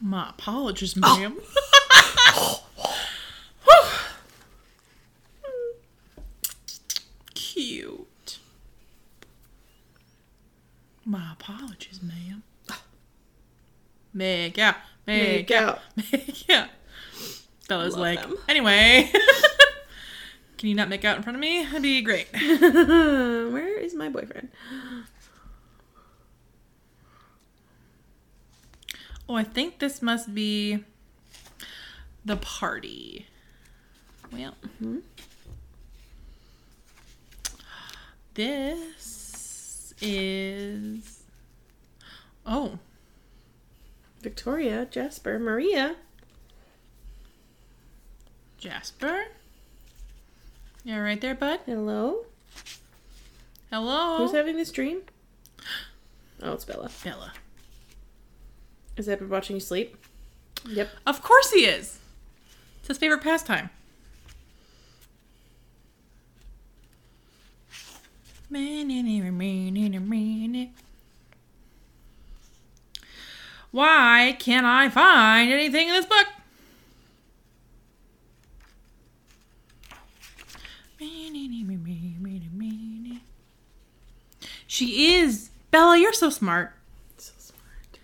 my Oh. apologies, ma'am. Cute. My apologies, ma'am. Make out. Make, Make out. out. Make out. Bella's Love like, them. anyway. Can you not make out in front of me? That'd be great. Where is my boyfriend? Oh, I think this must be the party. Well, mm-hmm. this is. Oh, Victoria, Jasper, Maria. Jasper. Yeah, right there, bud. Hello? Hello. Who's having this dream? Oh, it's Bella. Bella. Is Edward watching you sleep? Yep. Of course he is. It's his favorite pastime. Why can't I find anything in this book? She is. Bella, you're so smart. So smart.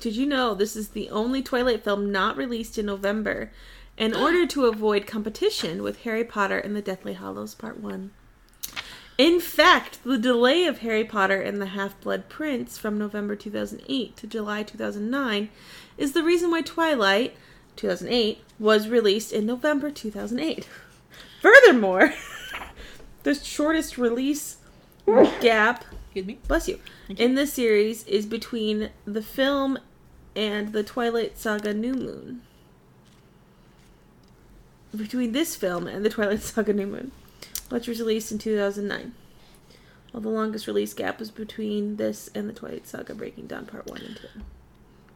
Did you know this is the only Twilight film not released in November in order to avoid competition with Harry Potter and the Deathly Hollows Part 1. In fact, the delay of Harry Potter and the Half Blood Prince from November 2008 to July 2009 is the reason why Twilight 2008 was released in November 2008. Furthermore, the shortest release gap Excuse me. bless you, in this series is between the film and the Twilight Saga New Moon. Between this film and the Twilight Saga New Moon, which was released in 2009. Well, the longest release gap was between this and the Twilight Saga Breaking Dawn Part 1 and 2.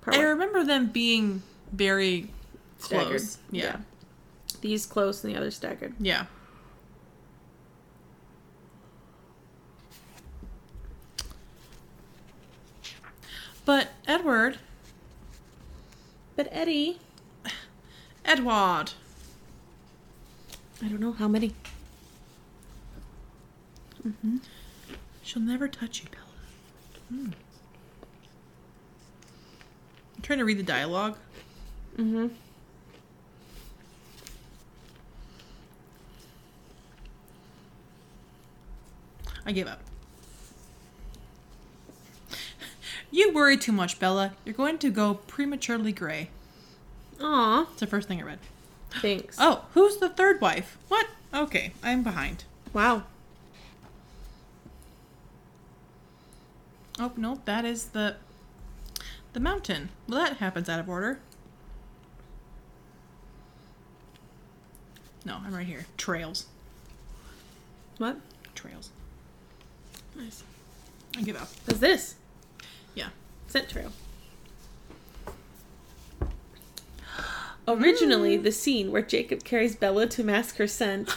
Part I 1. remember them being very Staggered. close. Yeah. These close and the other staggered. Yeah. But Edward, But Eddie, Edward, I don't know how many. she'll never touch you, Bella. Hmm. I'm trying to read the dialogue. Mm-hmm. I gave up. You worry too much, Bella. You're going to go prematurely gray. Aw, It's the first thing I read. thanks. Oh, who's the third wife? What? Okay, I'm behind. wow. Oh no, that is the the mountain. Well, that happens out of order. No, I'm right here. Trails, What? trails. Nice. I give up. What's this? Yeah. Scent trail. Originally, the scene where Jacob carries Bella to mask her scent,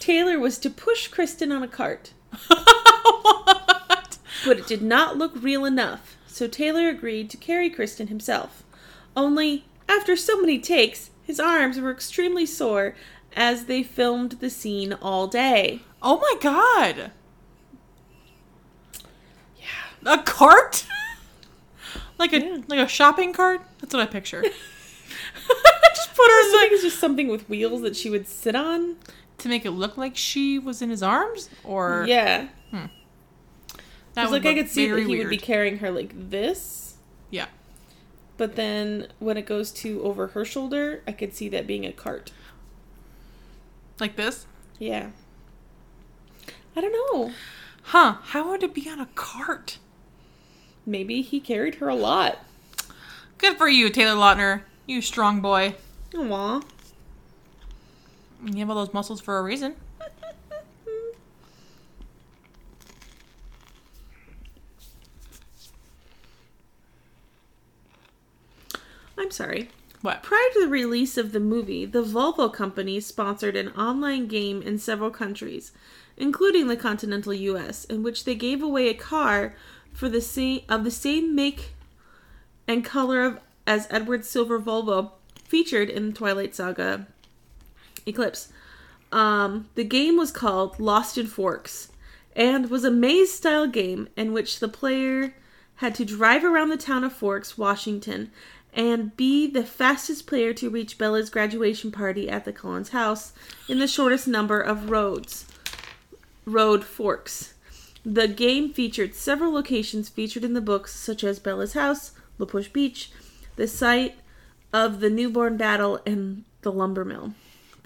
Taylor was to push Kristen on a cart, what? but it did not look real enough, so Taylor agreed to carry Kristen himself. Only, after so many takes, his arms were extremely sore as they filmed the scene all day. Oh my god. Yeah. A cart? like a Yeah. like a shopping cart? That's what I picture. Just put her in I the think it's just something with wheels that she would sit on. to make it look like she was in his arms or Yeah. that It's would like I look could see that very he would be weird. carrying her like this, Yeah. but then when it goes to over her shoulder, I could see that being a cart. Like this? Yeah. I don't know. Huh, how would it be on a cart? Maybe he carried her a lot. Good for you, Taylor Lautner. You strong boy. Aw. You have all those muscles for a reason. I'm sorry. What? Prior to the release of the movie, the Volvo company sponsored an online game in several countries, including the continental US, in which they gave away a car for the same of the same make and color of, as Edward's silver Volvo featured in Twilight Saga Eclipse. Um, the game was called Lost in Forks and was a maze style game in which the player had to drive around the town of Forks, Washington, and be the fastest player to reach Bella's graduation party at the Collins house in the shortest number of roads. Road Forks. The game featured several locations featured in the books, such as Bella's house, Lapush Beach, the site of the newborn battle, and the lumber mill.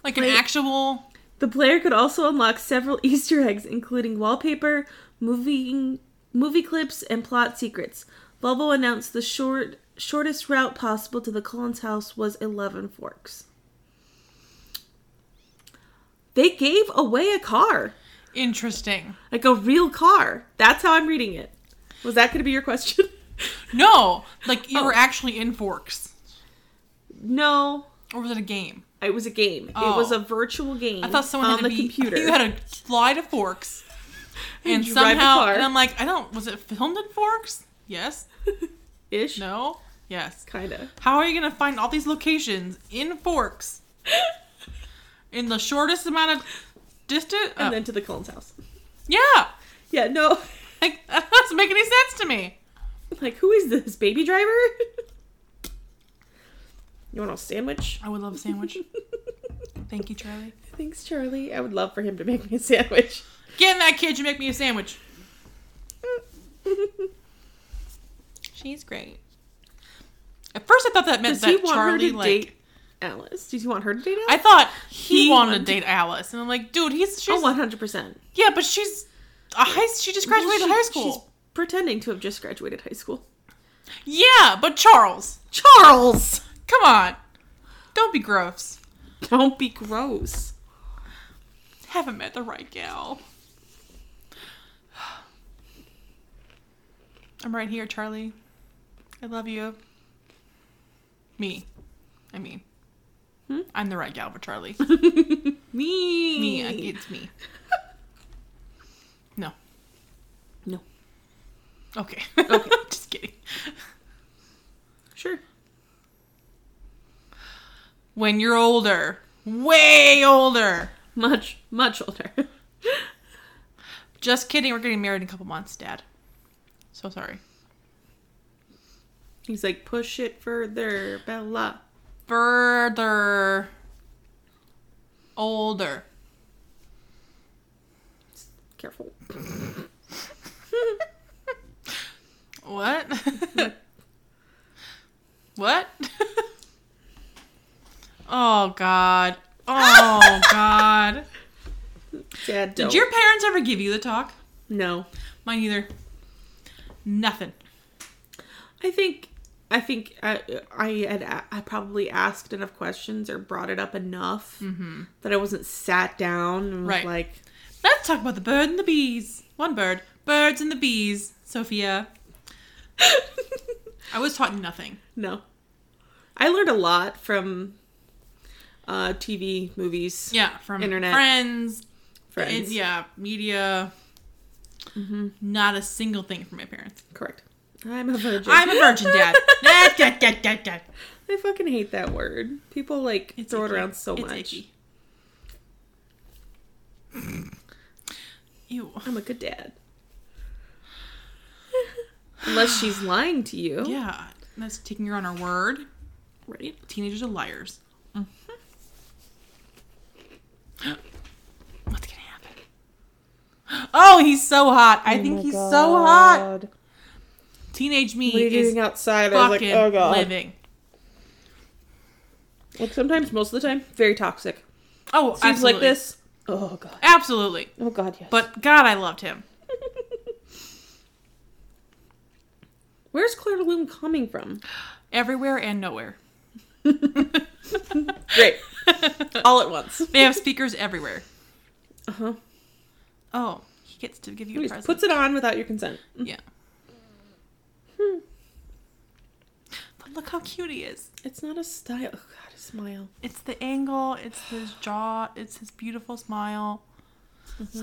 Like an actual The player could also unlock several Easter eggs, including wallpaper, movie movie clips, and plot secrets. Volvo announced the short shortest route possible to the Collins house was eleven forks. They gave away a car, interesting. like a real car. That's how I'm reading it. Was that going to be your question? No, like you Oh. were actually in forks, no, or was it a game? it was a game. It Oh. was a virtual game. I thought someone on had the to be, computer. You had to fly to forks, and drive a somehow, car. and I'm like, I don't. Was it filmed in forks? Yes. ish, No. Yes. kinda. How are you gonna find all these locations in forks in the shortest amount of distance? And Uh, then to the Collins house. yeah. Yeah, no. Like that doesn't make any sense to me. Like, who is this baby driver? you want a sandwich? I would love a sandwich. Thank you, Charlie. Thanks, Charlie. I would love for him to make me a sandwich. Get in that kid, you make me a sandwich. She's great. At first, I thought that meant Does that he want Charlie her to like. date Alice? Does he want her to date Alice? I thought he, He wanted to wanted- date Alice, and I'm like, dude, he's she's oh, one hundred percent. yeah, but she's a high. She just graduated high school. pretending to have just graduated high school. Yeah, but Charles, Charles, come on, don't be gross. don't be gross. Haven't met the right gal. I'm right here, Charlie. I love you. Me, I mean, Hmm? I'm the right gal for Charlie. me, me, I- it's me. No, no, okay, Okay. just kidding. sure. When you're older, way older. Much, much older. Just kidding. We're getting married in a couple months, Dad. So sorry. He's like, push it further, Bella. Further. Older. Careful. What? what? oh, God. Oh, God. Dad, don't. Did your parents ever give you the talk? no? Mine either. Nothing. I think I think I, I had a- I probably asked enough questions or brought it up enough that I wasn't sat down and was Mm-hmm. Right. like Let's talk about the bird and the bees. One bird. Birds and the bees. Sophia. I was taught nothing. no. I learned a lot from uh, TV, movies, Yeah, from Internet. friends, friends. Mm-hmm. It- yeah, media. Not a single thing from my parents. Correct. I'm a virgin. I'm a virgin, Dad. Dad, dad, dad, dad, dad. I fucking hate that word. People like throw icky. it around so It's much. icky. Ew. I'm a good dad. Unless she's lying to you. Yeah, that's taking her on her word. Right. Teenagers are liars. Mm-hmm. What's gonna happen? Oh, he's so hot. I think he's so hot. Teenage me What are you is doing outside? I was fucking like, oh god. living. Like sometimes, most of the time, very toxic. Oh, Seems like absolutely. this. Oh god. Absolutely. Oh god, yes. But God, I loved him. where's Claire Loom coming from? Everywhere and nowhere. Great. Uh, All at once. They have speakers everywhere. Uh huh. Oh, he gets to give you a He present. just puts it on without your consent. yeah. Hmm. But look how cute he is. It's not a style. Oh god, a smile. It's the angle, it's his jaw, it's his beautiful smile.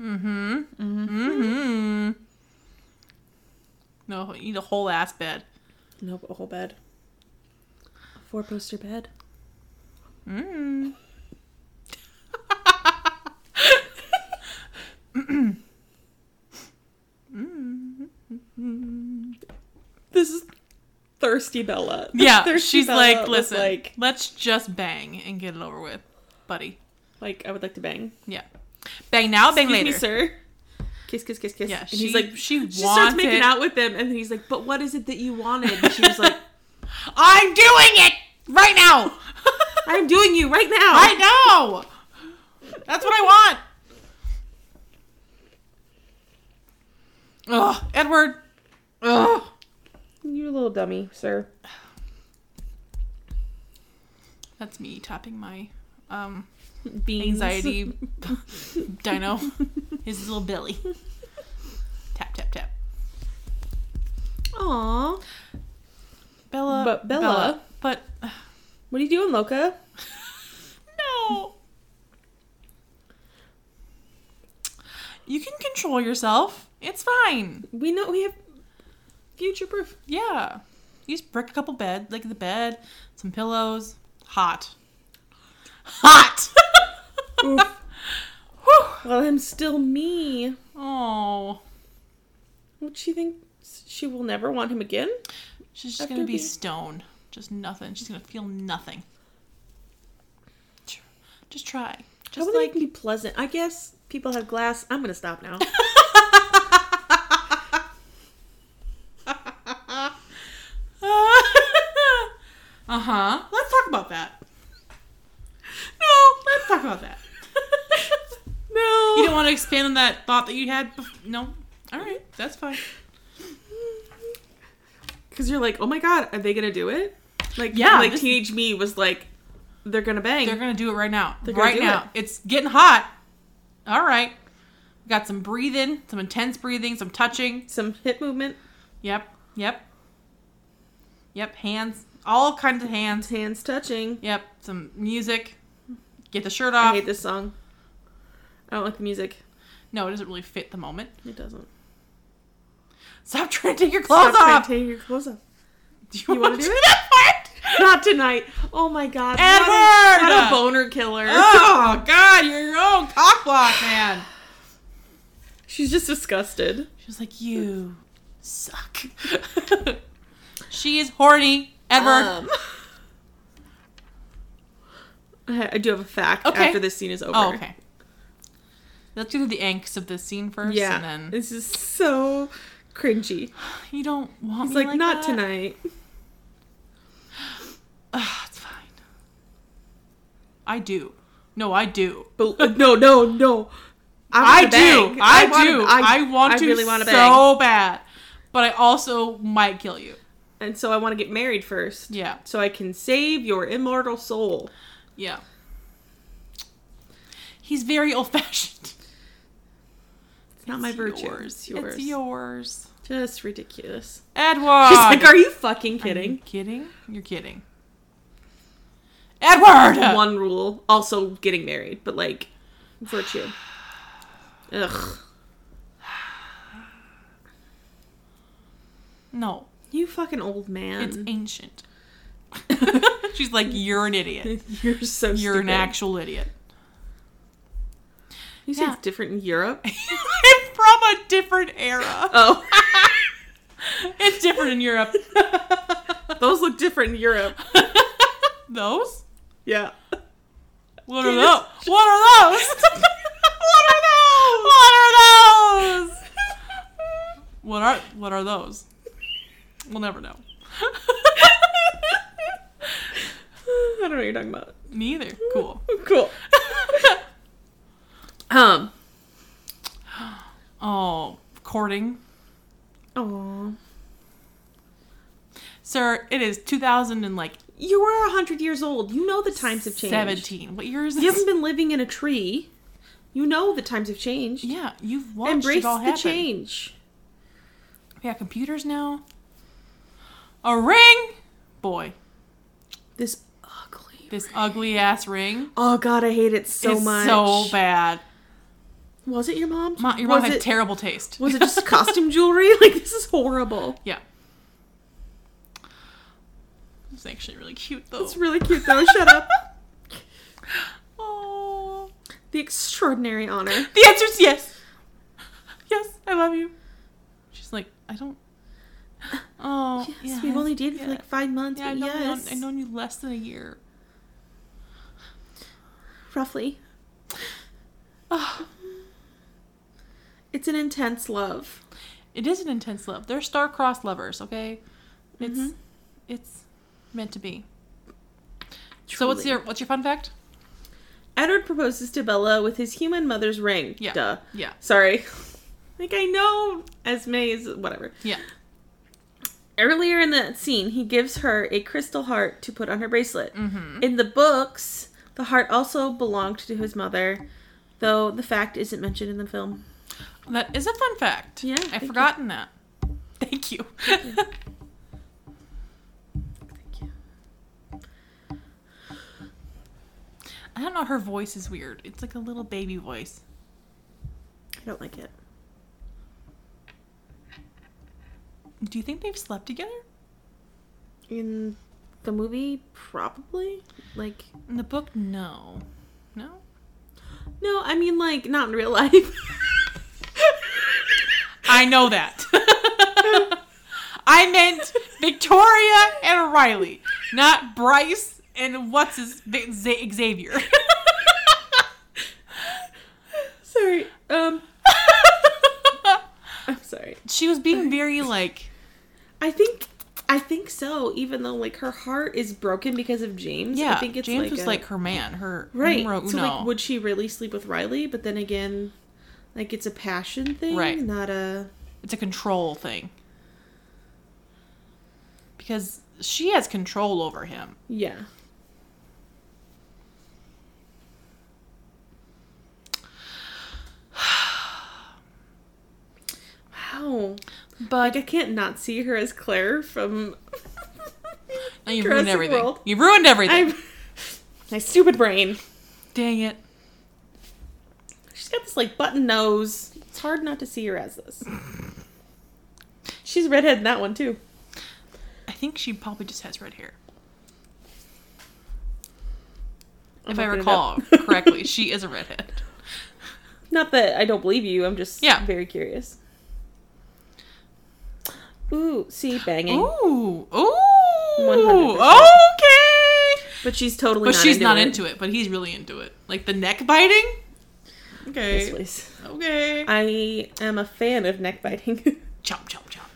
Mm-hmm. Mm-hmm. No, you need a whole ass bed. No, a whole bed. A four poster bed. Mm. This is thirsty Bella. Yeah, Thirsty she's Bella like, was listen, Like, let's just bang and get it over with, buddy. like I would like to bang. Yeah, bang now, bang Excuse later. me, sir. Kiss, kiss, kiss, kiss. Yeah, and she, he's like, she, she starts wants making it. out with him, and then he's like, "But what is it that you wanted?" And she was like, I'm doing it right now. "I'm doing you right now." I know. That's what I want. Ugh, Edward. Ugh. You little dummy, sir. That's me tapping my um Beans. anxiety dino. His little belly. tap tap tap. Aw. Bella. But Bella- But uh, What are you doing, Loca? no. You can control yourself. It's fine. We know we have future proof. Yeah. You just brick a couple bed, like the bed, some pillows. Hot. Hot. Whew. Well, I'm still me. Oh. What she think? She will never want him again. She's just After gonna be being- stone. Just nothing. She's gonna feel nothing. Tr- Just try. Just I like would like be pleasant. I guess people have glass. I'm gonna stop now. uh huh. Let's talk about that. No, let's talk about that. no. You don't want to expand on that thought that you had? Bef- no. All right, that's fine. Because you're like, oh my god, are they gonna do it? Like, Yeah, like this- teenage me was like, they're gonna bang. They're gonna do it right now. gonna Right do now. It's getting hot. All right. We got some breathing, some intense breathing, some touching. Some hip movement, Yep. Yep. Yep. Hands. All kinds of hands. hands touching. Yep. Some music. Get the shirt I off. hate this song. I don't like the music. No, it doesn't really fit the moment. It doesn't. Stop trying to take your clothes Stop trying off. to take your clothes off. do you wanna wanna do do it? that part? Not tonight. Oh my god. what a- Edward! What a boner killer. oh God, you're your own cockblock, man. She's just disgusted. She was like, "You suck." she is horny. Edward. Um, I, I do have a fact Okay. after this scene is over. oh, okay. Let's do the angst of this scene first, Yeah. and then This is so cringy. you don't want It's me like, not that? tonight. Ugh, it's fine. I do. No, I do. But uh, no, no, no. want I to do. bang. I, wanna- do. I, want to wanna so bad, but I also might kill you. And so I want to get married first. Yeah. So I can save your immortal soul. Yeah. He's very old fashioned. It's not my virtue. It's yours. It's yours. Just ridiculous. Edward. She's like, are you fucking Are you kidding? kidding? You're kidding. Edward. One rule. Also getting married, but like virtue. Ugh. No, You fucking old it's man. ancient. She's like, you're an idiot. You're so You're an stupid. actual idiot. You say Yeah. it's different in Europe? I'm from a different era. Oh. It's different in Europe. Those look different in Europe. Those? Yeah. What are those? What are those? what are those? What are those? What are what are those? We'll never know. I don't know what you're talking about. Neither. Cool. Cool. Um. Oh, courting. Oh. Sir, it is 2000 and like You were a hundred years old. You know the times have changed. 17. What year is You this? haven't been living in a tree. You know the times have changed. Yeah, you've watched Embrace it all the happen. change. We have computers now. A ring, boy. This ugly. This ugly ass ring Oh God, I hate it so is much. so bad. Was it your mom's? Ma- your was mom had it, terrible taste. Was it just costume jewelry? Like this is horrible. Yeah. It's actually really cute though. It's really cute though. Shut up. Oh. The extraordinary honor. The answer's yes. Yes, I love you. She's like, I don't. Oh, Yes, yeah, we've only dated yeah. for like five months. Yeah, but I've known, yes, I've known you less than a year. roughly. Oh, It's an intense love. it is an intense love. They're star-crossed lovers, okay? It's Mhm. it's meant to be. So what's Truly. your what's your fun fact? Edward proposes to Bella with his human mother's ring. Yeah. Duh. Yeah, Sorry. Like I know Esme is whatever. yeah, Earlier in that scene, he gives her a crystal heart to put on her bracelet. Mm-hmm. In the books, the heart also belonged to his mother, though the fact isn't mentioned in the film. that is a fun fact. Yeah, thank I've you. forgotten that. Thank you. I don't know. Her voice is weird. It's like a little baby voice. I don't like it. Do you think they've slept together? In the movie, probably. Like, In the book, no, no. no, I mean, like, not in real life. I know that. I meant Victoria and Riley. not Bryce and what's his Z- Xavier. Sorry. Um, I'm sorry. she was being very like I think I think so. Even though like her heart is broken because of James, yeah. I think it's James like was a- like her man, her right. numero So uno. like, would she really sleep with Riley? But then again, like it's a passion thing, Right. Not a it's a control thing because she has control over him. yeah. Wow. But Like I can't not see her as Claire from now you've Jurassic ruined everything. World. You ruined everything. I my stupid brain. Dang it. She's got this like button nose. It's hard not to see her as this. She's redhead in that one too. I think she probably just has red hair. I'm if I looking it recall up. correctly, she is a redhead. not that I don't believe you. I'm just Yeah. very curious. Ooh, see banging, Oh. Ooh, ooh, 100%. okay. but she's totally. But not she's into not it. into it. But he's really into it. Like the neck biting. Yes, Okay, please. okay. I am a fan of neck biting. Chomp, chomp, chomp.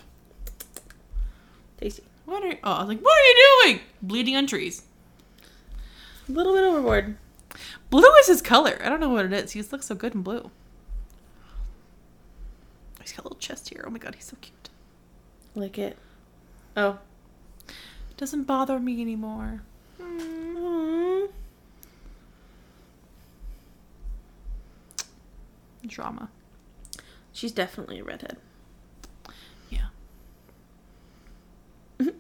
Tasty. What are? Oh, I was like, what are you doing? Bleeding on trees. A little bit overboard. Blue is his color. I don't know what it is. He just looks so good in blue. He's got a little chest here. Oh my god, he's so cute. Like it. Oh. Doesn't bother me anymore. Mm. Drama. She's definitely a redhead. Yeah.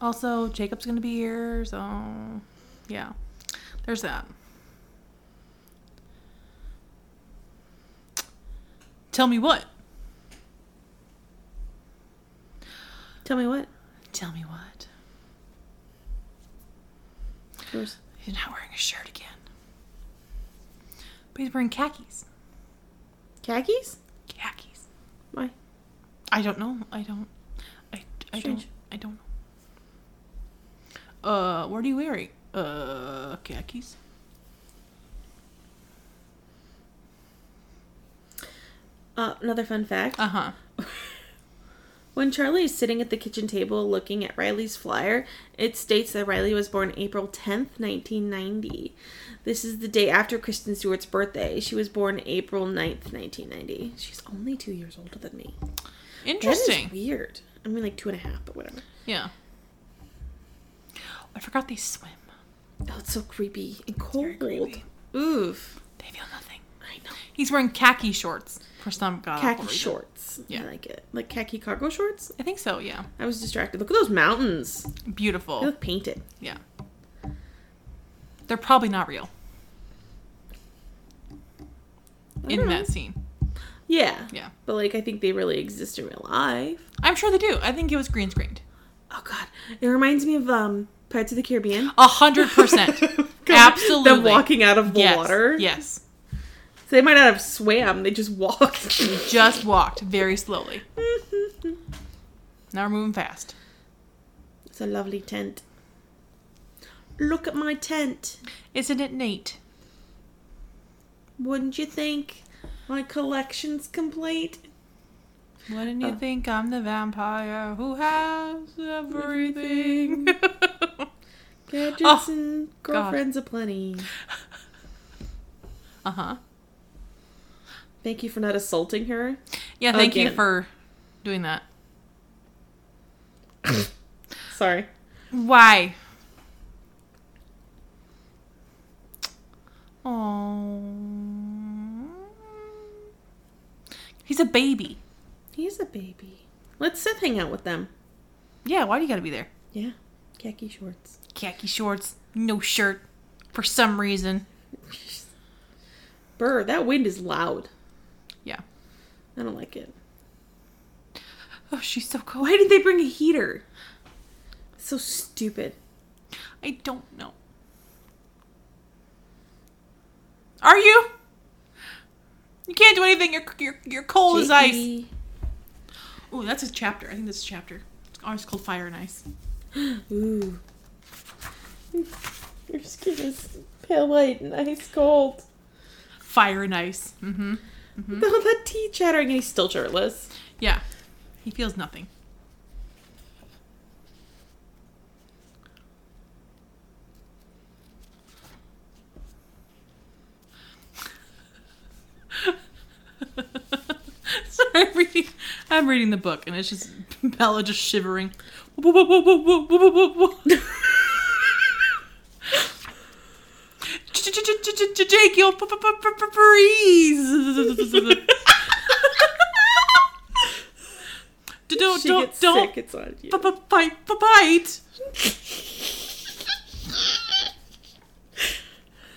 also, Jacob's gonna be here, so yeah. There's that. Tell me what. Tell me what. Tell me what. Yours. He's not wearing a shirt again. But he's wearing khakis. Khakis? Khakis. Why? I don't know. I don't. I, I don't. Strange. I don't know. Uh, what are you wearing? Uh, khakis. Uh, another fun fact. Uh huh. When Charlie is sitting at the kitchen table looking at Riley's flyer, it states that Riley was born April 10th, 1990. This is the day after Kristen Stewart's birthday. She was born April 9th, 1990. She's only two years older than me. Interesting. That is weird. I mean, like two and a half, but whatever. Yeah. I forgot they swim. Oh, it's so creepy and cold. creepy. Oof. They feel nothing. I know. He's wearing khaki shorts for some god awful Khaki reason. shorts. Uh, Yeah. I like it. Like khaki cargo shorts? I think so. Yeah. I was distracted. Look at those mountains. They Beautiful. look painted. Yeah. They're probably not real I in don't know. that scene. Yeah. Yeah. But like, I think they really exist in real life. I'm sure they do. I think it was green screened. Oh god, it reminds me of um Pirates of the Caribbean. A hundred percent. Absolutely. them walking out of the Yes. water. Yes. so they might not have swam; they just walked. Just walked very slowly. Now we're moving fast. it's a lovely tent. Look at my tent, Isn't it neat? wouldn't you think? My collection's complete. Wouldn't you Oh. think I'm the vampire who has everything? Gadgets Oh, and girlfriends aplenty. uh huh. Thank you for not assaulting her. Yeah, thank you Again. for doing that. Sorry. Why? Oh. He's a baby. He's a baby. Let Seth hang out with them. Yeah, why do you gotta be there? Yeah. Khaki shorts. Khaki shorts, no shirt, for some reason. Burr, that wind is loud. Yeah. I don't like it. Oh, she's so cold. Why did they bring a heater? So stupid. I don't know. Are you? You can't do anything. You're you're, you're cold as ice. JE. Ooh, that's a chapter. I think that's a chapter. Ours called Fire and Ice. Ooh. Your skin is pale white and ice cold. Fire and ice. Mm-hmm. All that tea chattering and he's still shirtless. Yeah. He feels nothing. Sorry, I'm reading, I'm reading the book, and it's just Bella just shivering. Whoa, whoa, whoa, whoa, whoa, whoa, whoa, whoa. Jake, you'll p- p- p- p- freeze. D- Don't, she don't, gets don't sick, it's on you. bite, bite.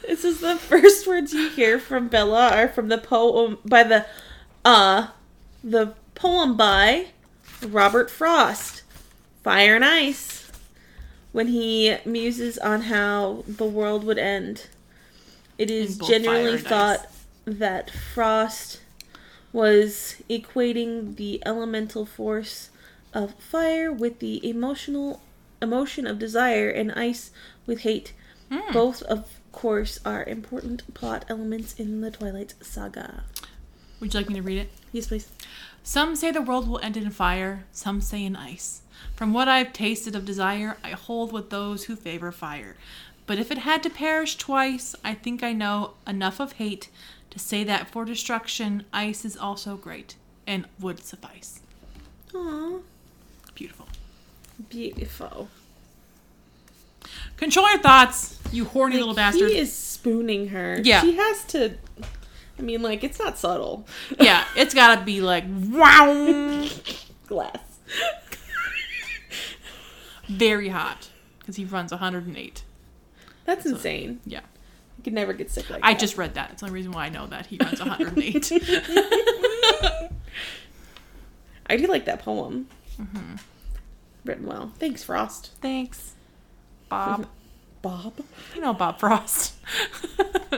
This is the first words you hear from Bella are from the poem by the uh the poem by Robert Frost, Fire and Ice, when he muses on how the world would end. It is In both Fire generally and Ice. thought that Frost was equating the elemental force of fire with the emotional emotion of desire and ice with hate. Hmm. Both, of course, are important plot elements in the Twilight Saga. Would you like me to read it? Yes, please. Some say the world will end in fire, some say in ice. From what I've tasted of desire, I hold with those who favor fire. But if it had to perish twice, I think I know enough of hate to say that for destruction, ice is also great and would suffice. Aw, Beautiful. beautiful. Control your thoughts, you horny little bastard. He is spooning her. Yeah. She has to. I mean, like, it's not subtle. yeah, it's gotta be like, wow, Glass. very hot because he runs 108. That's insane. Yeah. You could never get sick like I that. just read that. It's the only reason why I know that he runs 108. I do like that poem. Mm-hmm. Written well. Thanks, Frost. Thanks, Bob. Bob. You know Bob Frost.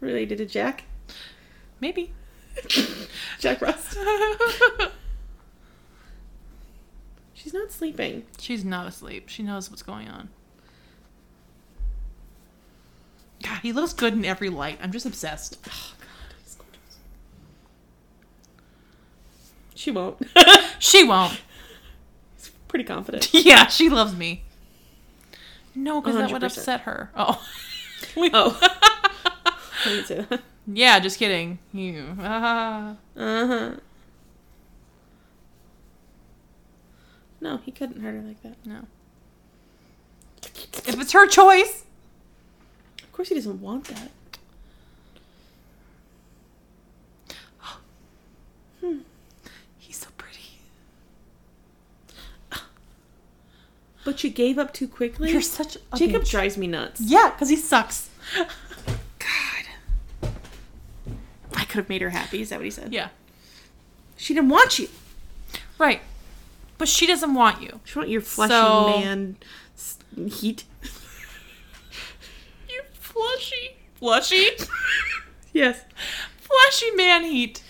Related to Jack. Maybe. Jack Frost. She's not sleeping. She's not asleep. She knows what's going on. God, he looks good in every light. I'm just obsessed. She won't. She won't. Pretty confident. Yeah, she loves me. No, because that would 100%. upset her. Oh. Oh. I didn't say that. Yeah, just kidding. You. Ah. Uh huh. No, he couldn't hurt her like that. no. If it's her choice. Of course, he doesn't want that. He's so pretty. But you gave up too quickly. You're such a Jacob bitch. drives me nuts. Yeah, because he sucks. God. I could have made her happy. Is that what he said? Yeah. She didn't want you. Right. But she doesn't want you. She want your fleshy So- man s- heat. You flushy. Flushy? Yes. flushy man heat.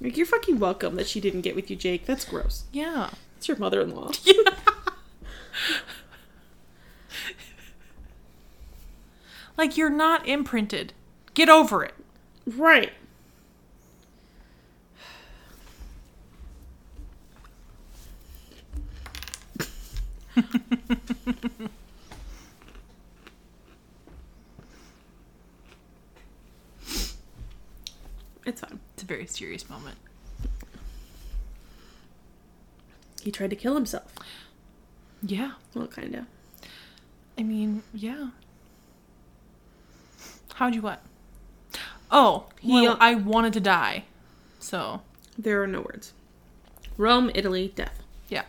Like you're fucking welcome that she didn't get with you, Jake. That's gross. Yeah. It's your mother-in-law. like you're not imprinted. Get over it. Right. it's fine. It's a very serious moment. He tried to kill himself. Yeah. Well, kinda. I mean, yeah. How'd you what? Oh, He- well, I wanted to die. So, There are no words. Rome, Italy, death. yeah.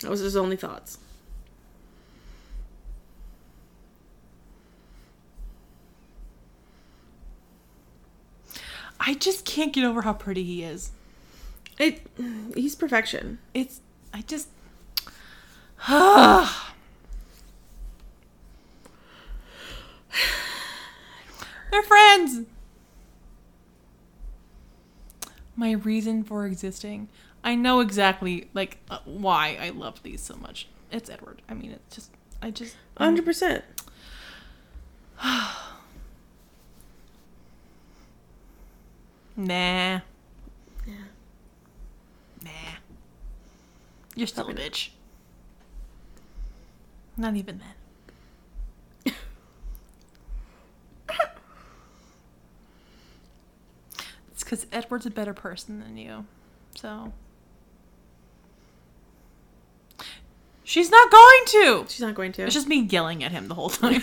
That was his only thoughts. I just can't get over how pretty he is. It. He's perfection. It's, I just. They're friends! My reason for existing. I know exactly, like, uh, why I love these so much. it's Edward. I mean, it's just I just Hundred percent. nah Yeah. nah. You're still a bitch. Not even then. it's because Edward's a better person than you, so. She's not going to. She's not going to. It's just me yelling at him the whole time.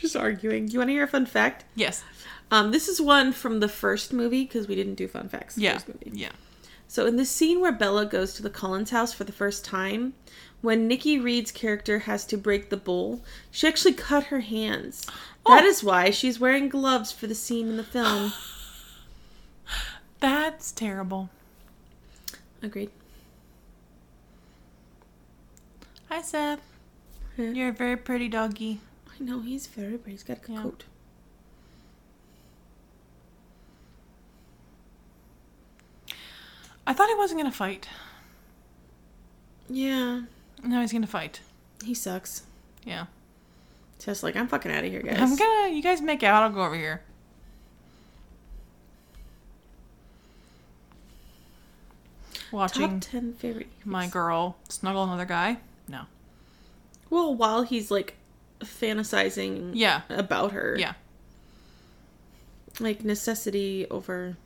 just arguing. You want to hear a fun fact? yes. Um, this is one from the first movie because we didn't do fun facts. in the Yeah. first movie. Yeah. So in the scene where Bella goes to the Collins house for the first time, when Nikki Reed's character has to break the bowl, she actually cut her hands. That Oh. is why she's wearing gloves for the scene in the film. That's terrible. Agreed. Hi, Seth. Yeah. You're a very pretty doggy. I know he's very, but he's got a Yeah. coat. I thought he wasn't going to fight. Yeah, No, he's going to fight. he sucks. Yeah. Tess like I'm fucking out of here, guys. I'm gonna. You guys make out. I'll go over here. Watching Top ten favorite. my movies. girl snuggle another guy. No. Well, while he's like fantasizing Yeah. about her. Yeah. Like necessity over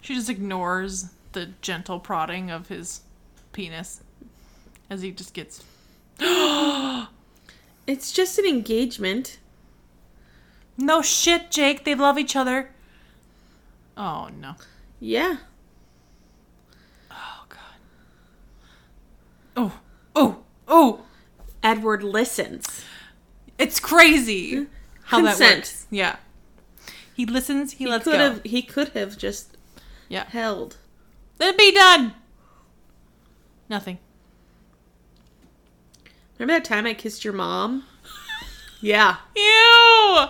She just ignores the gentle prodding of his penis as he just gets. It's just an engagement. No shit, Jake. They love each other. Oh no. Yeah. Oh god. Oh. Oh. Oh. Edward listens. It's crazy how that Consent. works. Yeah. He listens. He, lets could go. have he could have just Yeah. held. Let it be done. Nothing. Remember that time I kissed your mom? yeah. Ew.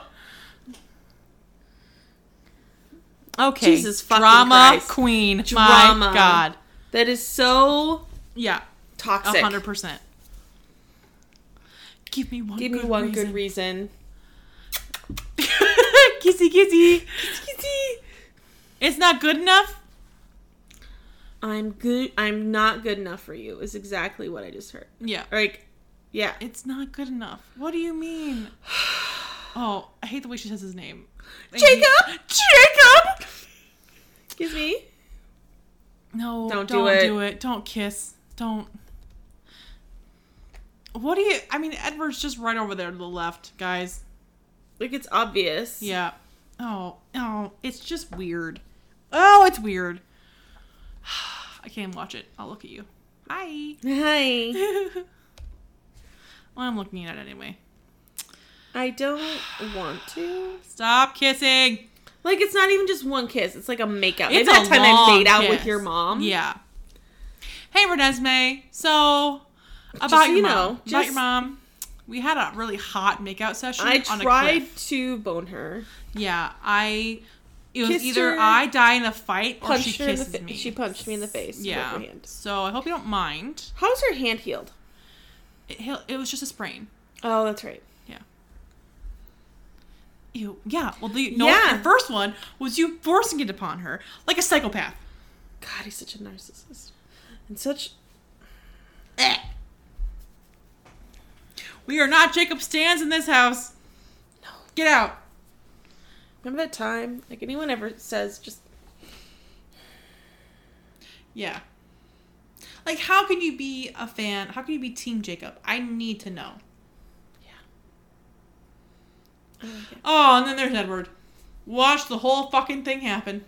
Okay. Jesus fucking drama Christ. queen. Drama. My God. That is so Yeah. toxic. A hundred percent. Give me one. Give me good one reason. good reason. kissy kissy. It's not good enough. I'm good I'm not good enough for you is exactly what I just heard. Yeah. Like yeah. It's not good enough. What do you mean? Oh, I hate the way she says his name. Jacob! Jacob. Excuse me. No, Don't don't, do do it. it. Don't kiss. Don't. What do you? I mean, Edward's just right over there to the left, guys. Like it's obvious. Yeah. Oh, oh, it's just weird. Oh, it's weird. I can't watch it. I'll look at you. Hi. Hi. well, I'm looking at it anyway. I don't want to. Stop kissing. Like it's not even just one kiss. It's like a makeout. Maybe It's that a time I long made out with kiss. your mom. Yeah. Hey, Renesmee. So, about so your you mom. know, about just- your mom. We had a really hot makeout session. I on A tried cliff. to bone her. Yeah, I. It was Kissed either her, I die in a fight or Punched Oh, she her in the kisses fa- me. She punched me in the face yeah. with her hand. So I hope you don't mind. How's her hand healed? It, he'll- it was just a sprain. Oh, that's right. Ew. Yeah. Well, the, no, Yeah. the first one was you forcing it upon her like a psychopath. God, he's such a narcissist. And such Eh. We are not Jacob Stans in this house. No. Get out. remember that time? Like anyone ever says just Yeah. Like, how can you be a fan? How can you be Team Jacob? I need to know. I don't get it. Oh, and then there's Edward. Watch the whole fucking thing happen.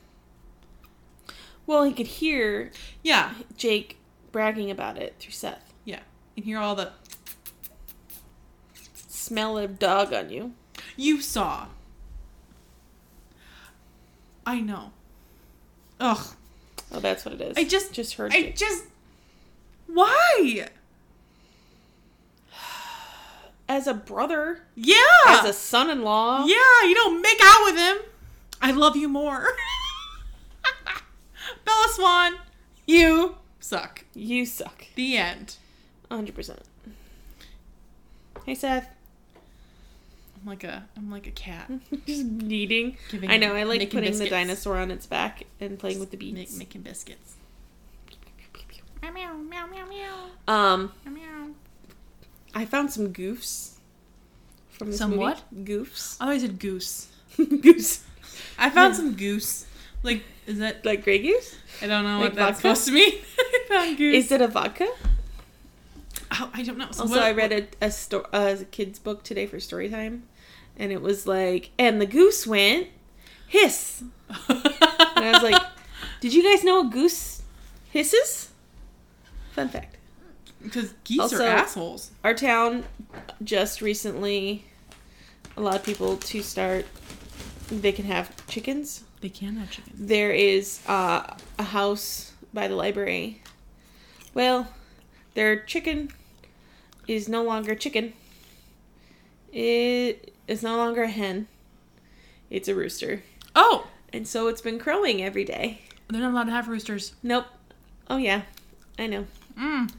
Well, he could hear Yeah, Jake bragging about it through Seth. yeah. And hear all the Smell a dog on you. you saw. I know. Ugh. Oh, that's what it is. I just- just heard I Jake. just. Why? as a brother, Yeah. as a son-in-law. Yeah, you don't make out with him. I love you more. Bella Swan, you suck. You suck. The end. 100%. Hey, Seth. I'm like a I'm like a cat. Just kneading. Giving I know, I like making putting the biscuits. dinosaur on its back and playing with the Make, beats. making biscuits. Meow, meow, meow, meow, meow, Um, meow. I found some goofs from this Some movie. what? Goofs. Oh, I said goose. goose. I found some goose. Like is that Like Grey Goose? I don't know Like what that's vodka? supposed to mean. I found goose. Is it a vodka? oh, I don't know. So Also, what- I read a, a, sto- a kid's book today for story time, and it was like, and the goose went hiss. And I was like, did you guys know a goose hisses? Fun fact. because geese Also- are assholes. Our town just recently allowed people to start, they can have chickens. They can have chickens. There is uh, a house by the library. Well, their chicken is no longer chicken. It is no longer a hen. It's a rooster. Oh, And so it's been crowing every day. they're not allowed to have roosters. Nope. Oh, yeah. I know. Mm.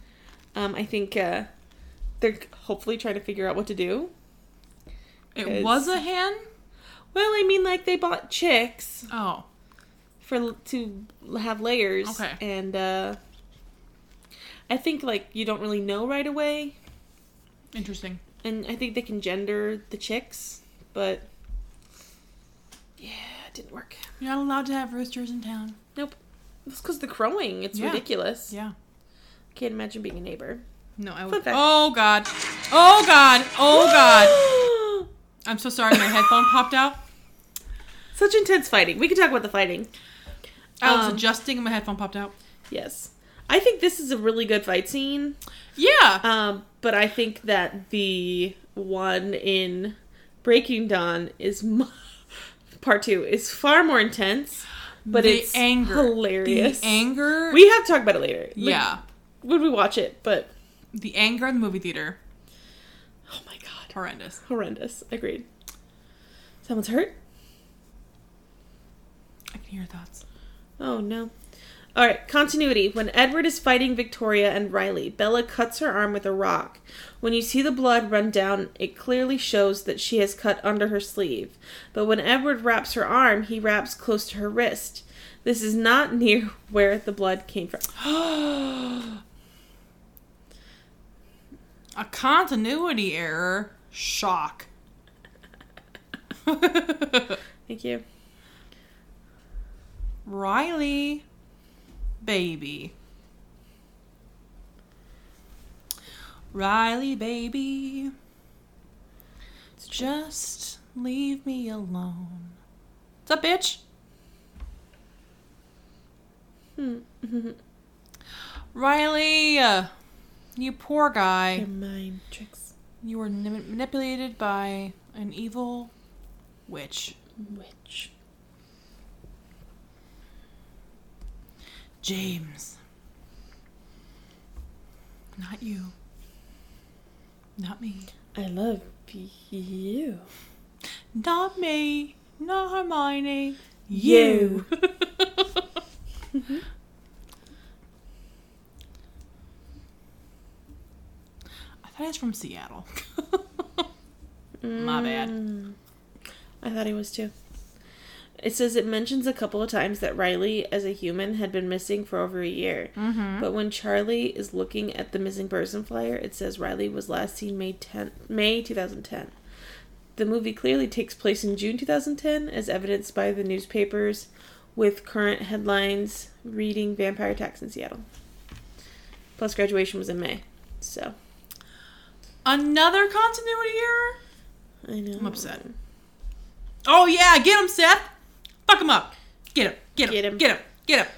Um, I think uh, they're hopefully trying to figure out what to do. It Because- was a hen. Well, I mean, like they bought chicks Oh, for to have layers. Okay. And uh, I think like you don't really know right away, interesting. and I think they can gender the chicks, but yeah, it didn't work. You're not allowed to have roosters in town. It's because the crowing. It's Yeah. ridiculous. Yeah. Can't imagine being a neighbor. No, I Fun would. fact. Oh god. Oh god. Oh god. I'm so sorry. My headphone popped out. Such intense fighting. We could talk about the fighting. I was Um, adjusting and my headphone popped out. Yes. I think this is a really good fight scene. Yeah. Um, but I think that the one in Breaking Dawn is mu- part two is far more intense, but The it's anger. The hilarious. The anger. we have to talk about it later. Like, yeah. when we watch it, but The anger in the movie theater. oh my god, Horrendous. horrendous. Agreed. Someone's hurt. I can hear your thoughts. Oh no. All right, continuity. When Edward is fighting Victoria and Riley, Bella cuts her arm with a rock. When you see the blood run down, it clearly shows that she has cut under her sleeve. But when Edward wraps her arm, he wraps close to her wrist. This is not near where the blood came from. A continuity error. Shock. Thank you. Riley. Baby. Riley, baby. Just leave me alone. What's up, bitch? Riley, uh, you poor Your guy. mind tricks. You were n- manipulated by an evil witch. Witch. James. Not you. Not me. I love you. Not me. Not Hermione. You. I thought he was from Seattle. My bad. Mm. I thought he was too. It says it mentions a couple of times that Riley, as a human, had been missing for over a year. Mm-hmm. But when Charlie is looking at the missing person flyer, it says Riley was last seen May 10, May 2010. The movie clearly takes place in June 2010, as evidenced by the newspapers with current headlines reading vampire attacks in Seattle. Plus, graduation was in May. So, Another continuity error? I know. I'm upset. Oh, yeah. Get him, Seth. Fuck him up. Get him. Get him. Get him. Get him. Get him.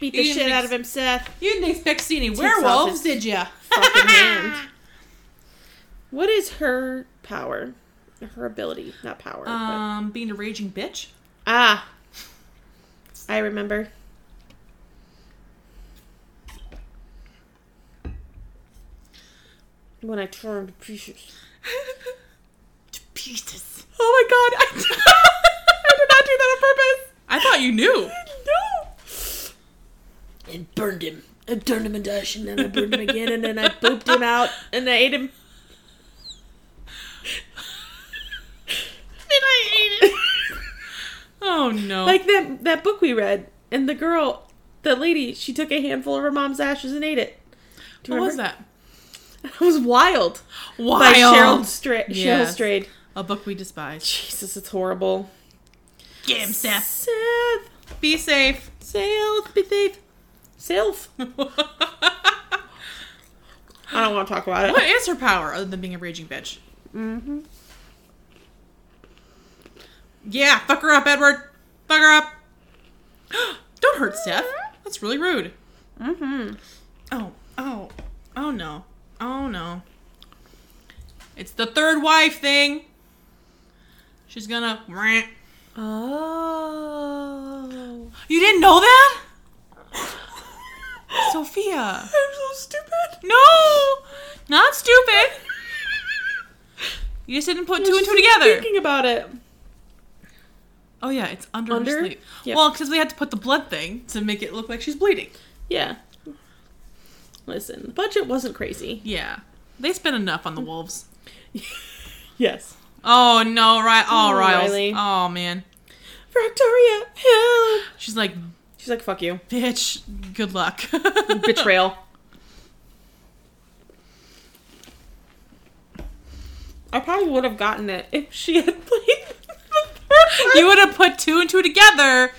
Beat the You didn't shit out of ex- him, Seth. You didn't expect to see any off werewolves, his- did ya? fucking hand. Ah. What is her power? Her ability, not power. but... Um, being a raging bitch. Ah, I remember. When I turned to pieces. To pieces. Oh my god! I did not do that on purpose. I thought you knew. No. And burned him I turned him in dust and then I burned him again and then I pooped him out and I ate him. then I ate him. Oh no. like that that book we read and the girl, the lady, she took a handful of her mom's ashes and ate it. Do What you was remember? that? It was Wild, by Wild. Cheryl, Stra- Cheryl Yes. Strayed. A book we despise. Jesus, it's horrible. Get him, Seth. Seth, Be safe. Self, be thief. Self. I don't want to talk about it. Mm-hmm, What is her power other than being a raging bitch? Yeah, fuck her up, Edward. Fuck her up. Don't hurt Seth. That's really rude. Mm-hmm. Oh, oh, oh no, oh no. It's the third wife thing. She's gonna. Oh. You didn't know that? Sophia. I'm so stupid. No! Not stupid. You just didn't put two and two together. Thinking about it. Oh, yeah, it's under, her Under? sleeve. Yep. Well, because we had to put the blood thing to make it look like she's bleeding. Yeah. Listen, the budget wasn't crazy. Yeah. They spent enough on the wolves. Yes. Oh, no, right. Oh, Oh, Riles. Riley. Oh, man. Victoria, help! She's like, She's like, fuck you. bitch, good luck. Betrayal. I probably would have gotten it if she had played. you would have put two and two together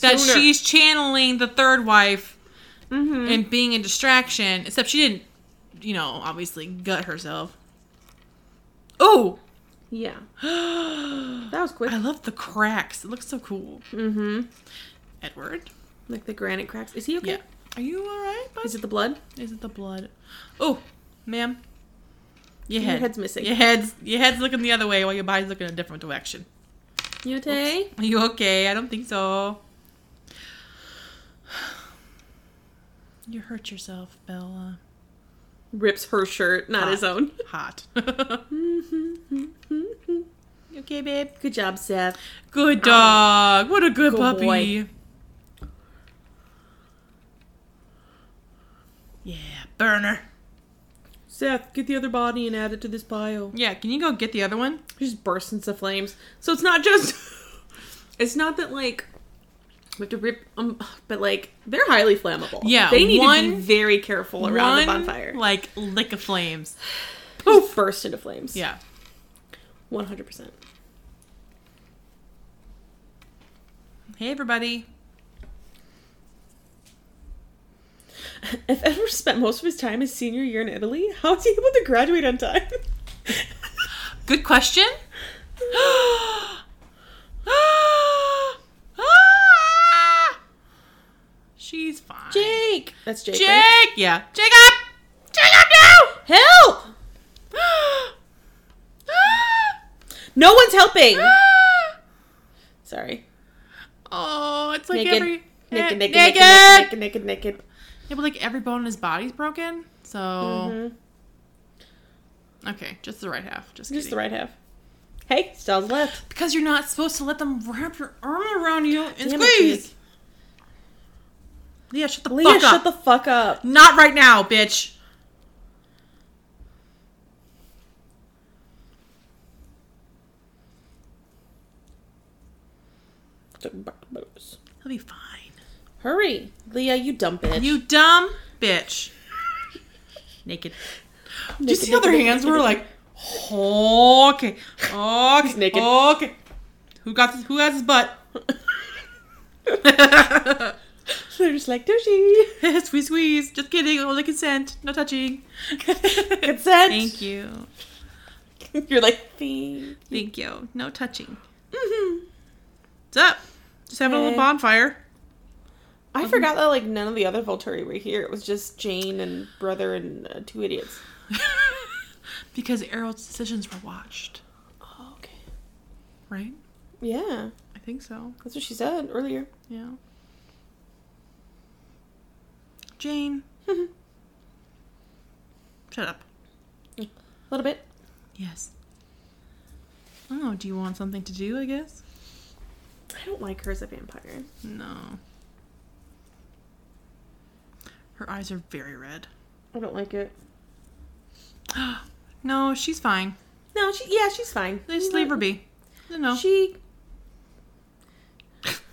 that Sooner. she's channeling the third wife Mm-hmm. and being a distraction, except she didn't, you know, obviously gut herself. Oh, Yeah, I that was quick. love the cracks. It looks so cool. Mm-hmm. Edward, Like the granite cracks. Is he okay? yeah, are you all right? bud? Is it the blood? Is it the blood? Oh, ma'am, your Your head. head's missing. Your head's your head's looking the other way while your body's looking a different direction. You okay? Are you okay? I don't think so. You hurt yourself, Bella. Rips her shirt, not his own. Hot. you okay, babe? Good job, Seth. Good dog. What a good, Good puppy. boy. Yeah, burner. Seth, get the other body and add it to this pile. Yeah, can you go get the other one? She just bursts into flames. So it's not just. it's not that like we have to rip, um, but like they're highly flammable. Yeah, they need to be one- very careful around the One, bonfire. Like lick of flames. Just burst into flames. Yeah. one hundred percent. Hey everybody. If Edward spent most of his time his senior year in Italy, how is he able to graduate on time? Good question. She's fine. Jake, that's Jake. Jake! right? Yeah. Jake up! Jake up help! now! No one's helping. Sorry. oh, it's like Naked. every. Naked, naked, naked, Naked! naked, naked, naked, naked. Yeah, but like every bone in his body's broken. So. Mhm. Okay, just the right half. Just, Mm-hmm. Just the kidding. right half. Hey, Styles left. Because you're not supposed to let them wrap your arm around you and Damn it, squeeze. Jake. Leah, shut the Leah, fuck shut up. the fuck up. Not right now, bitch. Tuckabackaboos. He'll be fine. Hurry, Leah, you dumb bitch. You dumb bitch. Naked. Do you see how their hands were like, okay, okay, He's naked. okay. Who got this? Who has his butt? They're just like douchey. squeeze, squeeze. Just kidding. Only consent. No touching. Consent. Thank you. You're like "Fee." Mm-hmm. Thank you. No touching. What's up? Just having a Hey. little bonfire. I forgot that like none of the other Volturi were here. It was just Jane and brother and uh, two idiots. because Errol's decisions were watched, Oh, okay. right? Yeah, I think so. that's what she said earlier. Yeah. Jane. a Shut up. little bit. Yes. Oh, do you want something to do, I guess? I don't like her as a vampire. No. Her eyes are very red. I don't like it. No, she's fine. No, she, yeah, she's fine. Just leave her be. No, no. She,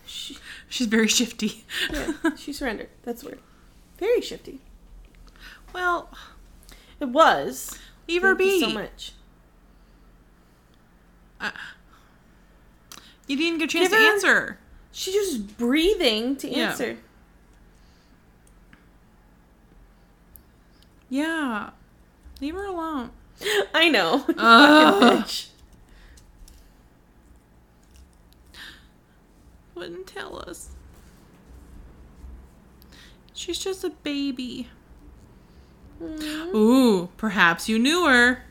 she, she's very shifty. yeah, she surrendered. That's weird. Very shifty. well, It was. leave her Thank you be. so much. You didn't get a chance Give to her- answer. She's just breathing to Yeah. answer. Yeah. Leave her alone. I know. You Ugh. fucking bitch. Wouldn't tell us. She's just a baby. Mm. Ooh, perhaps you knew her.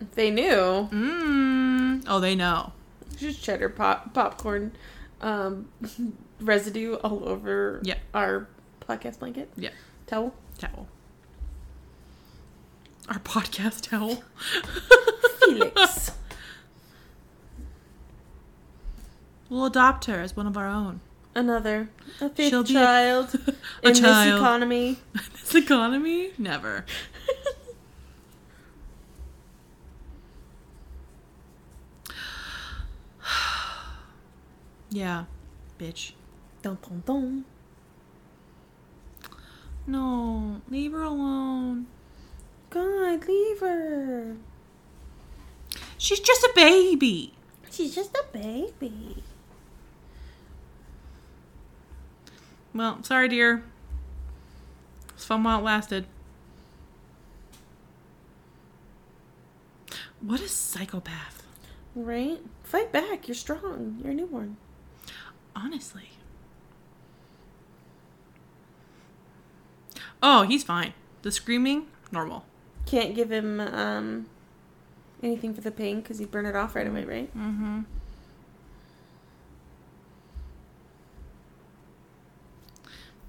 If They knew. Mmm. Oh, they know. Just cheddar pop popcorn um, residue all over Yeah. our podcast blanket. Yeah. Towel. Towel. Our podcast towel. Felix. We'll adopt her as one of our own. Another. A 5th She'll be a- child A in this child. economy. this economy? Never. Yeah. Bitch. dun, dun, dun. No, leave her alone. God, leave her. She's just a baby. She's just a baby. Well, sorry, dear. It's fun while it lasted. What a psychopath. Right? Fight back. You're strong. You're a newborn. Honestly. Oh, he's fine. The screaming, normal. Can't give him um, anything for the pain because he'd burn it off right away, right? Mm-hmm.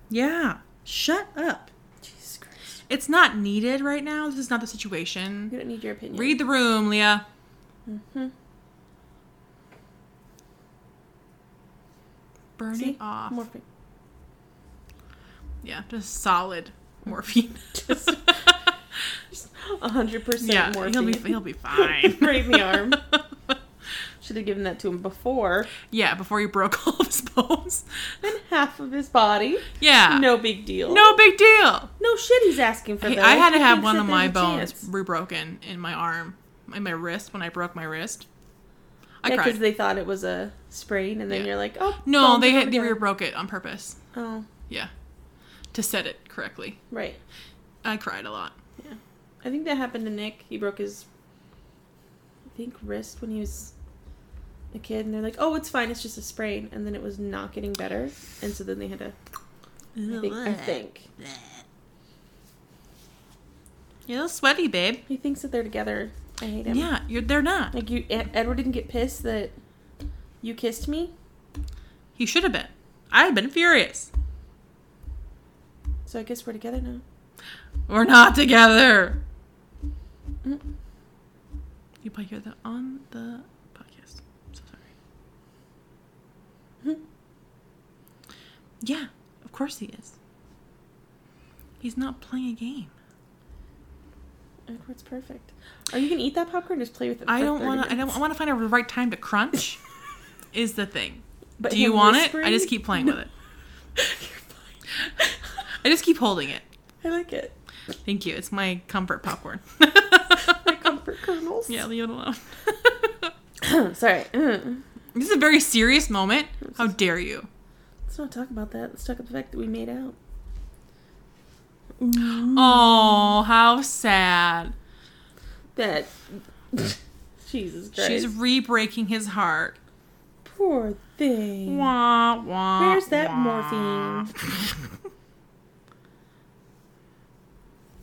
Yeah. Shut up. Jesus Christ. It's not needed right now. This is not the situation. We don't need your opinion. Read the room, Leah. hmm Burn See? it off. Morphine. yeah, just solid morphine. Just 100% yeah, morphine. he'll be he'll be fine. Right in the arm. Should have given that to him before. yeah, before you broke all of his bones. And half of his body. Yeah, No big deal. no big deal. No shit, he's asking for Hey, that. I had to have one of my bones rebroken in my arm, in my wrist when I broke my wrist. I because cried. they thought it was a sprain, and then Yeah. you're like, oh. no, bones they are had, they broken. rebroke it on purpose. Oh, Yeah, to set it correctly. right. I cried a lot. I think that happened to Nick. He broke his, I think, wrist when he was a kid, and they're like, oh, it's fine, it's just a sprain, and then it was not getting better, and so then they had to. I think. I think. You're a little sweaty, babe. He thinks that they're together. I hate him. Yeah, you're, they're not. Like you, Ed- Edward didn't get pissed that you kissed me, He should have been. I had been furious. so I guess we're together now. We're not together. Mm. You probably hear that on the podcast. So sorry. Mhm. Yeah, of course he is. He's not playing a game. Edward's perfect. Are you gonna eat that popcorn? Or just play with it. I don't want to. I don't. I want to find out the right time to crunch. is the thing. But Do you him want it? I whispering? just keep playing with it. You're fine. I just keep holding it. I like it. Thank you. It's my comfort popcorn. My comfort kernels. yeah, leave it alone. Sorry. Mm. this is a very serious moment. How dare you? Let's not talk about that. Let's talk about the fact that we made out. Mm. Oh, how sad. That. Jesus Christ. She's re-breaking his heart. poor thing. Wah, wah, Mm. Where's that wah. morphine?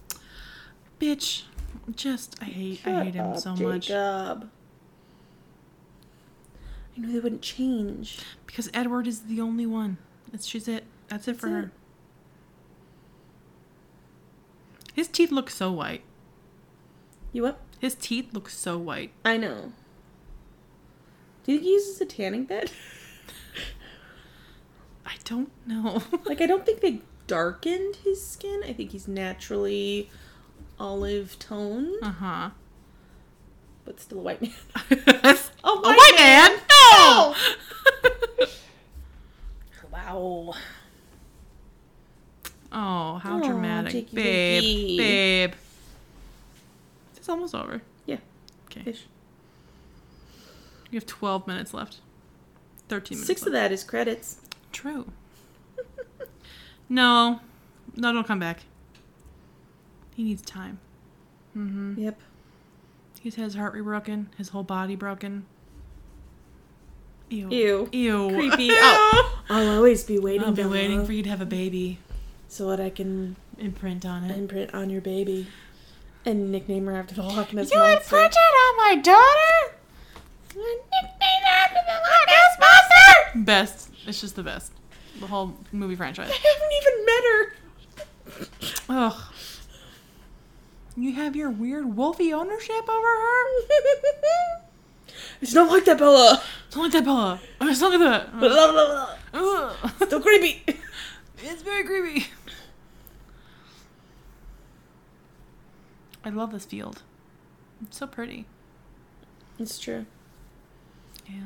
Bitch, just I hate I hate him Shut so up, much Jacob. I know they wouldn't change. because Edward is the only one. That's she's it. That's it for That's her. His teeth look so white. You up? His teeth look so white. I know. Do you think he uses a tanning bed? I don't know. like, I don't think they darkened his skin. I think he's naturally olive toned, Uh huh. but still a white man. Oh, A white Oh, man? No! Wow. Oh, how Aw, dramatic. Jakey babe. Jakey. Babe. It's almost over. Yeah. Okay. Ish. You have 12 minutes left. 13 minutes. Six of left. that is credits. True. no. No, don't come back. He needs time. Mm-hmm. Yep. He's had his heart rebroken, his whole body broken. Ew. Ew. Ew. Creepy. Ew. Oh. Uh-huh. I'll always be waiting. I'll be Bella, waiting for you to have a baby so that I can imprint on it. imprint on your baby and nickname her after the Loch Ness You monster. imprinted on my daughter? nickname after the Loch Ness monster. Best. It's just the best. The whole movie franchise. I haven't even met her. Ugh. You have your weird wolfy ownership over her? it's not like that, Bella. Don't like that, Bella. Uh, It's not like that. Blah, blah, blah. Uh, ugh. So creepy. it's very creepy. I love this field. It's so pretty. It's true. Yeah.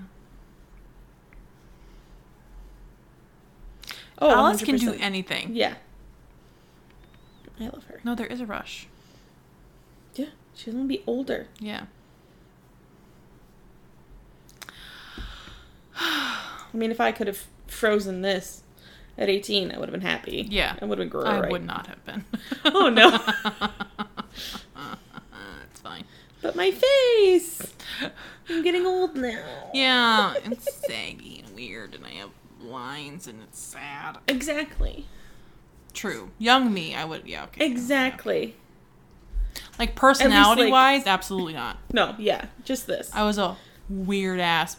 Oh, Alice can do 100%. anything. Yeah. I love her. No, there is a rush. Yeah, she's gonna be older. Yeah. I mean, if I could have frozen this at 18, I would have been happy. Yeah. I would have been great. I would not have been. Oh, no. it's fine. But my face! I'm getting old now. Yeah, it's saggy and weird, and I have lines, and it's sad. Exactly. True. Young me, I would. Yeah. Okay. yeah, Exactly. yeah. Like personality wise, absolutely not. No, yeah, just this. I was a weird ass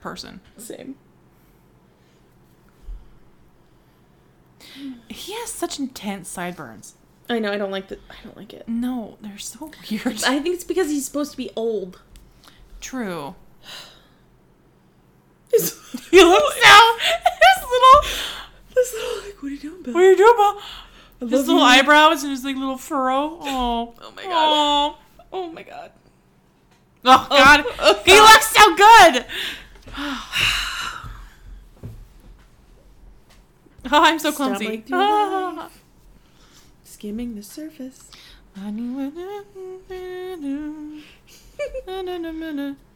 person. Same. He has such intense sideburns. I know, I don't like the. I don't like it. No, they're so weird. I think it's because he's supposed to be old. True. His, He looks now. His little. this little, like, what are you doing, Bill? What are you doing, Mom? His love little you. eyebrows and his like little furrow. Oh. Oh my God. Oh my god. Oh, oh God. oh, He God. looks so good. Oh, I'm so Stop clumsy. like your Ah. life. Skimming the surface. She's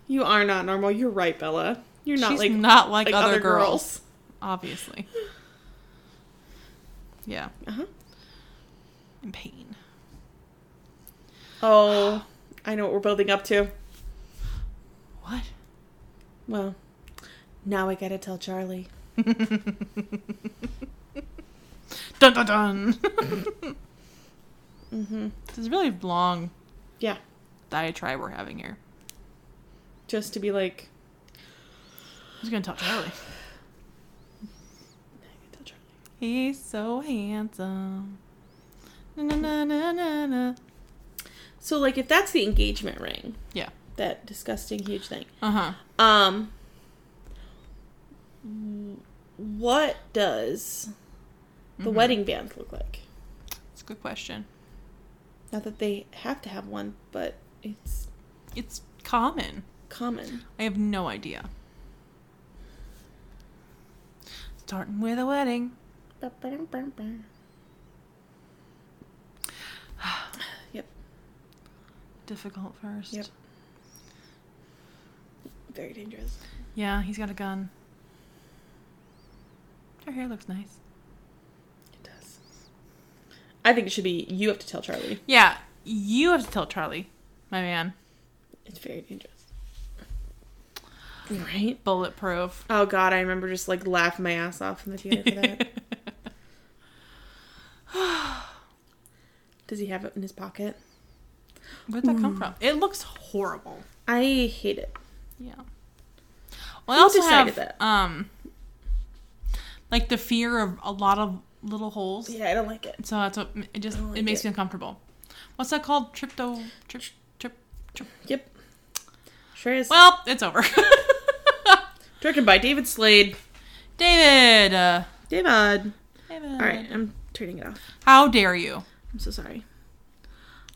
You are not normal. You're right, Bella. You're not like, not like, like other, girls, obviously. Yeah, Uh-huh. in pain. Oh, I know what we're building up to. What? Well, now I gotta tell Charlie. Dun dun dun. Mm-hmm. this is a really long Yeah, diatribe we're having here. just to be like, Who's gonna tell Charlie? I gotta tell Charlie. He's so handsome. Na, na, na, na, na, na. So like, if that's the engagement ring, Yeah. that disgusting huge thing. Uh huh. Um, w- what does the wedding band look like? It's a good question. Not that they have to have one, but it's It's common. common. I have no idea. Starting with a wedding. Yep, Difficult first. Yep. very dangerous. Yeah, he's got a gun. Her hair looks nice. It does. I think it should be you have to tell Charlie. Yeah, you have to tell Charlie, my man. It's very dangerous. Right? Bulletproof. Oh god, I remember just like laughing my ass off in the theater for that. Does he have it in his pocket? Where'd that come from? It looks horrible. I hate it. Yeah. Well, I also decided have that? um, like the fear of a lot of little holes. Yeah, I don't like it. So that's what it just I don't it like makes it. me uncomfortable. What's that called? Trypto trip trip. Yep. Sure is. Well, it's over. Directed by David Slade. David. Uh, David. David. Alright, I'm turning it off. How dare you? I'm so sorry.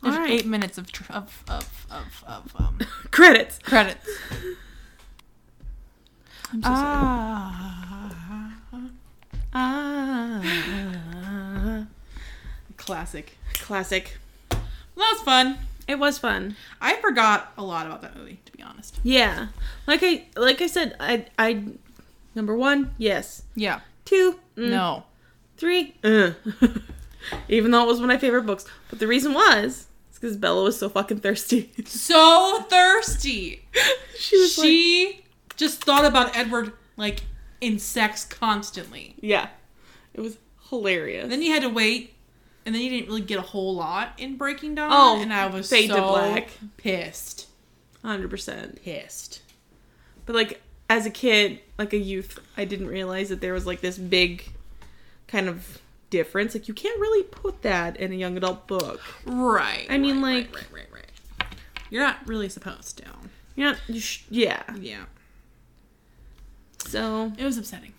There's All right. eight minutes of tr- of of of, of um, Credits. credits. I'm so sorry. Ah, ah. Classic. Classic. Well, that was fun. It was fun. I forgot a lot about that movie, to be honest. Yeah. Like I like I said, I I number one, yes. Yeah. Two, mm, No. Three, uh. even though it was one of my favorite books. But the reason was it's because Bella was so fucking thirsty. So thirsty. she was like, she just thought about Edward like in sex constantly. yeah, it was hilarious. Then you had to wait, and then you didn't really get a whole lot in Breaking Dawn. Oh, and I was fade so to black. pissed. Hundred percent. Pissed. But like as a kid, like a youth, I didn't realize that there was like this big kind of difference. Like you can't really put that in a young adult book. Right. I mean, right, like- Right, right, right, right. You're not really supposed to. You know, you sh- yeah. Yeah. So It was upsetting.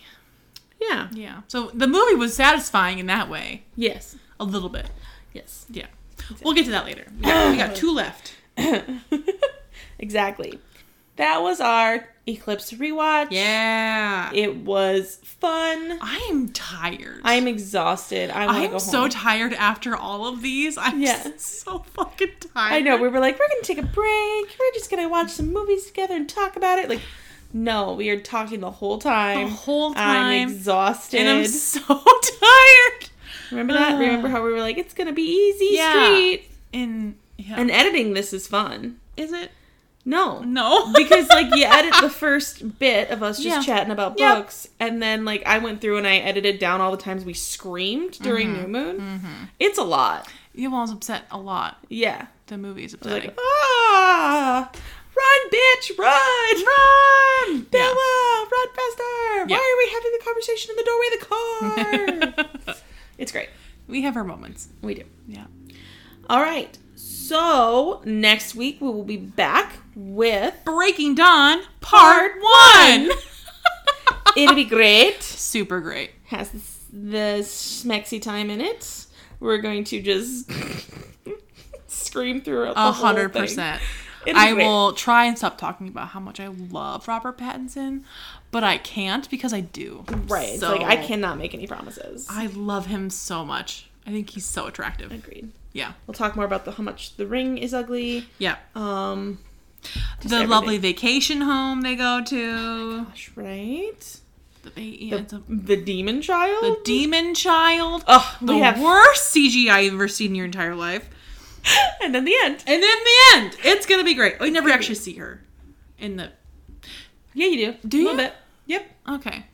yeah, Yeah. So the movie was satisfying in that way, yes, a little bit. yes, Yeah. We'll get to that later. We got, we got two left. exactly. That was our Eclipse rewatch. Yeah. It was fun. I am tired. I'm exhausted. I want to go I'm home. so tired after all of these. I'm Yeah. just so fucking tired. I know. We were like, we're gonna take a break. We're just gonna watch some movies together and talk about it. Like, no, we are talking the whole the time. whole I'm time. exhausted. and I'm so tired. Remember that? Ah. Remember how we were like, it's gonna be easy Yeah. street. And yeah. And editing this is fun. is it? No. No. Because like you edit the first bit of us just Yeah. chatting about Yep. books, and then like I went through and I edited down all the times we screamed during Mm-hmm. New Moon. It's a lot. yeah, well, I was upset a lot. Yeah. The movie is upsetting. Like ah, run, bitch, run, run, Bella, run faster. Yeah. Why are we having the conversation in the doorway of the car? it's great. we have our moments. We do. Yeah. All right. So next week we will be back with Breaking Dawn Part, Part 1. It'll Be Great. Super great. Has this, the smexy time in it. We're going to just scream throughout the whole A hundred thing. percent. It'll be I great. will try and stop talking about how much I love Robert Pattinson, but I can't because I do. Right. It's So- like I cannot make any promises. I love him so much. I think he's so attractive. Agreed. Yeah. We'll talk more about the how much the ring is ugly. Yeah. Um, the everything. lovely vacation home they go to. gosh, right? The, ba- yeah, it's a- The, the demon child. the demon child. Ugh, the we have- worst CGI you've ever seen in your entire life. and then the end. And then the end. It's going to be great. We never actually see her in the. Yeah, you do. Do a little you? bit. Yep. Okay.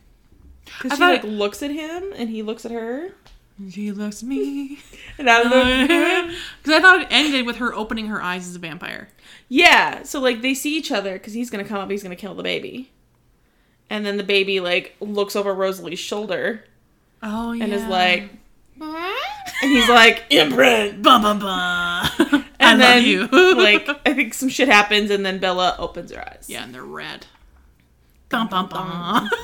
Because I she like thought- looks at him and he looks at her. She loves me. And I look at him. Because I thought it ended with her opening her eyes as a vampire. Yeah. So like they see each other because he's gonna come up. He's gonna kill the baby. And then the baby like looks over Rosalie's shoulder Oh, yeah. and is like, and he's like imprint. bum, bum, bum. And I And then love you. like I think some shit happens and then Bella opens her eyes. Yeah, and they're red. Bum, bum, bum.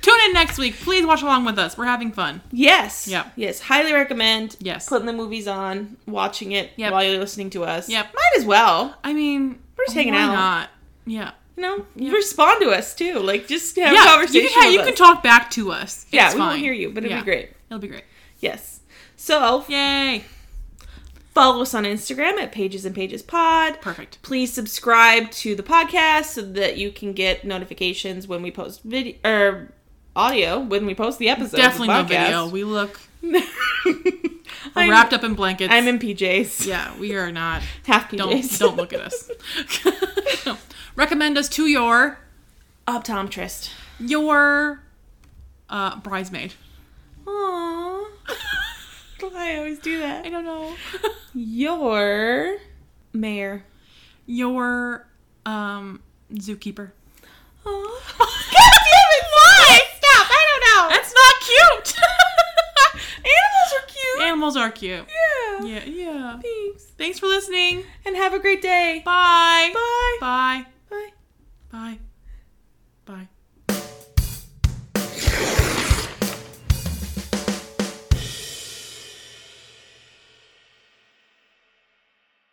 Tune in next week. Please watch along with us. We're having fun. Yes. Yep. Yes. Highly recommend. Yes. Putting the movies on, watching it Yep. while you're listening to us. Yep. Might as well. I mean, We're just hanging why out. Not? Yeah. You know, respond to us too. Like just have a yeah, conversation. you can, ha- with you us. can talk back to us. Yeah, It's we won't fine. hear you, but it'd Yeah. be great. It'll be great. Yes. So Yay. follow us on Instagram at Pages and Pages Pod. Perfect. Please subscribe to the podcast so that you can get notifications when we post video or audio when we post the episode. Definitely no video. We look no video. we're I'm, wrapped up in blankets. I'm in PJs. yeah, we are not. Half PJs. Don't don't look at us. Recommend us to your Optometrist. your uh, bridesmaid. Aww. I always do I that. don't know. Your mayor. your um zookeeper. Aww. God damn it! Why? Stop! I That's not cute. don't know. Animals are cute. Animals are cute. yeah. Yeah, yeah. Thanks. Thanks for listening. And have a great day. Bye. Bye. Bye. Bye. Bye. Bye.